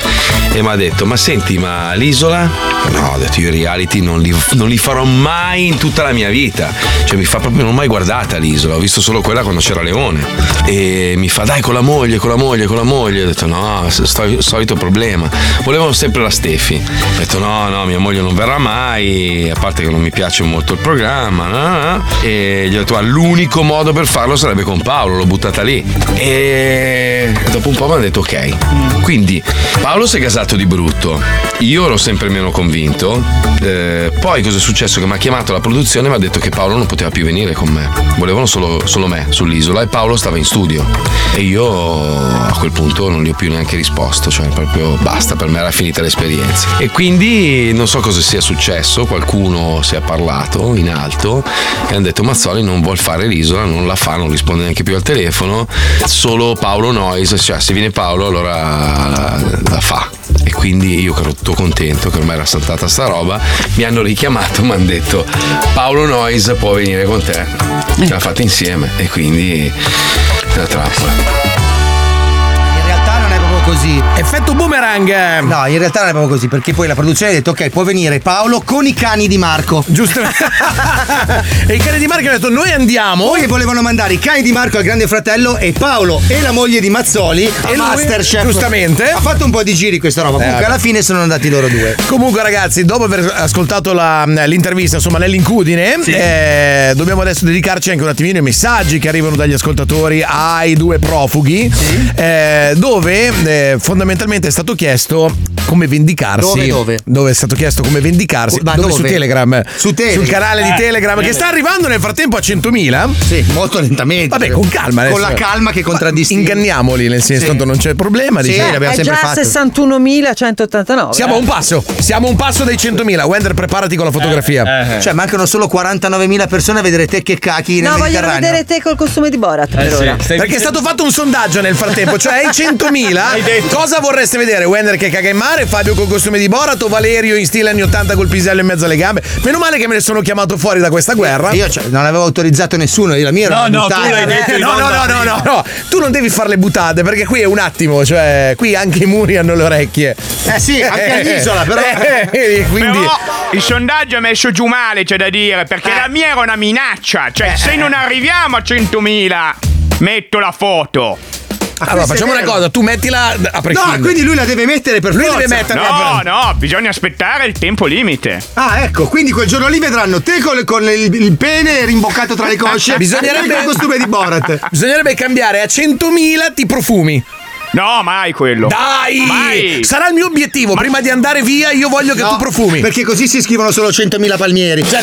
Speaker 8: e mi ha detto ma senti ma l'isola no ho detto io i reality non li, non li farò mai in tutta la mia vita cioè mi fa proprio non ho mai guardata l'isola ho visto solo quella quando c'era Leone e mi fa dai con la moglie con la moglie con la moglie ho detto no sto- solito problema volevano sempre la Steffi ho detto no no mia moglie non verrà mai a parte che non mi piace molto il programma no, no, no. e gli ho detto "Ah, l'unico modo per farlo sarebbe con Paolo l'ho buttata lì e dopo un po' mi hanno detto ok quindi Paolo si è casato di brutto io ero sempre meno convinto Eh, poi cosa è successo che mi ha chiamato la produzione e mi ha detto che Paolo non poteva più venire con me volevano solo, solo me sull'isola e Paolo stava in studio e io a quel punto non gli ho più neanche risposto cioè proprio basta per me era finita l'esperienza e quindi non so cosa sia successo qualcuno si è parlato in alto e hanno detto Mazzoli non vuol fare l'isola non la fa non risponde neanche più al telefono solo Paolo Noyes cioè se viene Paolo allora la fa e quindi io che ero tutto contento che ormai era saltata sta roba, mi hanno richiamato, mi hanno detto Paolo Noyes può venire con te. Ce l'ha fatta insieme e quindi è una trappola.
Speaker 6: In realtà non è proprio così. Effetto
Speaker 3: eh.
Speaker 6: boomerang! No, in realtà non è proprio così, perché poi la produzione ha detto ok, può venire Paolo con i cani di Marco.
Speaker 3: Giusto. e i cani di Marco hanno detto noi andiamo.
Speaker 6: Poi volevano mandare i cani di Marco al grande fratello e Paolo e la moglie di Mazzoli
Speaker 3: A
Speaker 6: e
Speaker 3: lui,
Speaker 6: Masterchef.
Speaker 3: giustamente.
Speaker 6: Ha fatto un po' di giri questa roba. Comunque
Speaker 3: vabbè.
Speaker 6: alla fine sono andati loro due.
Speaker 3: Comunque, ragazzi, dopo aver ascoltato la- l'intervista, insomma, nell'incudine, eh, dobbiamo adesso dedicarci anche un attimino ai messaggi che arrivano dagli ascoltatori ai due profughi, eh, dove eh, fondamentalmente è stato chiesto come vendicarsi.
Speaker 6: Dove, dove?
Speaker 3: Dove è stato chiesto come vendicarsi?
Speaker 6: Ma
Speaker 3: dove?
Speaker 6: dove?
Speaker 3: Su Telegram.
Speaker 6: Su Telegram.
Speaker 3: Sul canale di
Speaker 6: Eh,
Speaker 3: Telegram che
Speaker 6: bene.
Speaker 3: sta arrivando nel frattempo a 100.000.
Speaker 6: Sì, molto lentamente.
Speaker 3: Vabbè, con calma.
Speaker 6: Con
Speaker 3: adesso.
Speaker 6: la calma che
Speaker 3: Ma
Speaker 6: contraddistingue.
Speaker 3: Inganniamoli, nel senso,
Speaker 6: Sì.
Speaker 3: tanto non c'è problema.
Speaker 6: Sì,
Speaker 3: diciamo.
Speaker 6: l'abbiamo
Speaker 18: È Eh, già eh. 61.189.
Speaker 3: Siamo a un passo, siamo a un passo dai 100.000. Wender, preparati con la fotografia.
Speaker 6: Cioè, mancano solo 49.000 persone a vedere te che cacchi nel
Speaker 18: No, voglio
Speaker 6: Mediterraneo.
Speaker 18: vedere te col costume di Borat
Speaker 3: Eh,
Speaker 18: per ora.
Speaker 3: Perché è stato fatto un sondaggio nel frattempo, cioè ai 100.000 cosa vorreste vedere? Wender che caga in mare, Fabio col costume di Borat o Valerio in stile anni 80 col pisello in mezzo alle gambe? Meno male che me ne sono chiamato fuori da questa guerra.
Speaker 6: Io cioè, non avevo autorizzato nessuno, io la mia era una puttana.
Speaker 3: Eh, no, no, no, no, no, no. tu non devi fare le buttate perché qui è un attimo, cioè qui anche i muri hanno le orecchie.
Speaker 6: Eh sì, anche all'isola, però.
Speaker 3: Eh, quindi...
Speaker 13: Però il sondaggio ha messo giù male, c'è da dire, perché
Speaker 6: Eh.
Speaker 13: la mia era una minaccia. Cioè, se non arriviamo a 100.000, metto la foto.
Speaker 3: Ah, Allora facciamo una cosa, tu mettila a prescindere.
Speaker 6: lui la deve mettere per
Speaker 3: Lui deve eh, metterla
Speaker 13: No,
Speaker 3: per-
Speaker 13: no, bisogna aspettare il tempo limite.
Speaker 6: Ah, ecco, quindi quel giorno lì vedranno te con, con il, il pene rimboccato tra le cosce.
Speaker 3: Ah, Bisognerebbe-
Speaker 6: e te col costume di Borat.
Speaker 3: Bisognerebbe cambiare a 100.000 ti profumi.
Speaker 13: No, mai quello.
Speaker 3: Dai!
Speaker 13: Mai!
Speaker 3: Sarà il mio obiettivo. Prima di andare via, io voglio che tu profumi.
Speaker 6: Perché così si scrivono solo 100.000 palmieri.
Speaker 3: C'hai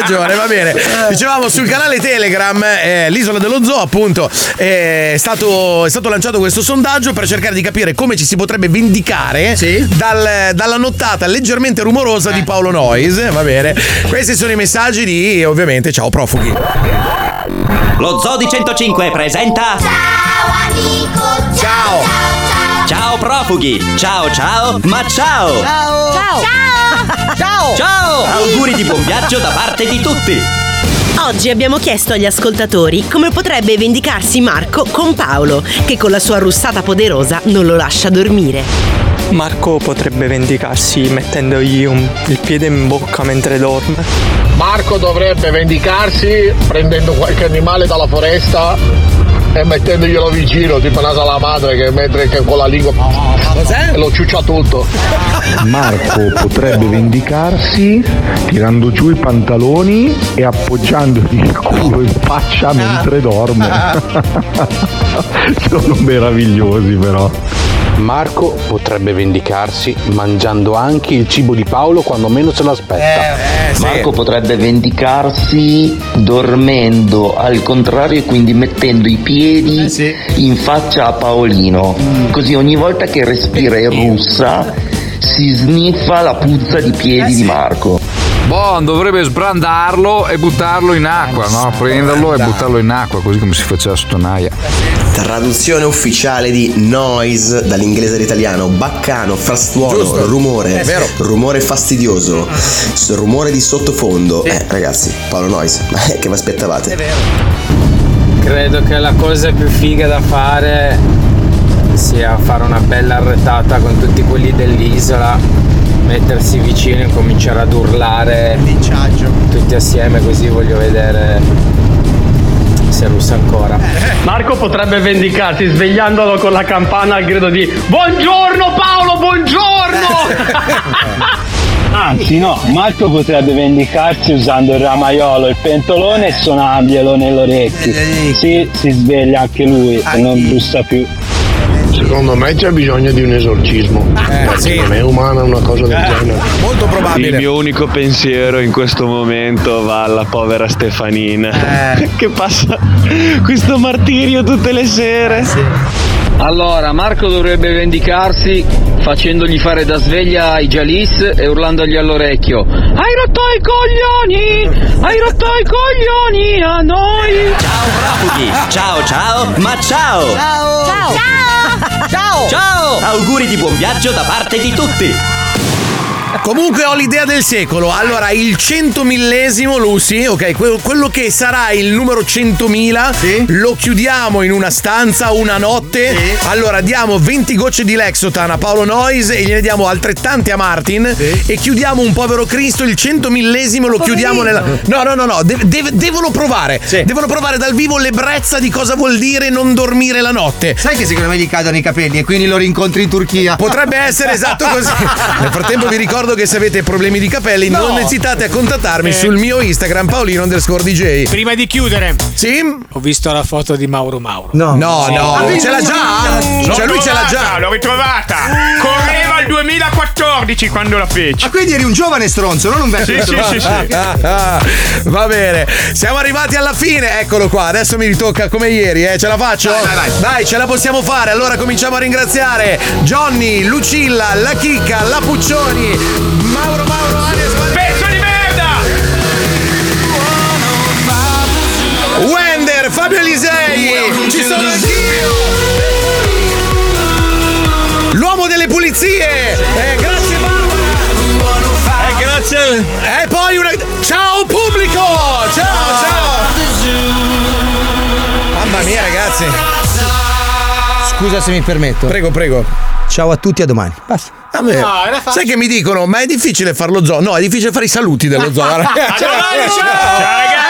Speaker 3: ragione, va bene. Dicevamo sul canale Telegram, eh, l'isola dello zoo, appunto, eh, è, stato, è stato lanciato questo sondaggio per cercare di capire come ci si potrebbe vendicare dal- dalla nottata leggermente rumorosa di Paolo Noyes. Va bene. Questi sono i messaggi di, ovviamente, ciao profughi.
Speaker 9: Lo Zodi 105 presenta. Ciao amico! Ciao! Ciao, profughi! Ciao ciao, ma ciao!
Speaker 10: Ciao! Ciao! Ciao!
Speaker 9: Ciao! Auguri di buon viaggio da parte di tutti! Oggi abbiamo chiesto agli ascoltatori come potrebbe vendicarsi Marco con Paolo, che con la sua russata poderosa non lo lascia dormire.
Speaker 30: Marco potrebbe vendicarsi mettendogli un- il piede in bocca mentre dorme.
Speaker 31: Marco dovrebbe vendicarsi prendendo qualche animale dalla foresta e mettendoglielo vicino, tipo una salamandra che mentre che con la lingua e lo ciuccia tutto.
Speaker 24: Marco potrebbe vendicarsi tirando giù i pantaloni e appoggiandogli il culo in faccia mentre dorme. Sono meravigliosi però.
Speaker 8: Marco potrebbe vendicarsi mangiando anche il cibo di Paolo quando meno se
Speaker 19: Eh,
Speaker 8: l'aspetta.
Speaker 19: Marco potrebbe vendicarsi dormendo al contrario e quindi mettendo i piedi in faccia a Paolino. Così ogni volta che respira e russa si sniffa la puzza di piedi di Marco.
Speaker 23: Bon dovrebbe sbrandarlo e buttarlo in acqua, no? Prenderlo e buttarlo in acqua, così come si faceva su Tonaia.
Speaker 17: Traduzione ufficiale di noise dall'inglese all'italiano, baccano, frastuono,
Speaker 23: Giusto.
Speaker 17: rumore,
Speaker 23: È vero.
Speaker 17: rumore fastidioso, s- rumore di sottofondo. Eh ragazzi, Paolo Noise, che vi aspettavate?
Speaker 32: Credo che la cosa più figa da fare sia fare una bella arretata con tutti quelli dell'isola, mettersi vicino e cominciare ad urlare tutti assieme così voglio vedere se russa ancora.
Speaker 31: Marco potrebbe vendicarsi svegliandolo con la campana al grido di Buongiorno Paolo, buongiorno!
Speaker 33: Anzi no, Marco potrebbe vendicarsi usando il ramaiolo, il pentolone e suonarglielo nell'orecchio. Sì, si sveglia anche lui e non bussa più.
Speaker 31: Secondo me c'è bisogno di un esorcismo.
Speaker 34: Eh,
Speaker 31: Ma secondo me è umana una cosa del genere.
Speaker 3: Molto
Speaker 4: Il mio unico pensiero in questo momento va alla povera Stefanina.
Speaker 31: Eh.
Speaker 4: Che passa questo martirio tutte le sere.
Speaker 32: Allora, Marco dovrebbe vendicarsi facendogli fare da sveglia ai Jalis e urlandogli all'orecchio.
Speaker 34: Hai rotto i coglioni! Hai rotto i coglioni a noi!
Speaker 35: Profughi, ciao ciao, ma ciao!
Speaker 12: Ciao! Ciao! Ciao! Ciao!
Speaker 35: Ciao! Auguri di buon viaggio da parte di tutti!
Speaker 3: Comunque ho l'idea del secolo. Allora, il centomillesimo, Lucy, ok, que- quello che sarà il numero 100.000, lo chiudiamo in una stanza una notte. Allora, diamo 20 gocce di Lexotan a Paolo Noyes e gliene diamo altrettante a Martin. E chiudiamo un povero Cristo, il centomillesimo lo chiudiamo nella... No, no, no, no, de- de- devono provare. Devono provare dal vivo l'ebbrezza di cosa vuol dire non dormire la notte.
Speaker 6: Sai che secondo me gli cadono i capelli e quindi lo rincontri in Turchia.
Speaker 3: Potrebbe essere esatto così. Nel frattempo vi ricordo che se avete problemi di capelli
Speaker 6: No.
Speaker 3: non esitate a contattarmi
Speaker 6: Eh.
Speaker 3: sul mio Instagram paolino underscore DJ.
Speaker 6: Prima di chiudere,
Speaker 3: sì?
Speaker 6: ho visto la foto di Mauro Mauro. Eh.
Speaker 3: No, no,
Speaker 13: Ah,
Speaker 3: no. ce l'ha già?
Speaker 13: L'ho
Speaker 3: Cioè lui ce l'ha
Speaker 13: trovata,
Speaker 3: già.
Speaker 13: L'ho ritrovata!
Speaker 6: Eh.
Speaker 13: Correva il 2014 quando la fece.
Speaker 6: Ma Ah. quindi eri un giovane stronzo, non un
Speaker 13: Sì,
Speaker 6: vecchio
Speaker 13: sì,
Speaker 6: stronzo.
Speaker 13: sì, sì.
Speaker 3: Va bene, siamo arrivati alla fine, eccolo qua, adesso mi ritocca come ieri, eh, ce la faccio? Dai, dai, ce la possiamo fare, allora cominciamo a ringraziare Johnny, Lucilla, la Chicca, la Puccioni, Mauro Mauro, Alex,
Speaker 13: Pezzo di merda!
Speaker 3: Wender, Fabio Elisei, ci sono anch'io! L'uomo delle pulizie! Eh, grazie Barbara! Eh, grazie! E poi una. Ciao pubblico! Ciao, Ah. ciao! Mamma mia ragazzi!
Speaker 6: Scusa se mi permetto.
Speaker 3: Prego, prego.
Speaker 6: Ciao a tutti, a domani. Basta.
Speaker 3: Vabbè.
Speaker 6: No, era facile.
Speaker 3: Ah, Sai che mi dicono, ma è difficile fare lo zoo? No, è difficile fare i saluti dello zoo.
Speaker 6: A domani, ciao! Ciao, ragazzi!